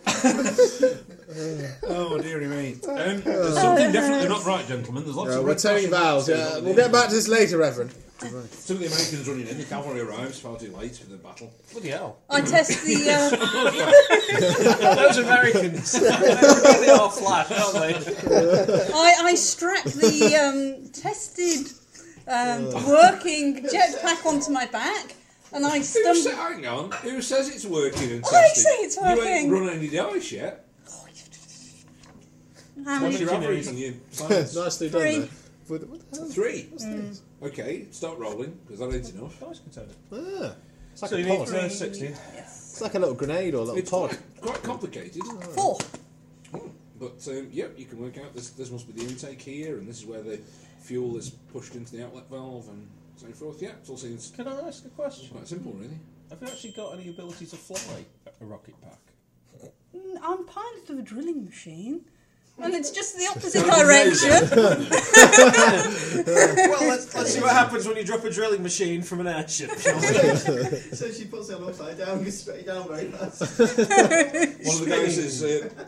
S2: Oh dearie me. Um, there's something definitely not right, gentlemen. There's lots
S4: Uh,
S2: of
S4: we're
S2: red
S4: turning
S2: caution
S4: vows.
S2: lights
S4: Yeah,
S2: on
S4: we'll
S2: the-
S4: get back to this later, Reverend.
S2: Some of the Americans running in. The cavalry arrives far too late for the battle.
S1: Bloody hell!
S6: I test the. Uh,
S1: Those Americans, [laughs] they really are flat, aren't they?
S6: I, I strap the um, tested um, working jetpack onto my back, and I
S2: Who sa-
S6: stumble.
S2: hang on. Who says it's working and
S6: I
S2: testing?
S6: say it's
S2: You ain't
S6: working.
S2: run any dice yet. What's
S6: How many-
S1: did
S2: your
S1: you
S2: average
S1: need?
S2: on your science?
S4: Nicely done
S6: Three.
S4: there. What- what the hell?
S2: Three. Okay, start rolling because that ain't enough.
S4: Ah, it's like
S1: So
S4: a
S1: you
S4: pod.
S1: need to earn 60.
S4: It's like a little grenade or a little
S2: It's
S4: pod.
S2: quite, quite complicated.
S6: Four.
S2: But um, yep, you can work out this. This must be the intake here, and this is where the fuel is pushed into the outlet valve and so forth. Yeah, it all seems
S1: Can I ask a question?
S2: quite simple, really.
S1: Have you actually got any ability to fly a rocket pack?
S6: Mm, I'm pilot of a drilling machine, and it's just the opposite direction.
S1: well, let's, let's see what happens when you drop a drilling machine from an [laughs] airship. shall we?
S5: So she puts him upside down, [laughs] goes straight down very fast.
S2: One of the guys is. [laughs]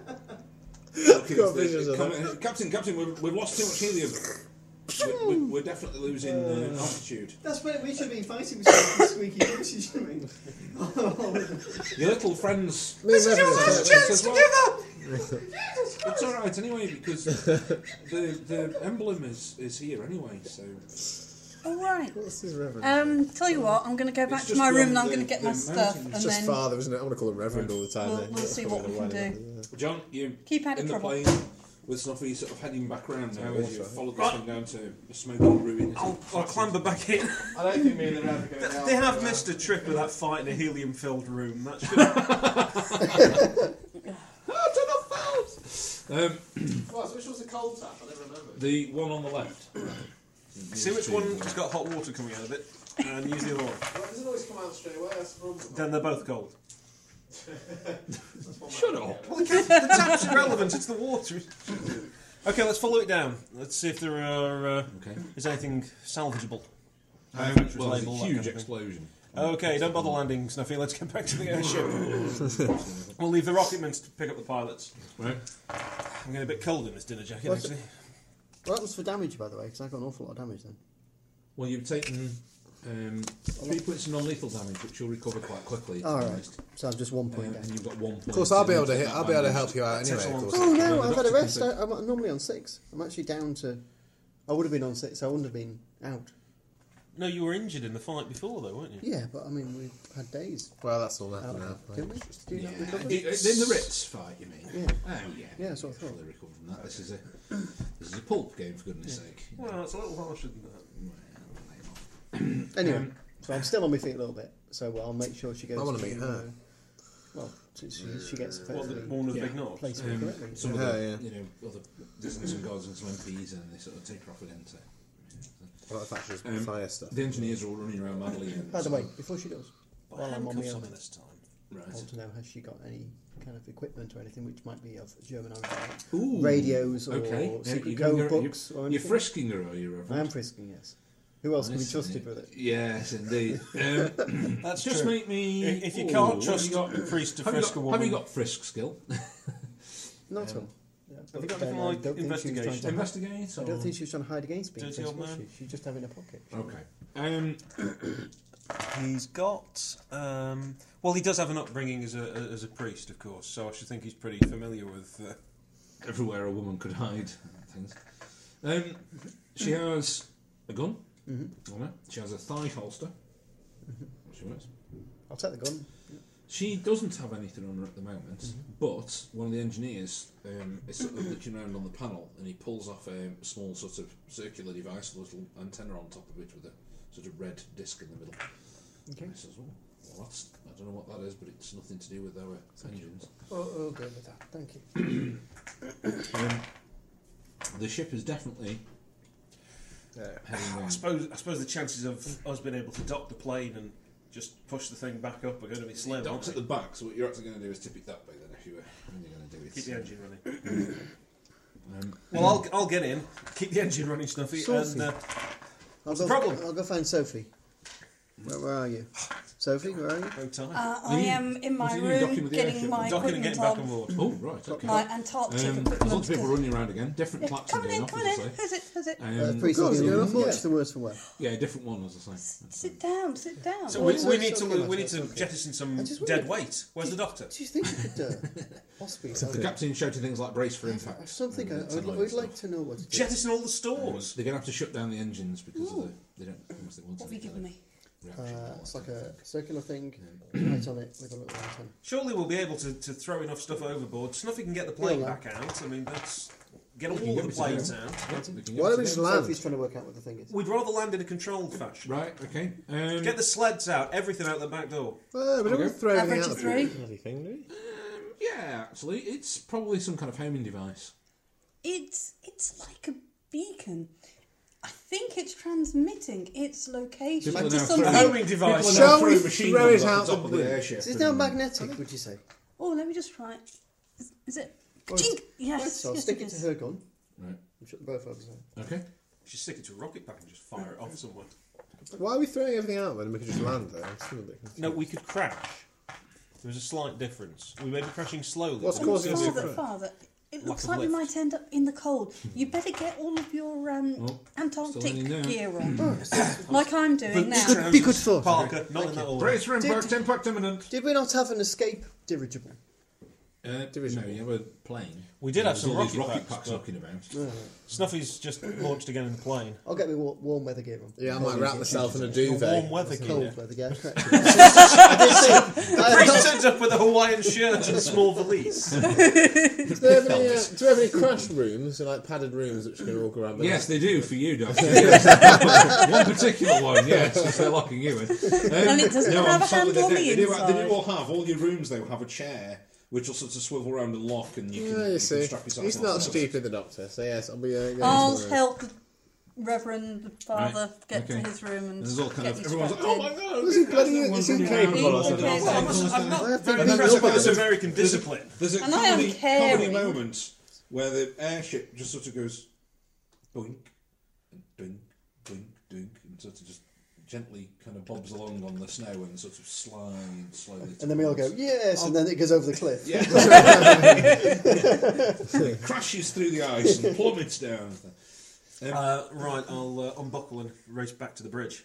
S2: Uh,
S4: Got visions of
S2: Captain, uh, Captain, Captain, we've, we've lost too much helium. We're- we're, we're definitely losing uh, altitude.
S5: That's when we should be fighting with [laughs] squeaky voices, shouldn't we?
S2: Your little friends
S4: Me and Reverend are
S2: Let's
S4: searching.
S2: just give up. it's all right anyway because the the emblem is, is here anyway. So
S6: All right.
S4: What's his Reverend?
S6: Um, tell you what, I'm going to go back
S2: It's
S6: to
S2: just
S6: my
S2: beyond
S6: room and I'm
S2: the-
S6: going to get
S2: the
S6: my stuff,
S2: mountains.
S6: and
S4: it's just
S6: then
S4: father, isn't it? I'm going to call him Reverend all the time.
S6: we'll,
S4: then.
S6: we'll see what we can do.
S2: John, you
S6: Keypad
S2: in the
S6: trouble.
S2: plane with Snuffy sort of heading back round now as you follow this thing down to a smoking ruin.
S1: I'll, I'll clamber back in.
S13: I don't think me and the rabbit go down.
S1: They have missed a trick with that fight in a helium filled room. That's [laughs] good.
S2: Um,
S13: which was the cold tap? I don't remember.
S2: the one on the left.
S1: See which one has got hot water coming out of it and use the other one.
S13: Well, it doesn't always come out straight away. That's the problem.
S1: Then they're both cold.
S2: Shut up.
S1: Well, the, cap, the tap's irrelevant, it's the water. Okay, let's follow it down. Let's see if there are. Uh,
S2: Okay.
S1: Is anything salvageable?
S2: Um, well,
S1: label, that
S2: it's a
S1: kind of
S2: huge
S1: thing.
S2: explosion.
S1: Okay, don't bother landing, Snuffy. Let's get back to the airship.
S2: [laughs]
S1: we'll leave the rocketmen to pick up the pilots.
S2: Right.
S1: I'm getting a bit cold in this dinner jacket,
S5: What's-
S1: actually.
S5: Well, that was for damage, by the way, because I got an awful lot of damage then.
S2: Well, you've taken um, three points of non-lethal damage, which you'll recover quite quickly.
S5: All right,
S2: honest.
S5: so I've just one
S2: Uh,
S5: point
S2: and
S5: down.
S2: you've got one point.
S4: Of course, I'll be able to.
S2: Take
S4: Hit,
S2: that
S4: I'll be able to
S2: minus.
S4: help you out
S1: Takes
S4: anyway.
S1: a
S4: Of
S1: long
S4: course.
S5: Oh no, I've had a
S2: doctor
S5: rest.
S2: can
S5: I, I'm normally on six. I'm actually down to. I would have been on six. I wouldn't have been out.
S1: No, you were injured in the fight before, though, weren't you?
S5: Yeah, but I mean, we've had days
S4: Well, that's all that
S5: out,
S4: now.
S5: didn't we? Do you
S2: Yeah.
S5: not recover?
S2: In the Ritz fight, you mean?
S5: Yeah.
S2: Oh yeah.
S5: Yeah, that's what I thought.
S2: Fully recovered from that. This is a this is a pulp game for goodness' sake.
S1: Well, it's a little harsher than that.
S5: Anyway, so I'm still on my feet a little bit. So I'll make sure she goes.
S4: I wanna
S5: to,
S4: meet her.
S5: uh, well, she, she, she gets
S1: What, the
S5: effectively
S1: one of the
S2: Yeah.
S1: big knobs?
S5: placed
S2: Um,
S5: correctly.
S2: some
S4: Yeah,
S2: of the
S4: yeah.
S2: you know other business and gods and some MPs and they sort of take her off again. So
S4: Well, that's just
S2: Um,
S4: fire stuff.
S2: the engineers are all running around madly. And
S5: By the way, before she does,
S1: But
S5: while I'm on my
S1: handcuffs on
S5: own,
S1: her this time.
S5: I
S2: right.
S5: want to know has she got any kind of equipment or anything which might be of German origin?
S2: Ooh.
S5: Radios or
S2: Okay. Yeah,
S5: secret
S2: you're gonna
S5: code
S2: go-
S5: books or
S2: You're
S5: anything?
S2: frisking her, are you?
S5: I am
S2: Reverend?
S5: frisking, yes. Who else can be
S2: Nice,
S5: trusted
S2: isn't
S5: with it?
S2: Yes,
S5: [laughs]
S2: indeed. Um,
S1: That's
S2: just
S1: true.
S2: make me.
S1: If- if you
S2: Ooh,
S1: can't
S2: what have
S1: trust
S2: you got?
S1: a priest to
S2: Have you
S1: frisk
S2: got-
S1: a woman-
S2: Have you got frisk skill?
S5: [laughs] Not one.
S1: Have you
S5: Yeah, but,
S1: got anything
S5: um, I
S1: like
S5: don't think she was trying to
S1: investigation?
S5: hide-
S2: Investigate?
S5: I
S2: Or?
S5: don't think she was trying to hide against being
S1: Dirty
S5: Dirty
S1: old
S5: was
S1: man.
S5: she? She's just having a pocket.
S2: Okay. Um,
S1: He's got. Um, well, he does have an upbringing as a as a priest, of course. So I should think he's pretty familiar with. Uh,
S2: everywhere a woman could hide things. Um, she
S5: Mm-hmm.
S2: has a gun. Mm-hmm. On her. She has a thigh holster.
S5: Mm-hmm.
S2: She wears.
S5: I'll take the gun.
S2: She doesn't have anything on her at the moment,
S6: Mm-hmm.
S2: but one of the engineers um, is sort of looking around on the panel and he pulls off um, a small sort of circular device, a little antenna on top of it with a sort of red disc in the middle.
S5: Okay.
S2: And he says, oh, well, that's, I don't know what that is, but it's nothing to do with our engines.
S5: Oh, oh, go with that. Thank you.
S2: Um, the ship is definitely
S5: There.
S2: heading
S1: I
S6: [sighs]
S2: down.
S1: suppose I suppose the chances of us being able to dock the plane and just push the thing back up are going to be slim.
S2: Docks at
S1: aren't
S2: the
S1: they?
S2: back, so what you're actually going to do is tip it that way then if you were when you're going to do it.
S1: Keep the engine running.
S2: Um,
S1: Well, I'll, I'll get in. Keep the engine running, Snuffy.
S5: Saucy.
S1: And, uh,
S5: I'll
S1: the
S5: go,
S1: problem?
S5: I'll go find Sophie. Where, where are you? Sophie, where are you?
S1: no time.
S6: Uh, I
S2: you-
S6: am in
S2: what are
S6: my
S2: you docking
S6: room
S2: with the
S6: getting
S2: airship?
S6: my
S1: Docking and
S6: equipment
S1: getting back on
S6: on.
S1: board.
S2: oh, right, okay.
S6: My Antarctic
S2: Um, there's
S6: equipment.
S2: lots of people
S6: 'cause-
S2: running around again. Different
S6: Yeah,
S2: claps are
S6: Come
S2: going
S6: in,
S2: off,
S6: come in.
S2: as I say.
S6: Has it? Has it?
S5: Uh,
S2: eh? Um,
S5: priest is
S4: going
S5: much
S4: on, yeah.
S5: the worse for wear.
S2: yeah, different one, as I say.
S6: Sit down. Sit down.
S1: So we,
S5: it's
S1: we
S5: okay,
S1: need to
S5: it's okay,
S1: we need
S5: it's
S1: to
S5: okay.
S1: jettison some
S5: I just
S1: dead
S5: wondered-
S1: weight. Where's the doctor?
S5: Do you think you could do hospice?
S2: The captain shouted things like brace for
S5: I
S2: impact.
S5: still think I,
S2: and
S5: I
S2: that
S5: would,
S2: sort
S5: I
S2: of
S5: would
S2: stuff.
S5: like to know what to do.
S1: Jettison all the stores.
S2: They're going to have to shut down the engines because of the, they don't how much they want.
S6: What have you given me?
S5: Uh, it's like a circular thing, right on it with a little antenna.
S1: Surely we'll be able to, to throw enough stuff overboard. Snuffy can get the plane
S5: Yeah,
S1: back out. I mean, that's get all
S2: get
S1: the
S2: it
S1: planes
S2: together.
S1: out.
S4: Why don't we just land?
S5: Sophie's trying to work out what the thing is.
S1: We'd rather land in a controlled fashion.
S2: Right, okay. Um,
S1: Get the sleds out, everything out the back door.
S4: Well, we don't want to throw anything
S6: Average of
S4: out of it.
S6: three.
S4: Bloody thing, do we?
S2: yeah, actually, it's probably some kind of homing device.
S6: It's it's like a beacon. I think it's transmitting its location
S2: People are
S6: to
S2: now throwing-
S6: something.
S2: How
S1: Homing device.
S2: People are
S4: Shall
S2: now
S4: we
S2: throwing machine
S4: throw
S2: guns
S4: it
S2: off
S4: out
S2: the top
S4: the
S2: of the
S4: window?
S2: airship.
S5: Is it now
S2: and-
S5: magnetic, would you say?
S6: Oh, let me just try it. Is, is it? Chink. Yes.
S5: So I'll
S6: yes,
S5: stick
S6: it
S5: it to
S6: is.
S5: her gun.
S2: Right.
S5: I'm sure both of us are.
S2: Okay.
S1: Just stick it to a rocket pack and just fire it off someone.
S4: Why are we throwing everything out when we could just land there? It's a little bit
S1: No,
S4: confusing.
S1: we could crash. There was a slight difference. We may be crashing slowly.
S4: What's
S1: but
S4: causing
S1: it's
S4: the
S1: gonna be
S6: Father,
S1: a
S4: difference?
S6: father, it looks
S1: of
S6: like we
S1: lift.
S6: might end up in the cold. You better get all of your um,
S2: Oh,
S6: Antarctic
S2: landing now.
S6: gear on, like I'm doing
S1: crash.
S6: now.
S1: Trousers,
S5: be good thought.
S1: Parker, not in that order.
S2: Brace for impact, impact imminent.
S5: [coughs] Did we not have an escape dirigible?
S2: Uh, no, you have a plane.
S1: We did have
S2: There's
S1: some
S2: all these
S1: rocket
S2: rocket
S1: packs,
S2: packs
S1: but-
S2: knocking about.
S1: Snuffy's just launched again in the plane.
S5: I'll get my wa- warm weather gear on.
S4: Yeah, I might wrap myself in a
S1: A warm
S4: duvet.
S1: weather
S5: Cold
S1: gear.
S5: weather gear, correct. I did see. I
S1: Priest
S5: have
S1: turns up with a Hawaiian shirt and small valise.
S4: Do they, have any, uh, do they have any crash rooms, so like padded rooms which you can walk around? with?
S2: Yes, they do for you, Doctor. Yes. [laughs] one particular one, yes, if they're locking you in. Um,
S6: And it doesn't have a
S2: sadly
S6: handle on
S2: they do. They
S6: the
S2: do, they
S6: inside.
S2: do all have all your rooms. They have a chair which will sort of swivel around and lock, and you can,
S4: Yeah, you
S2: you can
S4: see.
S2: strap yourself.
S4: He's
S2: onto
S4: not
S2: that.
S4: stupid, the doctor, so yes, I'll be uh, going
S6: I'll
S4: to
S6: help the Reverend the father
S2: Right,
S6: get
S2: okay.
S6: to his room and,
S2: And there's all kind
S6: get
S2: of everyone's like,
S6: distracted.
S2: oh my god,
S4: Is he bloody-
S2: everyone's
S4: is he
S2: running around,
S4: incapable
S2: all
S4: or
S2: that
S6: something?
S2: stuff.
S1: I must, I'm not very
S4: think
S1: impressed with
S4: nobody-
S1: this American discipline.
S2: There's a
S6: And I am
S2: comedy, comedy
S6: caring.
S2: moment where the airship just sort of goes boink and doink, doink, doink, and sort of just gently kind of bobs along on the snow and sort of slides slowly.
S5: [laughs] And then we all go,
S2: towards-
S5: yes, and then it goes over the cliff.
S2: Yeah. it crashes through the ice and plummets down.
S1: Uh, right, I'll uh, unbuckle and race back to the bridge.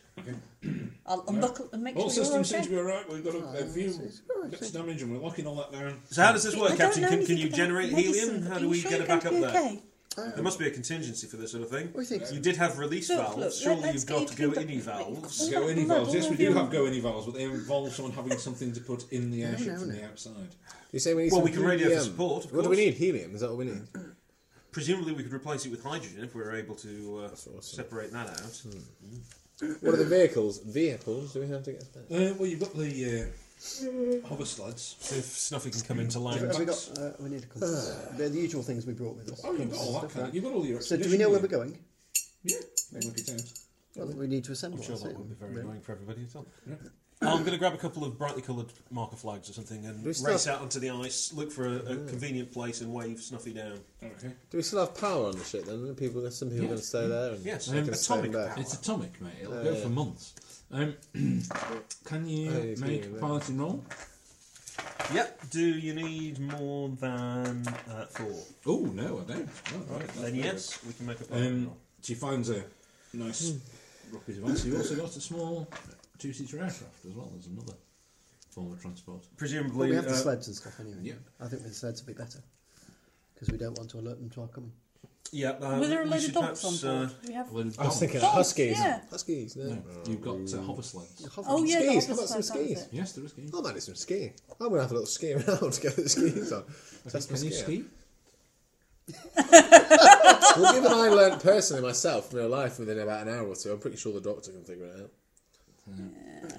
S6: I'll unbuckle and make
S2: All
S6: sure you're
S2: systems seem
S6: okay.
S2: to be alright. We've got a, a few bits damage and we're locking all that down.
S1: So how does this
S6: I
S1: work,
S6: don't
S1: Captain?
S6: know
S1: Can, can
S6: anything
S1: you
S6: about
S1: generate
S6: medicine,
S1: helium?
S6: but
S1: How
S6: are
S1: do
S6: you
S1: we
S6: sure
S1: get
S6: you're
S1: it back up
S6: going to be
S1: there?
S6: okay?
S1: There must be a contingency for this sort of thing.
S5: What do you think?
S1: You did have release
S6: Look,
S1: valves.
S6: look,
S1: Surely
S6: let-
S1: you've
S6: let's
S1: got
S6: get
S1: go
S6: it
S1: any valves.
S2: Go any
S6: Blood
S2: valves. Yes, we do
S6: all
S2: have go any valves, but they involve someone having something to put in the airship from the outside.
S4: You say we need
S1: Well, we
S4: some
S1: can radio for
S4: helium.
S1: support, of
S4: What do we
S1: course.
S4: need? Helium? Is that what we need?
S1: [laughs] Presumably, we could replace it with hydrogen if we were able to uh, separate that out.
S5: Hmm.
S4: What are the vehicles? Vehicles? Do we have to get us back?
S2: Uh, well, you've got the uh, hover sleds.
S1: So if Snuffy can come into land.
S5: Have we got? Uh, we need a compass. They're the usual things we brought with us.
S2: Oh, you've got all that kind of. You've got all your.
S5: So do we know where we're going?
S2: Yeah, they work it out.
S5: Not that we need to assemble.
S1: I'm sure
S5: that's
S1: that
S5: it.
S1: would be very
S5: No.
S1: annoying for everybody as well. I'm going to grab a couple of brightly coloured marker flags or something and
S4: We
S1: race
S4: still-
S1: out onto the ice, look for a,
S5: Hmm.
S1: a convenient place and wave Snuffy down.
S2: Okay.
S4: Do we still have power on the ship then? Are people, some people going to stay there and
S1: Yes,
S4: they
S1: um,
S4: can stay
S1: atomic
S4: back.
S1: power.
S2: It's atomic, mate. It'll
S4: Oh,
S2: go
S4: yeah.
S2: for months. Um, [clears throat] can you
S4: Oh, it's
S2: make
S4: good,
S2: a
S4: yeah.
S2: piloting roll?
S1: Yep. Do you need more than uh, four?
S2: Oh no, I don't. Oh, right, that's
S1: Then
S2: very
S1: yes, we can make a
S2: good.
S1: plan.
S2: Um, she finds a nice
S4: Hmm.
S2: rocky device. You've also got a small two-seater aircraft as well. There's another form of transport.
S1: Presumably,
S5: But we have the
S1: uh,
S5: sleds and stuff anyway.
S2: Yeah.
S5: I think the sleds would be better because we don't want to alert them to our coming.
S1: yeah. Uh,
S6: Were there a
S1: we
S6: load of
S1: should
S6: dogs
S1: perhaps,
S6: on
S1: uh,
S6: board? We have
S2: A little
S4: I was
S2: dog.
S4: thinking of
S6: Dogs,
S4: huskies.
S6: Oh, yeah.
S4: Huskies, no.
S2: No, you've got uh, hover sleds.
S6: Oh, yeah, the
S4: skis. How
S6: hover
S4: about some
S6: sleds,
S4: skis?
S6: that's
S2: Yes, there is. Can you,
S4: I might do some skiing. I'm going to have a little ski [laughs] around to get the skis on. Test my
S2: can you
S4: skiing.
S2: ski?
S4: Well, given I learnt personally myself in real life within about an hour or two, I'm pretty sure the doctor can figure it out.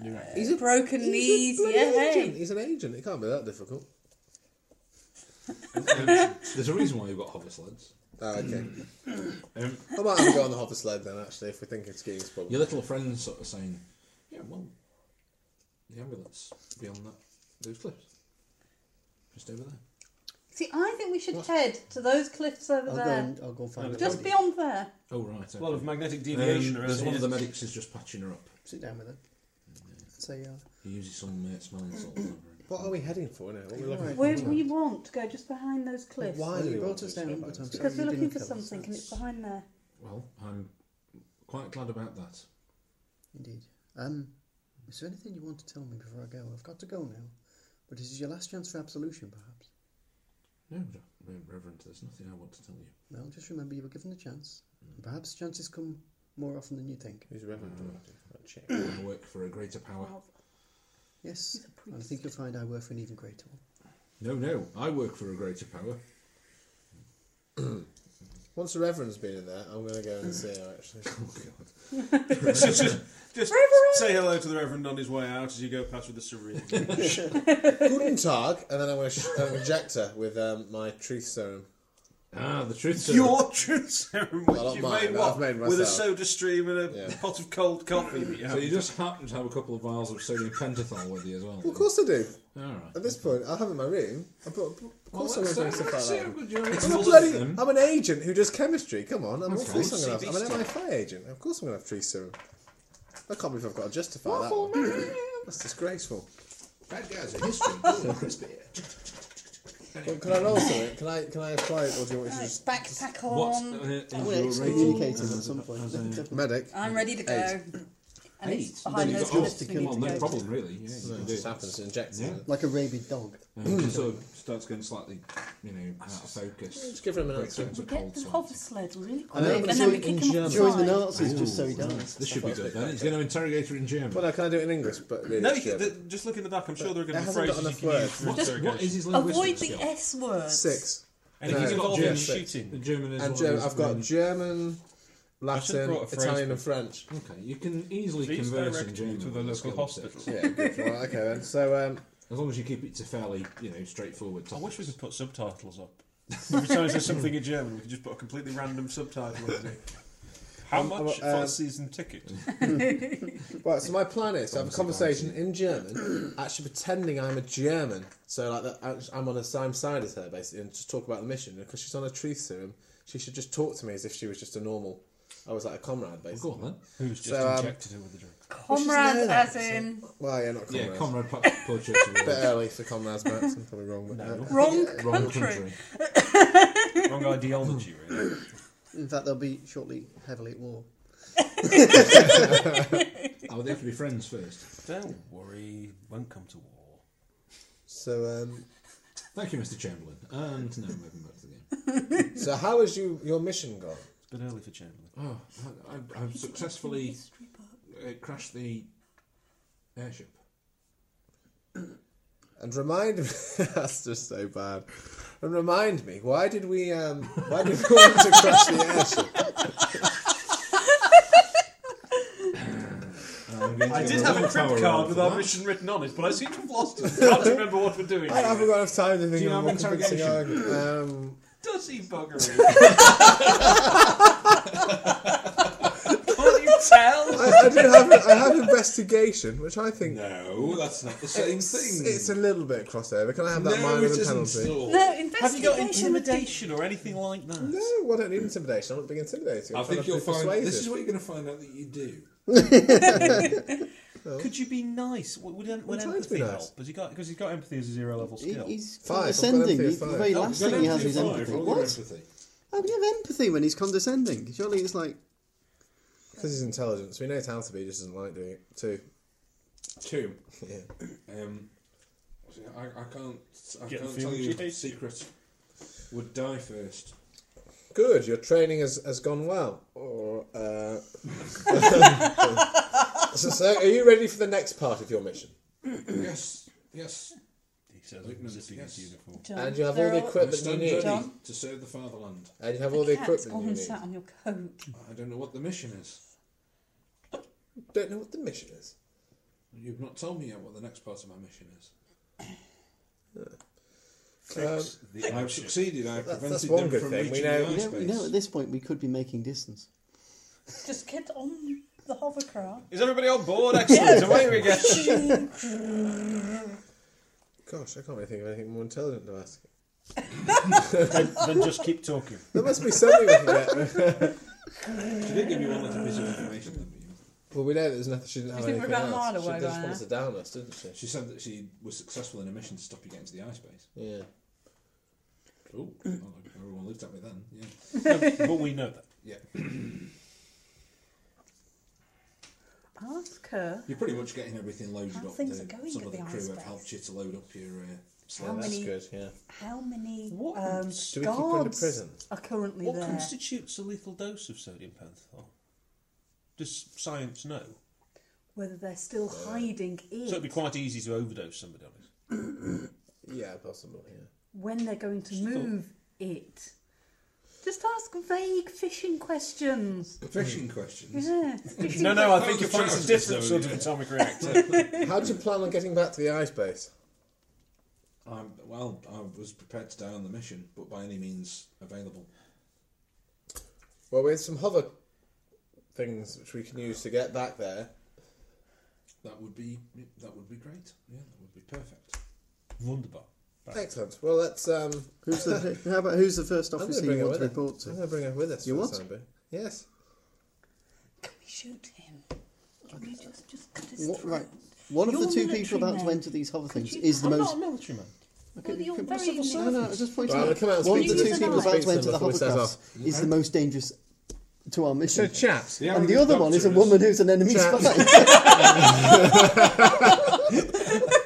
S2: You're right.
S4: He's a
S14: Broken
S4: he's a
S14: knees,
S4: bloody
S14: yeah, hey.
S4: agent. He's an agent. It can't be that difficult.
S2: Um, there's a reason why you've got hover sleds.
S4: Oh,
S14: Hmm.
S4: okay.
S2: Um,
S4: I might have to go on the hover sled then, actually, if we're thinking skiing's probably.
S2: your little friend's sort of saying, "Yeah, well, the ambulance beyond that those cliffs, just over there."
S6: See, I think we should head to those cliffs over
S5: I'll go
S6: there.
S5: and I'll go find the
S6: Just
S5: dog.
S6: beyond there.
S2: Oh right, okay.
S1: a lot of magnetic deviation
S2: Um,
S1: around
S2: there's one of the
S1: here.
S2: medics is just patching her up.
S5: Sit down with her. Say, uh,
S2: He uses some uh, smelling salt. on her.
S4: What are we heading for now? What are we looking
S5: Right.
S4: for?
S6: Where we want to go just behind those cliffs.
S4: Why
S5: well,
S4: do
S5: you
S4: we want
S5: brought
S4: this?
S5: us down a couple of times.
S6: Because
S5: so you
S6: we're looking
S5: didn't
S6: for
S5: tell us.
S6: something and it's
S5: That's-
S6: behind there.
S2: Well, I'm quite glad about that.
S5: Indeed. Um, is there anything you want to tell me before I go? I've got to go now, but this is your last chance for absolution, perhaps.
S2: No, no, no, Reverend, there's nothing I want to tell you.
S5: Well, just remember you were given a chance. And perhaps chances come more often than you think.
S4: Who's Reverend Oh, Dorothy? That chick.
S2: I work for a greater power.
S5: Yes,
S6: a
S5: and I think you'll find I work for an even greater one.
S2: No, no, I work for a greater power.
S4: Once the Reverend's been in there, I'm going to go and see her, actually.
S2: Oh God.
S1: just just say hello to the Reverend on his way out as you go past with the serene.
S2: [laughs]
S4: Guten Tag, and then I'm going to sh- I'm gonna inject her with um, my truth serum.
S2: Ah, the truth.
S1: [laughs]
S2: sir.
S1: Your truth serum, which
S4: Well, not
S1: you
S4: mine,
S1: made,
S4: I've
S1: what?
S4: made
S1: with a
S4: myself.
S1: soda stream and a
S4: Yeah.
S1: pot of cold coffee that you
S2: So
S1: have.
S2: you just happen to have a couple of vials of sodium pentothal with you as well.
S4: Well, of course I do.
S2: All right.
S4: At this point, I have it in my room. I put, of course I'm going to stuff like that.
S2: It's
S4: I'm, a
S2: all
S4: bloody,
S2: of them.
S4: I'm an agent who does chemistry. Come on, I'm of
S2: Okay.
S4: course I'm, gonna
S1: CB
S4: have, I'm an
S1: stuff.
S4: MI5 agent. Of course I'm going to have tree serum. I can't believe I've got to justify that one. [clears throat] That's disgraceful.
S2: Bad guys in
S4: [laughs]
S2: history.
S4: Well, can I roll something? Can I can I apply it, or do you want me to
S14: Right,
S4: just
S14: backpack
S2: What's
S14: on.
S2: uh, is
S5: We're
S2: your rating?
S5: excommunicated at some point.
S2: as a-
S4: medic?
S6: I'm ready to go. And it's behind
S2: You've
S6: those
S2: got- oh,
S6: cliffs we need
S2: well,
S6: to
S2: no
S6: go.
S2: problem really. Yeah, you can
S4: It
S2: do
S4: just
S2: it.
S4: happens. It injects
S2: Yeah.
S4: it.
S5: Like a rabid dog.
S2: Um,
S4: [clears throat]
S2: it sort of starts getting slightly, you know, out of focus.
S4: Just give him an
S2: Breaks into
S4: answer.
S6: We
S2: a
S6: get
S2: cold
S6: the
S2: sweat.
S6: hover sled really quick,
S5: know,
S6: and
S5: but
S6: then we
S5: in
S6: kick them
S5: German-
S6: off
S5: During the
S6: the
S5: Nazis, just so he dies.
S2: This should be good then. He's going to interrogate her in German.
S4: Well, no, can I do it in English? But really,
S1: no,
S4: it's
S1: you can,
S4: German.
S1: th- just look in the back. I'm sure there are going
S4: It
S1: to be
S4: hasn't got
S1: phrases you can
S4: enough
S1: use
S4: words.
S1: for
S2: What- what is
S1: interrogation.
S2: his
S6: Avoid
S2: linguistic
S6: the
S2: skill?
S6: S word.
S4: six.
S1: And if
S4: No,
S1: he's
S4: it's
S1: involved in
S4: just six.
S2: The
S1: shooting,
S2: German is one
S4: And
S2: of
S4: German,
S2: those
S4: I've got
S2: main-
S4: German,
S1: should've
S4: Latin,
S1: brought a phrase.
S4: Italian, and French.
S2: Okay, you can easily
S1: Please
S2: converse
S1: direct
S2: in
S1: me
S2: German
S1: to the
S2: with
S1: local
S2: skill of six.
S1: hospital.
S4: Yeah, good. Right, okay then. So, um,
S2: As long as you keep it to fairly, you know, straightforward.
S1: I
S2: Topics.
S1: wish we could put subtitles [laughs] up. Every time there's something in German, we could just put a completely random subtitle on it. How much
S4: um,
S1: for a season ticket?
S4: Right, so my plan is to have a conversation in German, actually pretending I'm a German. So like that, I- I'm on the same side as her basically, and just talk about the mission. Because she's on a truth serum, she should just talk to me as if she was just a normal. I was like a comrade
S2: Oh, Go
S4: basically.
S2: on then.
S1: Who's just
S4: So, um,
S1: injected her with the drug?
S6: Comrade, as in
S4: Well, yeah, not comrade.
S2: Yeah, Comrade Patrick Portraits of
S4: Bit
S2: a
S4: early for comrades, but I'm probably wrong. But uh,
S6: wrong
S2: Wrong
S6: country.
S2: country.
S1: Wrong ideology, really.
S5: In fact, they'll be shortly heavily at war.
S2: Oh, they have to be friends first.
S1: Don't worry, won't come to war.
S4: [laughs] so, um,
S2: Thank you, Mr. Chamberlain. And now moving back to the game.
S4: so how has you your mission gone?
S1: It's a bit early for Chamberlain.
S2: Oh, I, I, I've successfully uh, crashed the airship.
S4: And remind me, [laughs] that's just so bad. And remind me, why did we, um, why did we [laughs] want to crash the airship?
S1: I did
S2: a
S1: have a
S2: little
S1: trip
S2: power
S1: card
S2: roll
S1: with
S2: for
S1: our
S2: that.
S1: mission written on it, but I seem to have lost it. I can't remember what we're
S2: [laughs]
S1: doing.
S4: I haven't got enough time to think
S2: you
S4: of
S2: know
S4: a more convincing
S2: interrogation?
S4: argument. Um,
S1: Does he buggery? [laughs] Can't you tell.
S4: I, I do have I have investigation, which I think
S2: No, that's not the same
S4: it's,
S2: thing.
S4: it's a little bit crossover. Can I have that
S2: no,
S4: minor
S2: it
S4: of a
S2: isn't
S4: penalty?
S2: at all.
S6: No,
S1: Have you got
S6: investigation. would be-
S1: intimidation or anything like that?
S4: No, I don't need intimidation. I'm not being intimidated.
S2: I think you'll find
S4: persuasive.
S2: this is what you're going to find out that you do.
S1: Could you be nice? Would, would, would
S4: I'm trying to
S1: empathy
S4: be nice.
S1: help? Has he got? Because he's got empathy as a zero level
S5: He,
S1: skill.
S5: he's
S4: Five, I've got
S5: condescending.
S4: empathy of
S5: He- the
S4: five.
S5: very
S4: Oh,
S5: last
S2: You've got
S5: thing he has
S2: empathy
S5: is
S2: five,
S5: empathy.
S2: roll your
S5: What?
S2: empathy.
S5: How can you have empathy when he's condescending? Surely it's like
S4: Because he's intelligent, so he knows how to be, he just doesn't like doing it too.
S2: Two.
S4: Yeah.
S2: Um, see, I, I can't. I
S1: Get
S2: can't
S1: the
S2: tell
S1: feeling,
S2: you
S1: Jay.
S2: the secret. Would die
S4: [clears throat]
S2: first.
S4: Good, your training has, has gone well. Or, uh, [laughs] so, so, are you ready for the next part of your mission?
S2: yes. Yes.
S1: He says,
S2: Wait, no, this-
S1: zipping his
S2: yes.
S1: uniform.
S6: John,
S4: And you have all
S6: they're
S4: the
S2: I
S4: equipment you
S2: stand
S4: need.
S2: ready
S6: John?
S2: to serve the fatherland.
S4: And you have all the
S6: cat's
S4: equipment you
S6: gone
S4: need.
S6: sat on your coat.
S2: I don't know what the mission is.
S4: Don't know what the mission is.
S2: You've not told me yet what the next part of my mission is.
S1: Fix
S4: Um,
S1: the
S2: I've
S1: action.
S2: succeeded. I've
S4: That-
S2: prevented
S4: that's one
S2: them
S4: good
S2: from
S4: thing. We
S2: reaching
S4: know-
S2: the
S4: We
S5: you
S2: ice
S5: know, you
S2: base.
S5: know. At this point, we could be making distance.
S6: Just get on the hovercraft.
S1: Is everybody on board? Excellent. Away [laughs] we go.
S4: Gosh, I can't really think of anything more intelligent to ask.
S1: then just keep talking.
S4: There must be something we can get.
S2: She did give you one little piece of information. Then, but you
S4: Well, we know there's nothing. She didn't have
S6: think we're
S4: anything
S6: about a mile
S4: else.
S6: away
S4: She just
S6: by
S4: wants to
S6: now.
S4: down us, didn't she?
S2: She said that she was successful in a mission to stop you getting to the ice base.
S4: Yeah.
S2: Oh, everyone looked at me then. Yeah.
S1: No, but we know that.
S2: Yeah.
S6: Ask her
S2: You're pretty much getting everything loaded
S6: How
S2: up.
S6: things
S2: The-
S6: are going
S2: some
S6: at
S2: of the
S6: the
S2: crew
S6: ice
S2: have
S6: base.
S2: helped you to load up your uh,
S6: how
S2: sled.
S4: That's
S6: many
S4: good, yeah.
S6: how many
S1: What
S6: um,
S4: Do we keep her under
S6: guards
S4: prison?
S6: are currently
S1: What
S6: there.
S1: constitutes a lethal dose of sodium pentothal? Does science know?
S6: Whether they're still hiding
S1: So it'd be
S6: in
S1: quite easy to overdose somebody on it.
S4: Yeah, possibly, yeah.
S6: when they're going to move it. Just ask vague fishing
S1: [laughs]
S6: questions.
S2: Fishing
S4: Mm.
S2: questions.
S6: Yeah, fishing
S1: No, no, I
S2: think
S1: think
S2: you'll
S1: you'll
S2: find
S1: find
S2: it's
S1: some
S2: a
S1: different
S2: different
S1: sort of atomic reactor.
S4: How do you plan on getting back to the ice base?
S6: Mm-hmm.
S2: Um, well, I was prepared to die on the mission, but by any means available.
S4: Well, we have some hover things which we can use to get back there.
S2: That would be that would be great. Yeah, that would be perfect.
S1: Wunderbar.
S4: Excellent. Well, let's. Um,
S5: Who's the, how about who's the first
S4: I'm going
S5: officer
S4: to
S5: you
S4: bring her
S5: want
S4: with
S5: to report
S4: us. I'm
S5: to?
S4: going to bring her with us.
S5: You
S4: for
S5: want?
S4: the time being. Yes.
S6: Can we shoot him? Can we just just cut his
S5: What,
S6: throat?
S5: right. One of
S6: You're
S5: the two people
S6: military
S5: about to
S6: men.
S5: enter these hover things
S6: you-
S5: is the
S1: I'm
S5: most.
S1: not a military man.
S6: Well, you're
S5: can-
S6: very
S5: No, no, I was just pointing
S4: Right,
S5: out.
S4: come out and
S5: One of
S4: speak
S5: the
S4: to
S5: two
S4: them.
S5: people
S4: Speak
S5: about
S4: to
S5: to
S4: them
S5: enter the
S4: before we set
S5: hovercraft is the most dangerous to our mission.
S4: chaps.
S5: And the other one is a woman who's an enemy
S4: Chat.
S5: [laughs] spy.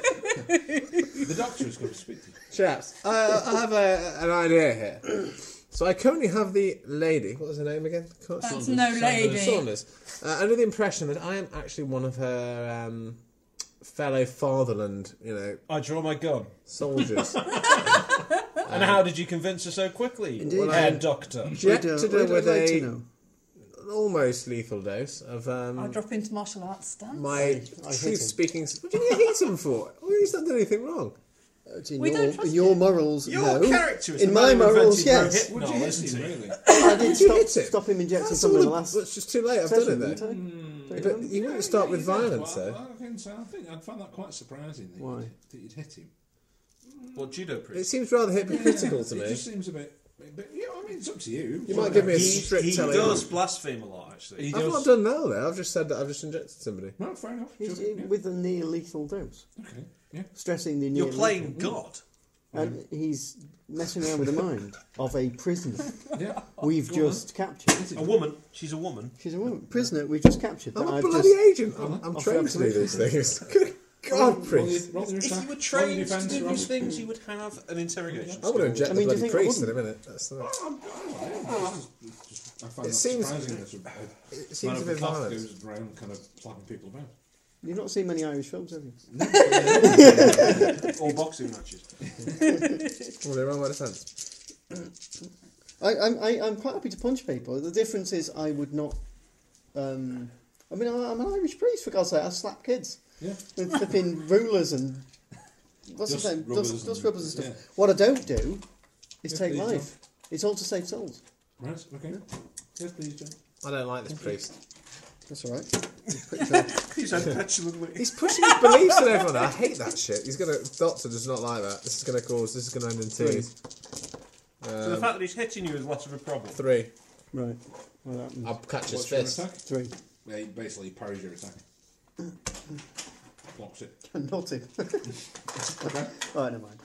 S2: The doctor is going to speak to you.
S4: Chaps. I, I have a, an idea here. So I currently have the lady. What was her name again? Can't-
S6: That's no lady.
S4: Saunders. Uh, under the impression that I am actually one of her um, fellow fatherland, you know,
S1: I draw my gun.
S6: [laughs]
S4: soldiers.
S1: And how did you convince her so quickly,
S5: Indeed.
S1: Well, Herr Doctor?
S5: We'd,
S4: Injected
S5: uh,
S4: her
S5: we'd
S4: with
S5: like to
S4: a
S5: know.
S4: almost lethal dose of
S6: I
S4: um,
S6: drop into martial arts stance.
S4: my
S5: I hit him.
S4: truth-speaking. s- What did you hit him for? Well, he's not done anything wrong.
S5: But in
S6: We don't
S5: your,
S6: trust
S5: in your morals,
S1: Your
S5: no.
S1: character is
S5: in
S1: the
S5: my
S1: man who
S5: morals,
S1: invented
S5: yes.
S1: Rohypnol,
S2: Would you
S1: isn't
S2: listen,
S1: he?
S4: [laughs]
S2: really?
S5: I did
S4: you
S5: stop,
S4: hit it?
S5: stop him injecting
S4: That's
S5: someone
S4: all
S5: in the
S4: the-
S5: last
S4: It's just too late. I've done it
S5: session,
S4: then.
S5: didn't I?
S4: But you wouldn't start with violence, eh?
S2: Well,
S4: though.
S2: I don't think so. I think I'd find that quite surprising that,
S5: Why?
S2: You'd, that you'd hit him.
S1: What judo
S4: It
S1: priest?
S4: seems rather hypocritical to
S2: It
S4: me.
S2: just seems a bit. But yeah, I mean, it's up to you.
S4: You might give me a strict
S1: He
S4: telling.
S1: does blaspheme a lot, actually.
S2: He
S4: I've
S2: does.
S4: not done that though. I've just said that I've just injected somebody.
S2: No, fair enough.
S5: He's-
S2: Sure, yeah.
S5: With a near lethal dose.
S2: Okay. Yeah.
S5: Stressing the near
S1: You're playing
S5: lethal.
S1: God.
S5: And he's messing around with the mind of a prisoner
S2: Yeah.
S4: [laughs]
S5: we've
S2: Go on.
S5: just captured.
S1: A woman. She's a woman.
S5: She's a woman. Prisoner we've just captured.
S4: I'm
S5: that
S4: a
S5: I've
S4: bloody
S5: just-
S4: agent. I'm, I'm trained to do these things. [laughs] Good
S2: Roll
S4: God,
S2: your-
S4: Prince.
S2: roll your
S1: If
S2: attack,
S1: you were
S2: roll your
S1: trained to
S2: defense,
S1: do
S2: roll-
S1: these things, you would have an interrogation.
S4: I'm going to inject
S5: I mean, do
S4: the
S5: you
S4: bloody
S5: think I
S4: priest in a minute.
S5: wouldn't?
S4: That's the
S2: I find
S4: It
S2: that
S4: seems-
S2: surprising that a- a
S4: it
S2: man
S4: seems a
S2: of the
S4: bit
S2: cloth
S4: violent.
S2: goes around kind of slapping people about.
S5: You've not seen many Irish films, have you?
S1: Or boxing matches.
S4: Well, they're wrong by defence.
S5: I, I'm, I, I'm quite happy to punch people. The difference is I would not. Um, I mean, I'm, I'm an Irish priest, for God's sake. I slap kids
S2: Yeah.
S5: with [laughs] flipping rulers and. What's
S2: Dust
S5: the name?
S2: rubbers
S5: dust, dust
S2: and-
S5: rubbers and stuff.
S2: yeah.
S5: What I don't do is
S2: Yes,
S5: take
S2: please,
S5: life. It's all to save souls.
S2: Right. Okay. Yes, please, John.
S4: I don't like this priest.
S5: That's all right. Picture.
S1: He said petulantly.
S4: He's pushing his beliefs on everyone. I hate that shit. He's gonna. Doctor does not like that. This is gonna cause. This is gonna end in tears.
S1: So the fact that he's hitting you is less of a
S4: [laughs]
S1: problem.
S4: Three.
S5: right. Well, that one's
S4: I'll catch his
S8: What's your
S4: fist.
S8: attack?
S5: three.
S8: Yeah, he basically parries your attack. Blocks it.
S5: [laughs] Naughty.
S8: Okay.
S5: All right, never mind.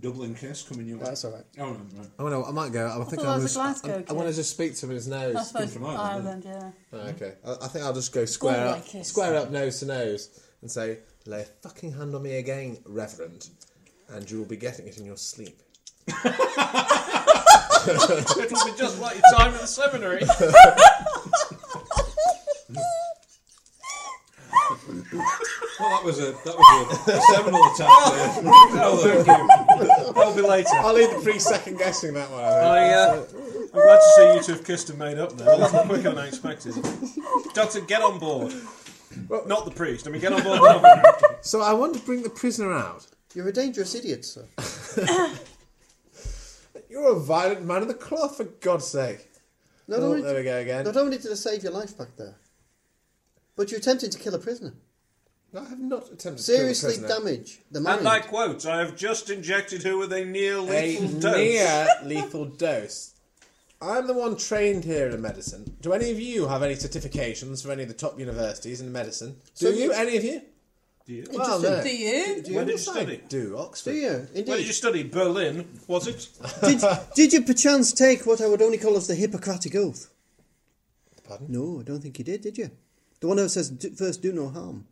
S8: Doubling kiss coming your way.
S5: That's all right.
S8: Oh, no, no.
S4: Oh no, I might go. I
S6: thought
S4: think I'll
S6: that was a
S4: just,
S6: Glasgow
S4: I, I want to
S6: kid. Oh,
S4: just speak to him in his
S6: I
S4: nose.
S6: suppose
S8: from
S6: Ireland,
S8: Ireland,
S6: yeah.
S4: Oh, okay. I, I think I'll just go square
S6: Oh, my
S4: up,
S6: kiss.
S4: square up nose to nose, and say, "Lay a fucking hand on me again, Reverend, and you will be getting it in your sleep."
S1: It'll be just like your time at the
S4: [laughs]
S1: seminary.
S8: Well, that was a that was a, a seminal attack. There.
S1: oh, thank you. That'll be later.
S4: I'll leave the priest second guessing that one. I
S1: I, uh, I'm glad to see you two have kissed and made up there. That was quicker than I expected. Doctor, get on board. Not the priest. I mean, get on
S4: [laughs]
S1: board. with the doctor.
S4: think. Uh, So I want to bring the prisoner out.
S5: You're a dangerous idiot, sir.
S4: You're a violent man of the cloth, for God's sake.
S5: Not
S4: oh,
S5: only,
S4: there we go again.
S5: not only did I save your life back there, but you attempted to kill a prisoner.
S4: I have not attempted to kill the
S5: Seriously
S4: prisoner.
S5: damage the mind.
S1: and I quote, I have just injected her with a near
S4: a
S1: lethal dose.
S4: near lethal dose. I'm the one trained here in medicine. Do any of you have any certifications from any of the top universities in medicine? Do
S5: So
S4: you?
S5: you-
S4: Any of you?
S1: Do you?
S4: Well, no.
S6: Do you?
S4: Do
S1: Where did you
S4: Yes, I
S1: study?
S4: Do
S5: Do
S4: Oxford?
S5: you?
S1: Where did [laughs]
S5: Indeed.
S1: you study? Berlin, was [laughs] it?
S5: Did, did you perchance take what I would only call as the Hippocratic Oath?
S4: Pardon?
S5: No, I don't think you did, did you? The one that says, "Do- first, do no harm.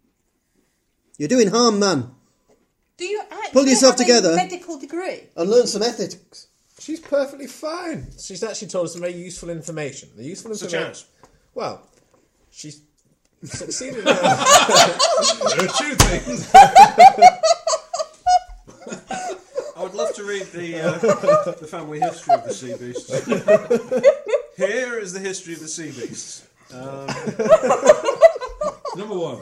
S5: You're doing harm, man.
S6: Do you actually
S5: Pull yourself
S6: have a
S5: together.
S6: medical degree?
S5: And learn some ethics.
S4: She's perfectly fine. She's actually told us some very useful information. The useful
S1: Such
S4: information.
S1: as?
S4: Well, she's [laughs] succeeded. in her-
S8: There are two things.
S1: I would love to read the [laughs] uh, the family history of the sea [laughs] beasts. Here is the history of the sea beasts.
S8: Number one.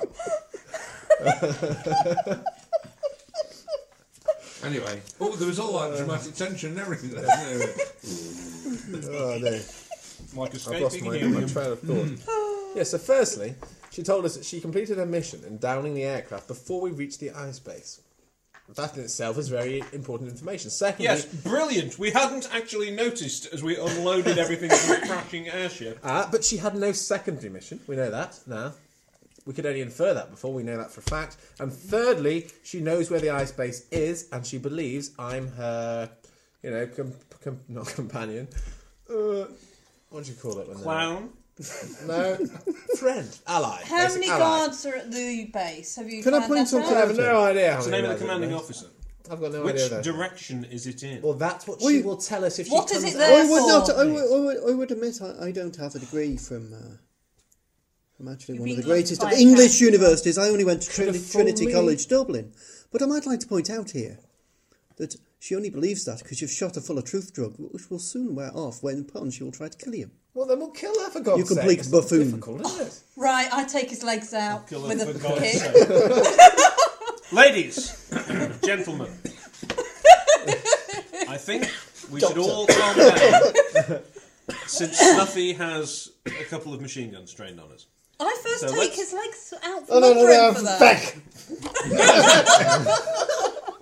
S8: anyway, oh, there was all that dramatic tension and everything there. wasn't there?
S2: [laughs]
S4: oh no.
S1: Like
S4: I've lost
S1: escaping
S4: my,
S1: helium.
S4: my trail of [sighs] thought. yeah, so firstly, she told us that she completed her mission in downing the aircraft before we reached the ice base. That in itself is very important information. Secondly,
S1: Yes, brilliant. We hadn't actually noticed as we unloaded everything from the crashing airship.
S4: Ah, but she had no secondary mission. We know that now. We could only infer that before. We know that for a fact. And thirdly, she knows where the ice base is, and she believes I'm her, you know, com- com- not [laughs] companion. Uh, what do you call it? When they're-
S1: Clown.
S4: No, friend, ally.
S6: How
S4: basic
S6: many
S4: ally.
S6: guards are at the base? Have you
S5: Can I
S6: found
S5: point
S6: that
S5: something
S4: I
S6: out?
S5: out?
S4: have no idea. How
S1: What's the
S4: many
S1: name of the
S4: guys are
S1: commanding
S4: there.
S1: officer?
S4: I've got no
S1: Which
S4: idea. though.
S1: direction is it in?
S4: Well, that's what she
S5: Well,
S4: will tell us if she
S6: what
S4: comes
S6: is it
S4: out.
S6: there
S5: I would not.
S6: for?
S5: I would, I would, I would admit I, I don't have a degree from. Uh, from actually
S6: You've
S5: one of the
S6: been
S5: greatest
S6: by
S5: of
S6: a
S5: English
S6: cat.
S5: universities. I only went to Trini-
S4: have fooled
S5: Trinity
S4: me.
S5: College, Dublin. But I might like to point out here that she only believes that because you've shot her full of truth drug, which will soon wear off when upon she will try to kill you.
S4: Well, then we'll kill her for God's
S5: You
S4: sake.
S5: complete
S4: It's
S5: buffoon.
S4: difficult, isn't it?
S6: Right, I take his legs out
S1: Kill
S6: with
S1: it
S6: a
S1: for God's
S6: kick. [laughs]
S1: sake. Ladies, [coughs] gentlemen, I think we should all calm down since Snuffy has a couple of machine guns trained on us.
S6: I first
S1: So
S6: take
S1: let's-
S6: his legs out
S5: Oh,
S6: from
S5: no, no,
S6: under
S5: no,
S6: him for that.
S5: back!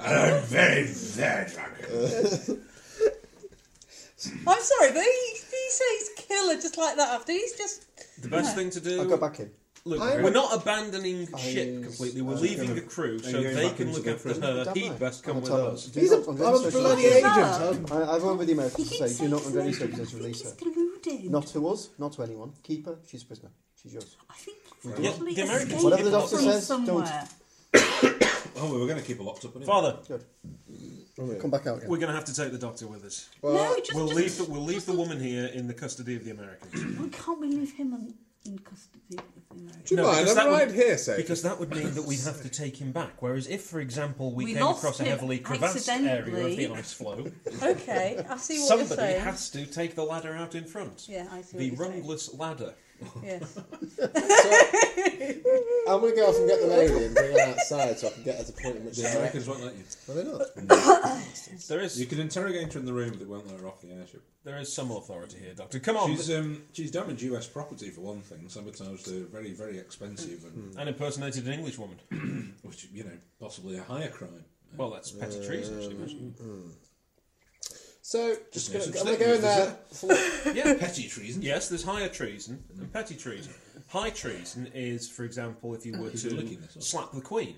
S8: I'm very, very drunk.
S6: I'm sorry, but he, he says killer just like that after. He's just.
S1: The best thing to do.
S5: I'll go back in.
S1: Look,
S4: I-
S1: we're not abandoning ship
S5: I-
S1: completely. We're
S5: I-
S1: leaving the crew so
S8: going
S1: they
S8: back
S1: can
S8: into
S1: look
S8: the
S1: after
S8: crew.
S1: her.
S5: Don't I?
S1: He'd best come
S5: I'm
S1: with
S5: tell
S1: us.
S5: us. Do
S4: He's a,
S5: not-
S4: I'm
S5: I'm
S4: a
S5: going to social
S4: bloody
S5: release.
S4: agent.
S6: Bizarre.
S4: I'm-
S5: I, I've worked with the
S6: He
S5: Americans to
S6: keeps
S5: say do not under any
S6: saying
S5: circumstances release her.
S6: He's deluded.
S5: Not to us, not to anyone. Keep her, she's a prisoner. She's yours.
S6: I think
S1: Yeah,
S6: probably
S1: the Americans-
S6: escaped
S5: Whatever the doctor
S6: from
S5: says, don't.
S6: somewhere.
S8: [laughs] Oh, we were going to keep a locked up. anyway.
S1: Father,
S5: Good. Come back out again.
S1: we're going to have to take the doctor with us.
S6: no, just,
S1: We'll
S6: just,
S1: leave. The, we'll leave the woman here in the custody of the Americans.
S6: Why can't we leave him in, in custody of the Americans?
S4: Do you
S1: No,
S4: mind?
S1: because
S4: I'm
S1: that would-
S4: right here, sir.
S1: Because that would mean that we'd have to take him back. Whereas if, for example, we,
S6: We
S1: came
S6: lost
S1: across a
S6: him
S1: heavily crevassed area of the
S6: accidentally.
S1: ice
S6: [laughs]
S1: floe,
S6: Okay, I see what you're
S1: [laughs] somebody
S6: saying.
S1: has to take the ladder out in front.
S6: Yeah, I see
S1: The
S6: what you're saying.
S1: rungless ladder.
S6: Yes.
S4: I'm going to go off and get the lady and bring her outside so I can get her to point in which
S2: The
S4: direction.
S2: Americans won't let you.
S4: Are they not?
S1: There is
S2: You can interrogate her in the room, but they won't let her off the airship.
S1: there is some authority here, Doctor. Come
S8: Oh,
S1: on,
S2: She's um, she's damaged U.S. property for one thing. Sabotaged a very very expensive and
S1: and impersonated an English woman.
S8: Hmm.
S2: which you know possibly a higher crime.
S1: Well, that's petty treason, I should imagine.
S4: So, just
S2: need
S4: gonna, I'm
S2: some
S4: going to go in there.
S1: Yeah,
S2: Petty treason.
S1: Yes, there's higher treason and petty treason. High treason is, for example, if you were
S2: He's looking
S1: to
S2: this up.
S1: slap the Queen.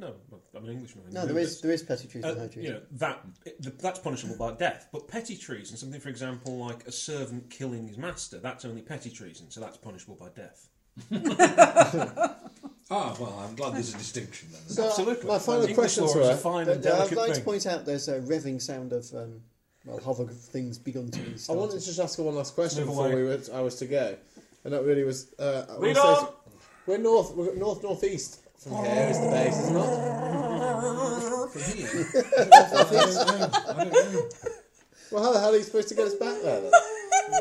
S1: No, I'm an Englishman. I
S5: No,
S1: know
S5: there
S1: this.
S5: is there is petty treason
S1: Uh,
S5: and high treason.
S1: you know that it- th- that's punishable by death. But petty treason, something for example like a servant killing his master, that's only petty treason, so that's punishable by death.
S2: Ah, well, I'm glad there's a distinction then.
S5: So,
S1: Absolutely.
S5: My final
S1: English
S5: question
S1: law
S5: to
S1: is
S5: her.
S1: a fine and
S5: uh, I'd
S1: delicate
S5: like to
S1: thing.
S5: point out there's a revving sound of um, well, hover things begun to be
S4: I wanted to
S5: started.
S4: just ask her one last question
S1: Move
S4: before
S1: away.
S4: we were, I was to go. And that really was. Uh, I wanna
S1: Lead
S4: say-
S1: on!
S4: We're north, we're north, northeast from here is the base, is it not?
S2: From here? I don't know. I don't know.
S4: Well, how the hell are you supposed to get us back there then?
S2: I, I,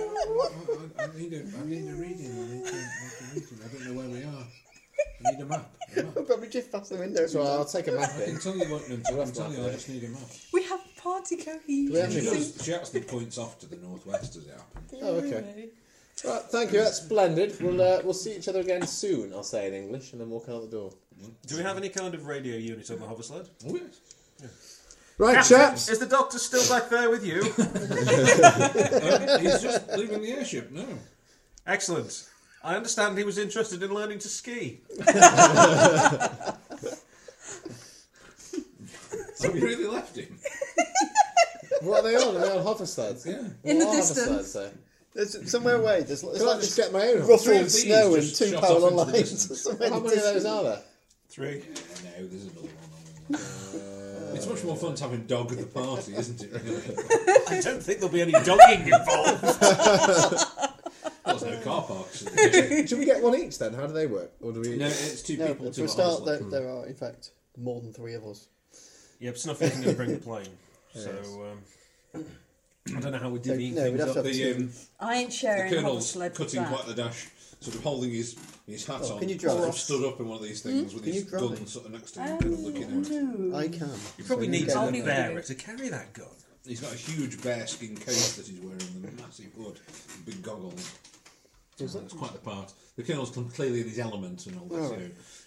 S2: I need a, I need a reading. I need, to, I need a reading. I don't know where we are. I need a map. A map.
S5: I'll probably drift past the window.
S4: So I'll take a map
S2: I can
S4: in.
S2: tell you what, no, I can tell you I just need a map.
S6: We have party
S4: we have
S6: cohesion.
S2: She,
S4: Yeah.
S2: does, she actually points off to the northwest as it happens.
S4: Oh, okay. Right, thank you, that's splendid. We'll, uh, we'll see each other again soon, I'll say in English, and then walk out the door.
S1: Do we have any kind of radio unit on the hover sled?
S2: Oh, yes.
S4: Right, chaps!
S1: Is the doctor still back there with you?
S2: Um, he's just leaving the airship now.
S1: [laughs] Excellent. I understand he was interested in learning to ski.
S2: So we really left him.
S4: What are they on? Are they on hover sleds?
S2: Yeah.
S6: In the
S4: What are hover
S6: distance.
S4: sleds, though?
S5: There's, somewhere away, there's, there's
S4: Can I
S5: like
S4: just
S5: this
S4: get my own hover
S2: Three of
S5: ruffled
S2: these
S5: snow and
S2: just
S5: two
S2: shot
S5: parallel
S2: off into the
S5: lines.
S2: distance.
S5: Somewhere
S4: How
S5: in the
S4: many of those
S5: distance.
S4: are there?
S1: Three.
S2: Yeah, no, there's another one. On. It's much more fun to having dog at the party, isn't it? Really?
S1: I don't think there'll be [laughs] any dogging involved.
S2: There's no car parks. at the-
S4: Should we get one each then? How do they work? Or do we?
S2: No, it's two
S5: No,
S2: people
S5: but
S2: to a
S5: for a start,
S2: hostel.
S5: there,
S4: hmm.
S5: there are in fact more than three of us.
S1: yep, Snuff isn't going to bring the plane. So, um, I don't know how we do the
S5: No, we'd
S1: things
S5: have
S1: up.
S5: to have
S2: The,
S5: two.
S2: um,
S6: I ain't
S2: the
S6: sharing hover
S2: colonel's
S6: sled with
S2: cutting quite
S6: that.
S2: the dash, sort of holding his, his hat
S5: Oh,
S2: on.
S5: can you drive?
S2: sort of stood up in one of these things with
S5: Can
S2: his
S5: you drive?
S2: gun sort of next to him, kind of looking at
S1: Um,
S2: him.
S6: No.
S5: I can.
S1: You probably need
S6: I'll
S1: to
S6: be
S1: bear
S6: with
S1: it to carry that gun.
S2: He's got a huge bearskin coat that he's wearing, and a massive hood, and big goggles. So it's quite the part. The colonel's com- clearly in his element and all that, so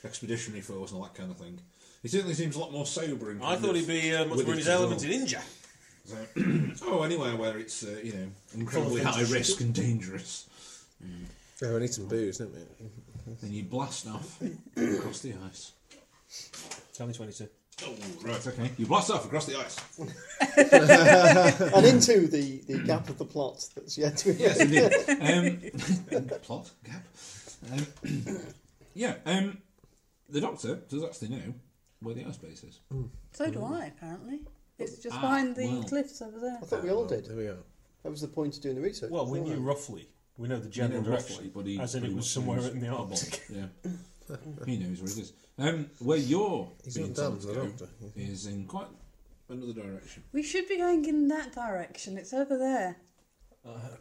S2: expeditionary force and all that kind of thing. He certainly seems a lot more sober. And
S1: I
S2: kind
S1: thought
S2: of
S1: he'd be uh, much
S2: with
S1: more
S2: it
S1: in his
S2: as
S1: element in
S2: well.
S1: India.
S2: So, [clears throat] oh, anywhere where it's uh, you know incredibly
S1: Full of
S2: high
S1: interest.
S2: risk and dangerous.
S4: Oh, we need some booze, don't we?
S2: Then you blast off across the ice.
S1: Tell me 22.
S2: Oh, right, okay. You blast off across the ice.
S5: [laughs] And into the, the gap of the plot that's yet to be. [laughs]
S2: Yes, indeed. [laughs] Um, plot gap. Um, [clears throat] yeah, um, the Doctor does actually know where the ice base is.
S6: So do I, apparently. It's just
S2: Mm. Ah,
S6: behind the
S2: well.
S6: cliffs over there.
S5: I thought we all did.
S4: There we are.
S5: That was the point of doing the research.
S1: Well, we
S5: wasn't
S1: knew
S5: it?
S1: roughly. We know the general
S2: know roughly,
S1: roughly,
S2: but he-
S1: as in
S2: but he
S1: it was
S2: must
S1: somewhere
S2: know.
S1: in the [coughs] Arctic.
S2: Yeah, he knows where it is. Um, where you're
S4: He's
S2: being
S4: not dumb,
S2: told to
S4: the
S2: go
S4: Doctor,
S2: is in quite another direction.
S6: We should be going in that direction. It's over there.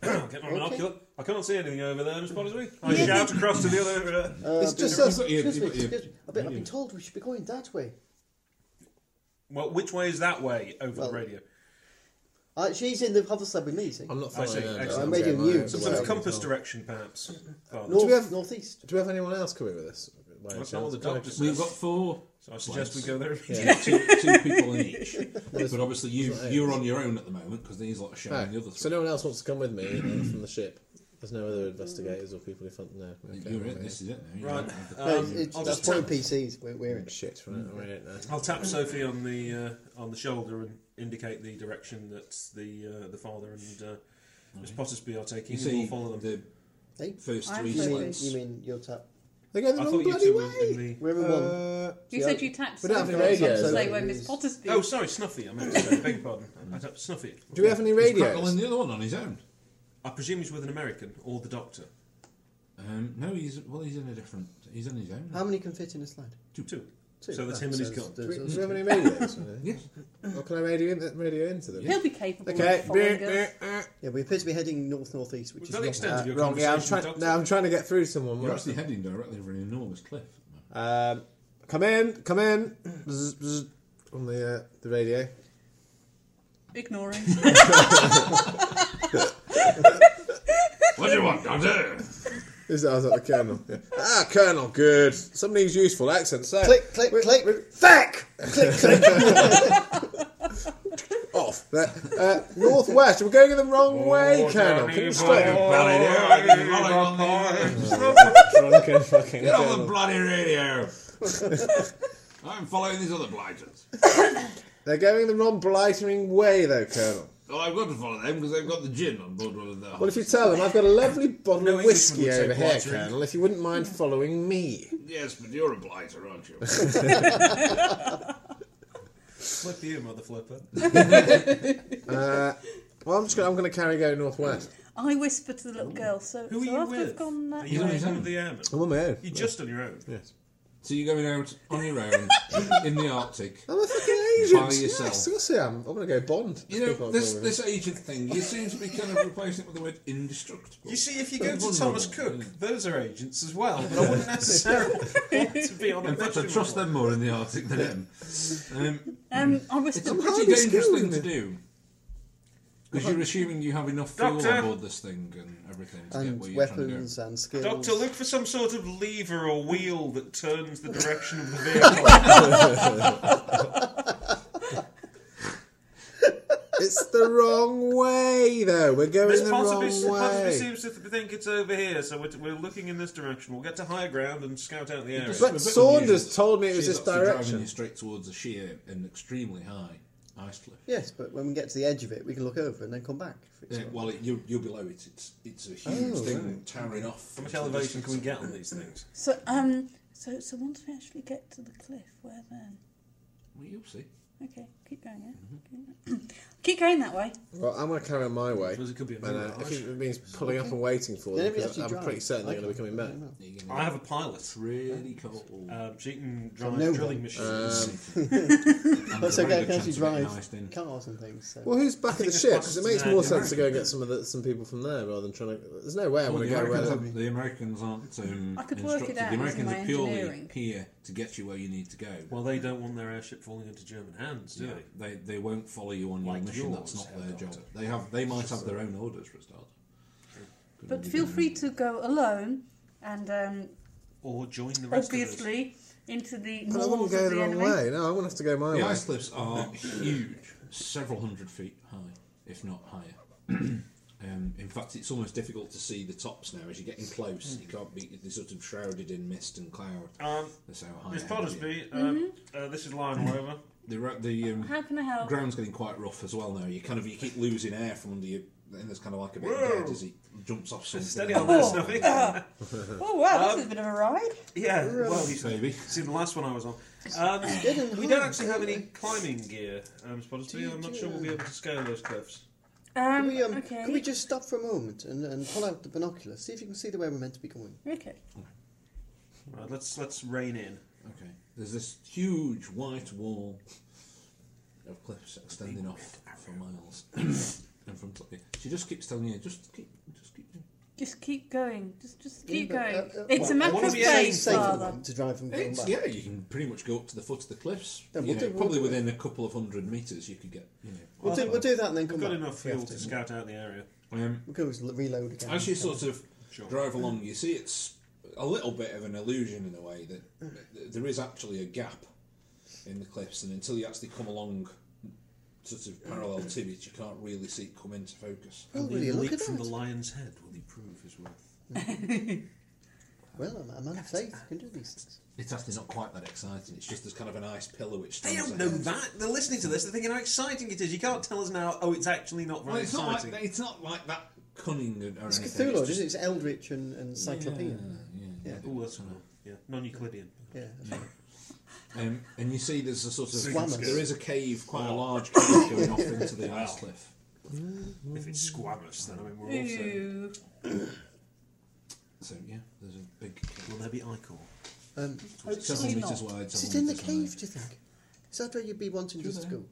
S1: Get my binocular. I can't see anything over there, Miss
S5: [laughs]
S1: Pottersby. I shout across to the other. Uh,
S5: Uh,
S4: It's
S5: but-
S4: just
S2: you've
S4: us.
S2: got your-
S5: Excuse
S2: you've
S5: me,
S2: got your-
S5: excuse me. I've been, I've been told we should be going that way.
S1: well, which way is that way over
S5: Well,
S1: the radio?
S5: Uh, she's in the hover slab with me, see?
S4: I'm not
S1: I
S4: following
S1: see,
S4: her, no,
S1: excellent.
S4: I'm
S5: I made
S4: getting
S5: him
S4: my
S5: new.
S4: own
S1: Some
S5: Some
S4: way
S1: sort
S4: as
S1: of compass
S4: well.
S1: direction,
S5: [laughs]
S1: perhaps. Father.
S5: North,
S4: we have-
S5: northeast.
S4: Do we have anyone else coming with us? By
S1: That's not
S4: chance?
S1: what the doctor says.
S2: We've got four.
S1: so I suggest we
S2: flights.
S1: go there.
S2: Yeah, two, two people in
S4: [laughs]
S2: each. But obviously, you, you're on your own at the moment because these lot are
S4: Oh,
S2: sharing the other three.
S4: so no one else wants to come with me uh, from the ship. There's no other investigators or people who fun no. Okay,
S2: you're
S4: I'm
S2: it.
S4: in.
S2: This is it. Now.
S1: Right.
S5: No,
S1: Um,
S5: it's,
S1: I'll
S5: that's
S1: just tap.
S5: two PCs. We're, we're in.
S4: Shit, right? I'm in it now.
S1: [laughs] I'll tap Sophie on the uh, on the shoulder and indicate the direction that the uh, the father and uh, Miss Pottersby are taking.
S2: You
S1: and
S2: see,
S1: we'll follow them.
S2: the
S5: Hey?
S2: first
S6: I'm
S2: three
S5: You
S6: sorry.
S5: mean,
S2: flights.
S5: you mean your tap?
S4: They're going the
S1: I
S4: wrong
S1: thought you
S4: bloody
S1: two were in
S4: way.
S1: the.
S5: We're in one.
S4: Uh,
S6: You
S5: Yeah.
S6: said you tapped
S4: We don't have
S6: Sophie
S4: any radio,
S6: to
S4: though.
S6: say where Miss Potter's been.
S1: Oh, sorry, Snuffy. I meant to say. Beg your pardon. I tapped Snuffy.
S4: do we have any
S2: Crackling
S4: radios?
S2: the other one on his own.
S1: I presume he's with an American or the doctor.
S2: Um, no, he's well. He's in a different. He's on his own.
S5: How many can fit in a slide?
S1: Two.
S5: Two
S1: So that's him and he's
S5: packs,
S1: gone.
S5: so-
S4: Do
S5: so-
S4: we
S5: so-
S4: have any radios? in
S15: Yeah.
S4: here? Or can I radio, in, radio into them?
S6: He'll be capable
S4: Okay.
S6: of following
S4: Beep,
S6: us.
S4: beep, eh.
S5: Yeah, we appear to be heading north northeast, which
S1: Was
S5: is
S1: that the
S5: wrong.
S1: extent
S4: Uh,
S1: of your
S4: wrong. Yeah, I'm
S1: conversation?
S4: trying.
S1: Doctor?
S4: No, I'm trying to get through to someone.
S2: You're
S4: What?
S2: actually heading directly over an enormous cliff.
S4: Um, come in, come in. Bzz, bzz, on the uh, the radio.
S6: Ignore him.
S2: What do you want, Doctor?
S4: Is that I was at the colonel? Yeah. Ah, colonel, good. Somebody's useful accent. So
S5: Click, click,
S4: we-
S5: click.
S4: we-
S5: Fack! Click, click.
S4: [laughs] off. There. Uh, northwest. We're going in the wrong way, colonel. Can you stop? [laughs] Drunken fucking.
S2: Get off the bloody radio! [laughs] I'm following these other blighters.
S4: They're going the wrong blightering way, though, colonel.
S2: Well, I've got to follow them because they've got the gin on board one of their.
S4: Well, if you tell them, I've got a lovely bottle
S1: No
S4: of
S1: Englishman
S4: whiskey
S1: would say
S4: over here,
S1: blightering.
S4: colonel. If you wouldn't mind following me.
S2: Yes, but you're a blighter, aren't you?
S1: Flip you, mother flipper.
S4: Uh, Well, I'm just. Gonna, I'm going to carry going northwest.
S6: I whisper to the little girl, so,
S1: Who are
S6: so
S1: you
S6: after I've
S1: with?
S6: gone that
S1: Are you
S6: way-
S1: with one of the airmen?
S4: I'm on my own.
S1: You're just on your own.
S4: Yes.
S15: [laughs] So you're going out on your own in the
S4: [laughs]
S15: Arctic.
S4: I'm a fucking agent.
S15: By yourself.
S4: Yes, of course I am. I'm going to go Bond.
S15: You know, this, this agent thing, you seem to be kind of replacing it with the word indestructible.
S1: You see, if you go
S15: Vulnerable.
S1: to Thomas Cook, those are agents as well, but I wouldn't necessarily want to be on a
S2: In fact, I
S1: mission
S2: trust
S1: with
S2: them more in the Arctic than
S1: [laughs]
S2: him. Um,
S6: Um, I whisper.
S15: It's a
S4: highly
S15: pretty dangerous
S4: skilled
S15: thing
S4: in
S15: to
S4: it.
S15: do. Because you're assuming you have enough fuel
S1: Doctor?
S15: on board this thing and everything to get where
S5: and
S15: you're trying
S5: weapons
S15: to
S5: and
S1: one.
S5: skills.
S1: Doctor, look for some sort of lever or wheel that turns the direction of the vehicle.
S4: It's the wrong way, though. We're going
S1: This
S4: the
S1: part of,
S4: wrong
S1: me, part of me
S4: way.
S1: seems to think it's over here, so we're, we're looking in this direction. We'll get to higher ground and scout out the area.
S2: go.
S4: But Saunders told me it was
S2: She's
S4: this
S2: actually driving
S4: direction.
S2: you straight towards a sheer and extremely high ice cliff.
S5: Yes, but when we get to the edge of it, we can look over and then come back. for
S2: Yeah,
S5: example.
S2: well, it, you're, you're below it. It's it's a huge
S5: Oh,
S2: thing towering off.
S1: How much elevation can we get on these things?
S6: [laughs] So, um, so, so once we actually get to the cliff, where then?
S2: Well, you'll see.
S6: Okay, keep going, yeah? keep going [clears throat] that way.
S4: Well, I'm going to carry on my way.
S1: Because it could be a
S4: And, uh, if
S1: mirage.
S4: it means pulling up and waiting for
S5: Then
S4: them,
S5: if you
S4: 'cause
S5: actually
S4: I'm
S5: drive,
S4: pretty certain they're going to
S5: okay.
S4: be coming back.
S5: I don't know.
S2: You're
S1: I
S2: gonna
S1: have a pilot.
S2: it's really cold.
S1: Um, she can drive
S5: no
S1: drilling
S5: one. Um,
S1: machines.
S5: That's okay, I can actually
S2: Nice
S5: drive
S2: in.
S5: cars and things. So.
S4: Well, who's back in the
S1: think
S4: ship?
S1: it's
S4: Because it
S1: possible
S4: makes
S1: to
S4: more
S1: do
S4: sense to
S1: that.
S4: go and get some of the, some people from there rather than trying to. There's no way I
S2: Well,
S4: want to
S2: the,
S4: go
S2: Americans
S4: around.
S2: aren't, the Americans aren't. Um,
S6: I could work it
S2: instructed.
S6: out
S2: The
S6: using
S2: Americans
S6: my
S2: are purely
S6: engineering.
S2: here to get you where you need to go.
S1: Well, they don't want their airship falling into German hands, do
S2: yeah,
S1: they?
S2: they they won't follow you on your
S1: Like
S2: mission.
S1: yours,
S2: That's not
S1: Herr
S2: their
S1: Doctor.
S2: job. They have they might have their own orders for a start. Could all
S6: But
S2: be
S6: feel
S2: done.
S6: free to go alone and, um,
S1: Or join the rest of us.
S6: obviously into the
S4: But I wouldn't
S6: north
S4: go
S6: of
S4: the
S6: the
S4: wrong
S6: enemy.
S4: way. No, I'm going to have to go my
S2: The
S1: [laughs]
S4: way.
S2: ice cliffs are [laughs] huge, several hundred feet high, if not higher. [clears throat] um, in fact, it's almost difficult to see the tops now as you're getting close. You can't be; they're sort of shrouded in mist and cloud.
S1: Um,
S2: They're so high.
S1: Miss
S2: above you.
S1: Pottersby, um, uh, this is Lionel
S5: Hmm.
S1: over.
S2: The, ro- the um,
S6: How can I help?
S2: ground's getting quite rough as well now. You kind of you keep losing air from under you, and there's kind of like a bit of
S1: Whoa.
S2: dead as he jumps off something.
S1: Steady on there, Snuffy.
S6: Oh, wow, this
S1: Um,
S6: is a bit of a ride.
S1: [laughs] yeah, well,
S2: Please,
S1: he's
S2: baby.
S1: seen the last one I was on. Um, we don't actually have any climbing gear, um, Miss Pottersby. I'm not sure we'll be able to scale those cliffs.
S6: Um,
S5: Can we, um,
S6: okay.
S5: can we just stop for a moment and, and pull out the binoculars? See if you can see the way we're meant to be going.
S6: Okay.
S1: Right, let's let's rein in.
S2: Okay. There's this huge white wall of cliffs extending off for miles. [clears throat] and from t- she just keeps telling you, just keep, just keep. doing
S6: Just keep going. Just, just keep
S5: but,
S6: going.
S5: uh, uh,
S6: it's
S5: well,
S6: a
S5: I
S6: matter
S1: wanna
S6: of
S1: be able to
S5: Safe
S6: faith,
S5: safe at the
S6: Father.
S5: moment to drive from
S2: it."
S5: going
S2: It's-
S5: back.
S2: yeah, you can pretty much go up to the foot of the cliffs.
S5: Yeah,
S2: you
S5: we'll
S2: know,
S5: do- we'll
S2: probably
S5: do it.
S2: within a couple of hundred meters, you could get. You know,
S5: We'll, do, we'll do that and then come
S1: We've got
S5: back.
S1: enough
S5: if we have
S1: fuel to
S5: to.
S1: scout out the area.
S2: um,
S5: We'll go and reload again.
S2: as you sort of
S1: Sure.
S2: drive along, you see it's a little bit of an illusion in a way that that there is actually a gap in the cliffs, and until you actually come along, sort of parallel to it, you can't really see it come into focus.
S5: Oh, will
S1: the
S5: you look
S1: leap
S5: at
S1: from the
S5: that?
S1: lion's head will he prove his worth?
S5: Well, I'm a man of faith. I can do these things.
S2: It's actually not quite that exciting. It's just there's kind of an ice pillar which
S1: They
S2: stands.
S1: don't know
S2: ahead.
S1: that. They're listening to this. They're thinking how exciting it is. You can't tell us now. Oh, it's actually not very
S2: Well, it's not
S1: exciting.
S2: like it's not like that cunning or
S5: It's
S2: anything.
S5: Cthulhu,
S2: just-
S5: isn't it? It's Eldritch and, and Cyclopean.
S2: Yeah,
S5: Yeah.
S2: yeah.
S1: Oh, that's one. Yeah, non-Euclidean.
S5: Yeah.
S2: Um, and you see there's a sort of
S5: Swammer.
S2: there is a cave, quite a large cave going off into the ice cliff.
S1: If it's squamous, then I mean we're all set.
S6: Ooh.
S2: So yeah, there's a big.
S1: Will there be ichor?
S5: Um,
S2: Several
S6: Hopefully
S2: metres
S6: not.
S2: wide.
S5: is it
S2: several
S5: in the
S2: metres high.
S5: cave, do you think? Is that where you'd be wanting just to go?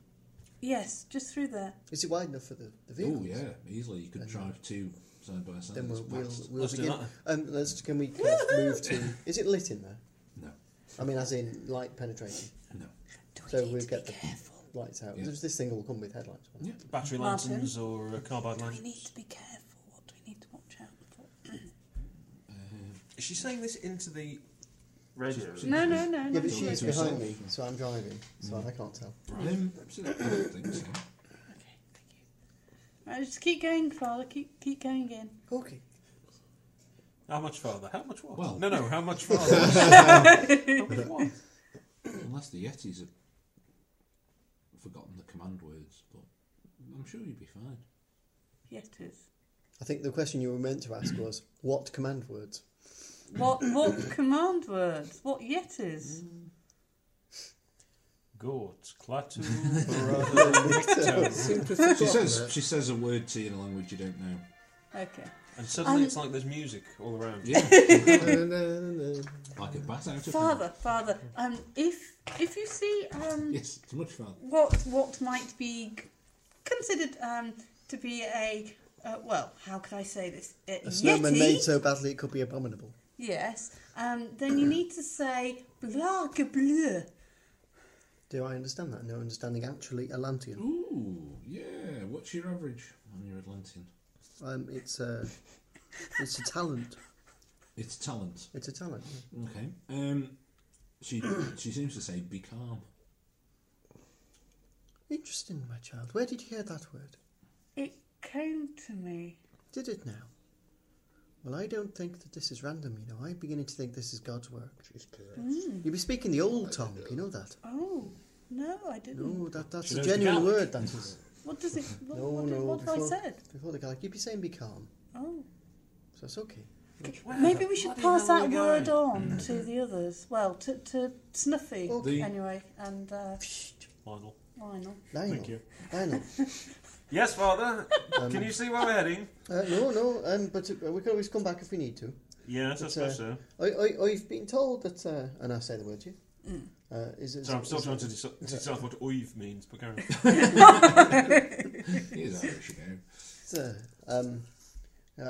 S6: Yes, just through there.
S5: Is it wide enough for the, the
S2: Oh
S5: vehicles?
S2: yeah, easily. You could drive two side by side.
S5: Then we'll, we'll,
S2: Fast.
S5: we'll
S1: Let's do
S5: begin. Um, let's, can we kind of
S2: [laughs]
S5: move to. Is it lit in there?
S2: No,
S5: I mean, as in light penetrating.
S2: no.
S5: So we'll get the lights out.
S2: Yeah.
S5: There's this thing will come with headlights. won't it?
S1: Battery
S6: Martin?
S1: lanterns or uh, carbide
S6: We
S1: lanterns.
S6: need to be careful. What do we need to watch out for?
S1: Is she saying this into the radio?
S6: No, no, no.
S5: Yeah,
S6: no.
S5: but she's
S2: to herself.
S5: behind me, so I'm driving, so
S2: Mm-hmm.
S5: I can't tell.
S2: Right. Um, so I don't think so.
S6: Okay, thank you. Right, just keep going, Father. Keep keep going
S5: [laughs]
S6: in.
S5: Okay.
S1: How much farther? How much what?
S2: Well-
S1: no, no. How much farther?
S2: [laughs]
S1: how
S6: [laughs]
S1: much what?
S2: Unless the Yetis have forgotten the command words, but I'm sure you'd be
S5: [laughs]
S2: fine.
S6: Yetis.
S5: I think the question you were meant to ask was what command words?
S6: What what [coughs] command words? What yetis?
S5: Mm.
S1: Gort, Klaatu,
S4: [laughs]
S5: Victor.
S1: Barado,
S2: She says she says a word to you in a language you don't know.
S6: Okay.
S1: and suddenly
S6: Um,
S1: it's like there's music all around.
S2: Yeah,
S5: [laughs]
S4: That's
S2: like a bat out of
S6: Father, father. Um, if if you see um
S2: Yes, it's much fun.
S6: what what might be c- considered um to be a uh, well, how could I say this? A,
S5: A snowman
S6: yeti.
S5: made so badly it could be abominable.
S6: Yes. Um, then you need to say blage bleu.
S5: Do I understand that? No understanding actually Atlantean.
S2: Ooh, yeah. What's your average on your Atlantean?
S5: Um, it's a, it's a talent.
S2: It's talent.
S5: It's a talent.
S2: Okay. Um, she she seems to say be calm.
S5: Interesting, my child. Where did you hear that word?
S6: It came to me.
S5: Did it now? Well, I don't think that this is random. You know, I'm beginning to think this is God's work. You be speaking the old tongue. You know that.
S6: Oh no, I didn't.
S5: No, that that's
S1: She
S5: a
S1: knows the
S5: genuine
S1: Gaelic.
S5: word. That is.
S6: What does it? What,
S5: No,
S6: what, did-
S5: no,
S6: what have I
S5: before-
S6: said?
S5: Before the Gaelic, you'd be saying be calm. [laughs]
S6: Oh.
S5: So it's okay.
S6: Maybe we should
S1: bloody
S6: pass
S1: hell are
S6: that
S1: we
S6: word on to the others. Well, to, to Snuffy,
S2: Okay.
S6: anyway, and uh,
S1: Lionel.
S6: Lionel.
S5: Lionel.
S1: Thank you.
S5: Lionel.
S1: Yes, Father.
S2: [laughs]
S1: Can you see where we're heading?
S5: Uh, no, no, um, but uh, we can always come back if we need to.
S1: Yes, I
S5: It's,
S1: suppose
S5: uh,
S1: so.
S5: I, I, I've been told that, uh, and I say the word to you. Uh, is, is,
S1: So I'm still
S5: is-
S1: trying to deci- decide what oive means, but [laughs] carry on.
S2: It is Irish, you know.
S5: Uh, um, uh,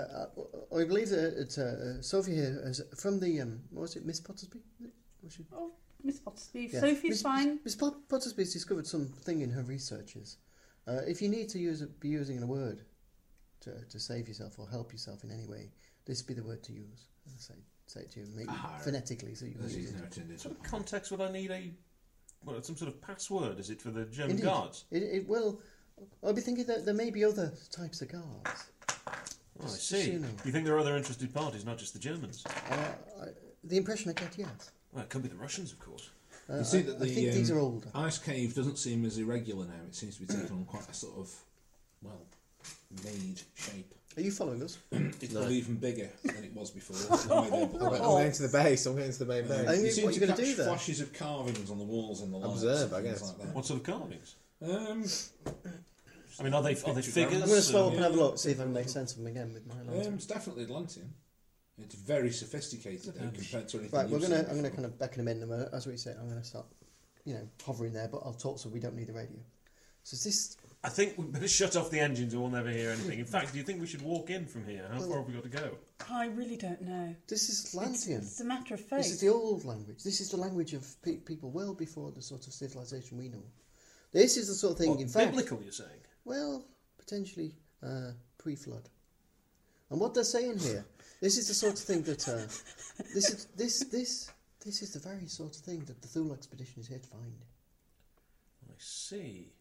S5: I- I believe that it's, uh, uh, Sophie here is from the um, what was it, Miss Pottersby? Was she?
S6: Oh, Miss Pottersby.
S5: Yeah.
S6: Sophie's
S5: Miss-
S6: fine.
S5: Miss Pot- Pottersby's discovered something in her researches. Uh, if you need to use a, be using a word to, to save yourself or help yourself in any way, this be the word to use. And I say say it to you maybe
S2: Ah,
S5: phonetically so you can
S2: As
S5: use
S2: he's
S5: it.
S2: now turned into.
S1: Some context would I need a well, some sort of password? Is it for the German
S5: Indeed.
S1: guards?
S5: It, it will. I'll be thinking that there may be other types of guards.
S1: Oh, I
S5: Just- just
S1: see.
S5: you know.
S1: You think there are other interested parties, not just the Germans?
S5: Uh, I, the impression I get, yes.
S1: Well, it could be the Russians, of course.
S5: Uh,
S2: You see
S5: I-
S2: that
S5: I
S2: the
S5: think these
S2: um,
S5: are older.
S2: ice cave doesn't seem as irregular now. It seems to be taking on quite a sort of well made shape.
S5: Are you following us?
S2: It's probably even bigger than it was
S5: [laughs]
S2: before. the way they're built.
S4: I'm getting to the base. I'm getting to the main
S2: Um,
S5: I
S4: base.
S5: mean,
S2: you seem
S5: what
S2: to
S5: Oh. you gonna
S2: catch
S5: do there?
S2: flashes of carvings on the walls and the lights
S4: Observe,
S2: and
S4: I
S2: things
S4: guess.
S2: Like that.
S1: What sort of carvings?
S2: Um,
S1: I mean, are they are they figures?
S5: I'm going to slow up
S1: and-
S5: and have a look, see if I can make sense of them again with my
S2: um,
S5: lantern.
S2: it's definitely Atlantean. It's very sophisticated though, compared to anything.
S5: right, we're
S2: you've
S5: going to.
S2: seen
S5: I'm going to
S2: before.
S5: kind of beckon them in, and uh, as we say, I'm going to start, you know, hovering there. But I'll talk, so we don't need the radio. So is this?
S1: I think we better shut off the engines or we'll never hear anything. In fact, do you think we should walk in from here? How far have we got to go?
S6: I really don't know.
S5: This is Atlantean.
S6: It's a matter of
S5: This is
S6: faith.
S5: the old language. This is the language of pe- people well before the sort of civilization we know. This is the sort of thing.
S1: Well,
S5: in fact,
S1: biblical, you're saying?
S5: Well, potentially uh, pre-flood. And what they're saying here, this is the sort of thing that uh, this is this this this is the very sort of thing that the Thule expedition is here to find.
S1: I see.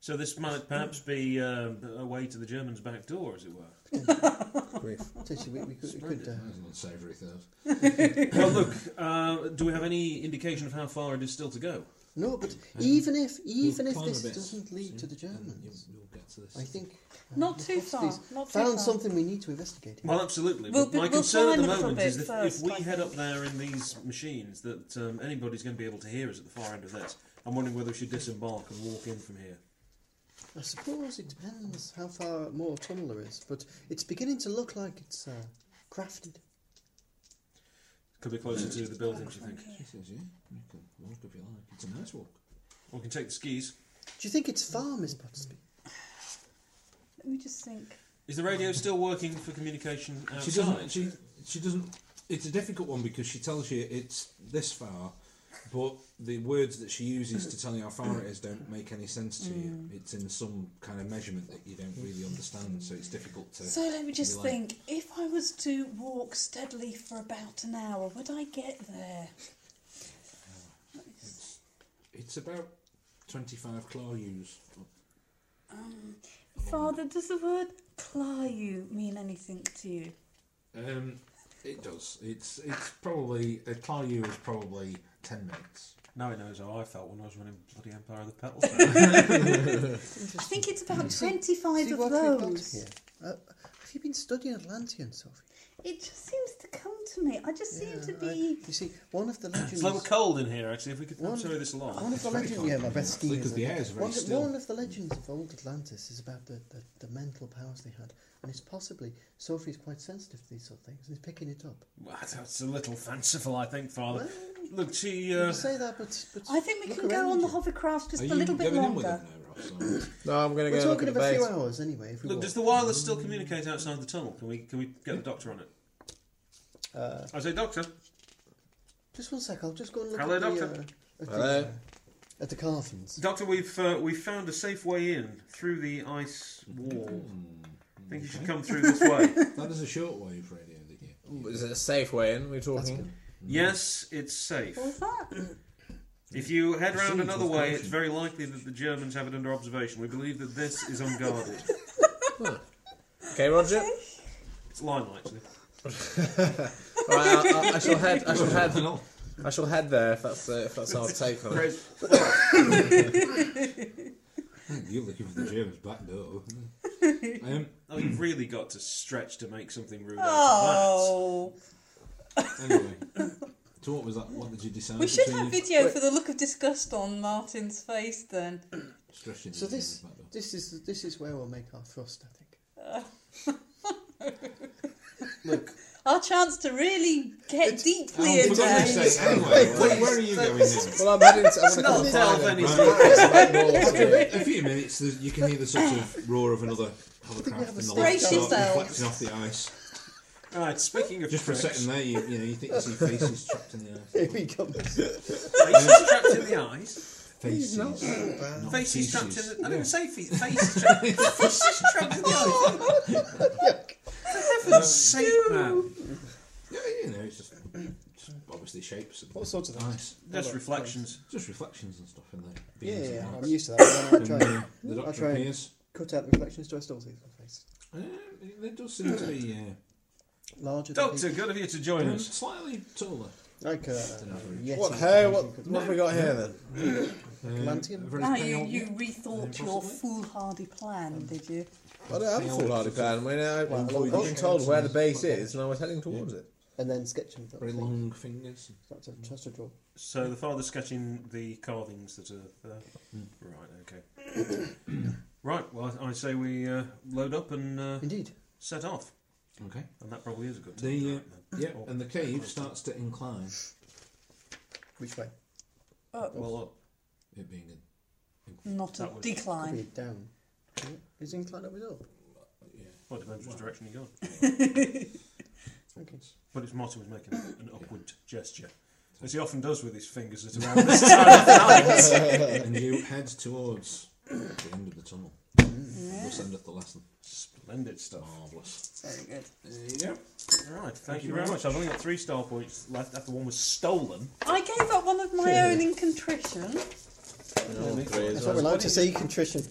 S1: So this might perhaps be um, a way to the Germans' back door, as it were.
S4: Brief.
S5: Potentially, we, we could, we could uh,
S2: That's an unsavoury thought.
S1: well, look, uh, do we have any indication of how far it is still to go?
S5: no, but even if even
S2: You'll
S5: if
S2: climb
S5: this
S2: a bit
S5: doesn't
S2: soon,
S5: lead to the
S2: and You'll,
S5: Germans,
S2: you'll get to this.
S5: I think uh,
S6: Not too
S5: what's
S6: far, not too
S5: found
S6: far.
S5: something we need to investigate.
S1: Well, absolutely.
S6: We'll-
S1: but my
S6: we'll
S1: concern at the
S6: climb a little
S1: moment
S6: bit
S1: is that if
S6: first,
S1: we
S6: I
S1: head up
S6: think.
S1: there in these machines, that um, anybody's going to be able to hear us at the far end of this. I'm wondering whether we should disembark and walk in from here.
S5: I suppose it depends how far more tunnel there is, but it's beginning to look like it's uh, crafted.
S1: Could be closer to the buildings, you think?
S8: He says, yeah, you can walk if you like. It's a nice walk.
S1: Or we can take the skis.
S5: Do you think it's far, Miss Pottersby?
S6: Let me just think.
S1: Is the radio still working for communication outside?
S2: She doesn't. She she doesn't. It's a difficult one because she tells you it's this far, but the words that she uses to tell you how far it is don't make any sense to
S5: Mm.
S2: you. It's in some kind of measurement that you don't really understand, so it's difficult to.
S6: So let me just
S2: be like-
S6: think. If I was to walk steadily for about an hour, would I get there?
S2: It's, it's about twenty-five claws.
S6: um, Father, does the word "clayu" mean anything to you?
S2: Um, it does. It's it's probably a claw you is probably ten minutes.
S1: Now he knows how I felt when I was running bloody Empire of the [laughs] Petals.
S6: I think it's about twenty-five
S5: See
S6: of
S5: what we've got
S6: those.
S5: here. Uh, have you been studying Atlantean, Sophie?
S6: It just seems to come to me. I just seem to
S5: I-
S6: be.
S5: you see, one of the
S1: it's a little
S5: legends.
S1: cold in here, actually. If we could
S5: One-
S1: carry this along.
S5: One of the legends. Yeah, my best ski
S2: Because
S5: is
S2: the
S5: like-
S2: air is very
S5: one, of-
S2: still.
S5: one of the legends of old Atlantis is about the, the, the mental powers they had, and it's possibly Sophie's quite sensitive to these sort of things and is picking it up.
S1: Well, that's a little fanciful, I think, Father. Look, she. Uh,
S5: you say that, but, but
S6: I think we
S5: look
S6: can go
S5: around
S6: on the
S5: you.
S6: hovercraft just
S2: Are
S6: a
S2: you
S6: little bit
S2: going in with it
S6: longer.
S2: now, Ross?
S4: No, I'm going to
S5: We're
S4: go look
S5: talking
S4: at the
S5: of a
S4: base.
S5: few hours anyway. If we
S1: Look,
S5: walk.
S1: does the wireless still communicate outside the tunnel? Can we can we get the doctor on it?
S5: Uh,
S1: I say, doctor.
S5: just one sec. I'll just go and look
S1: Hello,
S5: at the,
S1: Doctor.
S5: uh, at,
S4: Hello.
S5: The, uh, at the Carthens.
S1: Doctor, we've uh, we've found a safe way in through the ice wall.
S2: Hmm.
S1: I think you should come through this way.
S2: [laughs] That is a shortwave radio that you.
S4: Is it a safe way in? We're
S5: That's
S4: talking.
S5: good.
S1: yes, it's safe.
S6: What was that?
S1: If you head round
S2: Proceed
S1: another
S2: with
S1: way,
S2: caution.
S1: it's very likely that the Germans have it under observation. We believe that this is unguarded.
S4: Okay, Roger.
S1: it's lime, actually.
S4: All right, I, I, I shall head. I shall
S2: [laughs]
S4: head.
S2: No.
S4: I shall head there if that's uh, if that's our take on it.
S2: You're looking for the Germans back
S6: [laughs]
S2: door. um,
S1: Oh, you've really got to stretch to make something rude out of
S6: Oh,
S2: anyway, so what was that? What did you decide?
S6: we should
S2: between
S6: have video for the look of disgust on Martin's face. Then
S2: stretching the
S5: So
S2: Germans
S5: this-
S2: back door?
S5: This is this is where we'll make our thrust. I think.
S1: that. Look,
S6: our chance to really get deeply
S2: Oh,
S6: in
S2: for
S6: there.
S2: goodness sake, anyway, where, where are you going now?
S4: Well, I'm heading. To, I'm
S1: not
S4: going to
S1: self
S4: climb
S1: anything.
S4: it.
S2: A few minutes, there's- you can hear the sort of roar of another hovercraft
S5: have a
S2: and the
S5: Brace
S2: lights start
S6: yourselves.
S2: reflecting off the ice.
S1: all right. Speaking of
S2: Just for a
S1: tricks,
S2: second there, you, you know, you think you see faces trapped in the
S5: [laughs] Here
S2: ice.
S5: he comes.
S1: faces trapped in the eyes.
S2: Faces. Not,
S1: Faces trapped in
S2: feces.
S1: the. I didn't say fe- faces
S2: [laughs]
S1: trapped. faces trapped in the eyes. For heaven's sake, man!
S2: Yeah, you know, it's just, just obviously shapes and
S5: All sorts of things.
S2: ice.
S1: That's reflections.
S2: Just reflections and stuff in there.
S5: Yeah,
S2: Beams and
S5: yeah, yeah,
S2: lights.
S5: I'm used to that. Why not
S2: [laughs]
S5: try and
S2: The
S5: I'll
S2: doctor
S5: try and-
S2: appears.
S5: cut out the reflections to our stalls these face.
S2: Uh, it- it does seem to be uh,
S5: Larger than
S1: Doctor, good of you to join
S2: um,
S1: us.
S2: slightly taller
S5: people. Like uh,
S2: than average.
S5: yeti.
S4: What hair? What, what have we got here then?
S5: Atlantean?
S2: a Uh, very
S6: Now Ah, you,
S2: pale-
S6: you rethought your foolhardy plan, did you?
S4: I don't have a foolhardy plan. When I,
S5: Well,
S4: I've
S5: well,
S4: been told where the base is, and I was heading towards it.
S5: And then sketching with that
S2: Very
S5: thing.
S2: long fingers.
S5: That's a that's a draw.
S1: So the father's sketching the carvings that are there. Right. Okay.
S2: [coughs]
S1: right. Well, I I say we uh, load up and uh,
S5: Indeed.
S1: set off.
S2: Okay.
S1: And that probably is a good time.
S2: The uh,
S1: right, then.
S2: yeah,
S1: Oh.
S2: and the cave starts to incline.
S5: Which way?
S1: Well, up.
S2: It being a
S6: Uh, Not a
S1: That was-
S5: Could be
S6: decline.
S5: down. Is it inclined upwards up?
S1: Well, it depends which direction you go.
S5: Okay.
S1: But it's Martin was making an upward gesture, as he often does with his fingers
S2: [laughs]
S1: at around this time of night.
S2: and you head towards the end of the tunnel. Thus endeth the lesson.
S1: [laughs] Splendid stuff.
S2: Marvellous.
S6: Very good.
S2: There you go.
S1: All right, thank, you very much. I've only got three star points left after one was stolen.
S6: I gave up one of my own in contrition.
S5: That's what we like to see, contrition.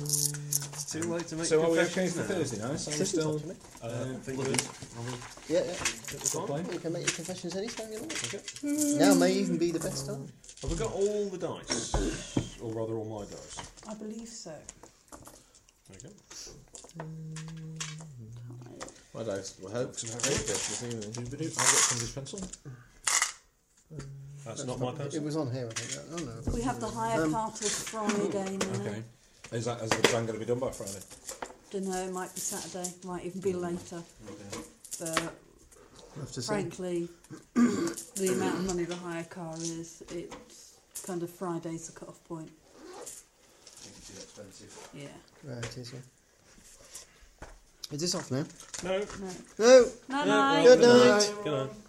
S1: It's too late to make
S2: So are we okay
S1: confessions
S2: for
S1: now.
S2: Thursday night? Are we
S5: Confessions,
S2: still
S5: actually.
S1: Uh, I think we're-
S5: Yeah, yeah.
S2: still playing?
S5: You can make your confessions any time you like. Now may even be the best time.
S1: Have we got all the dice? Or rather, all my dice.
S6: I believe so.
S1: Okay.
S4: My dice were hopes and hopes.
S2: I've got somebody's pencil.
S1: That's not my
S5: It
S1: pencil.
S5: was on here, I think. Oh no.
S6: We have the higher
S5: Um,
S6: part of Friday now.
S2: Okay. Is that is the plan going to be done by Friday?
S6: Dunno, it might be Saturday, might even be later. but
S4: Have to see.
S6: frankly, the amount of money the hire car is, it's kind of Friday's the cut off point. Yeah.
S5: Right, it is, yeah. Is this off now?
S1: No.
S6: No.
S5: No!
S1: No,
S6: No, no.
S1: well,
S5: Good night.
S1: Good night.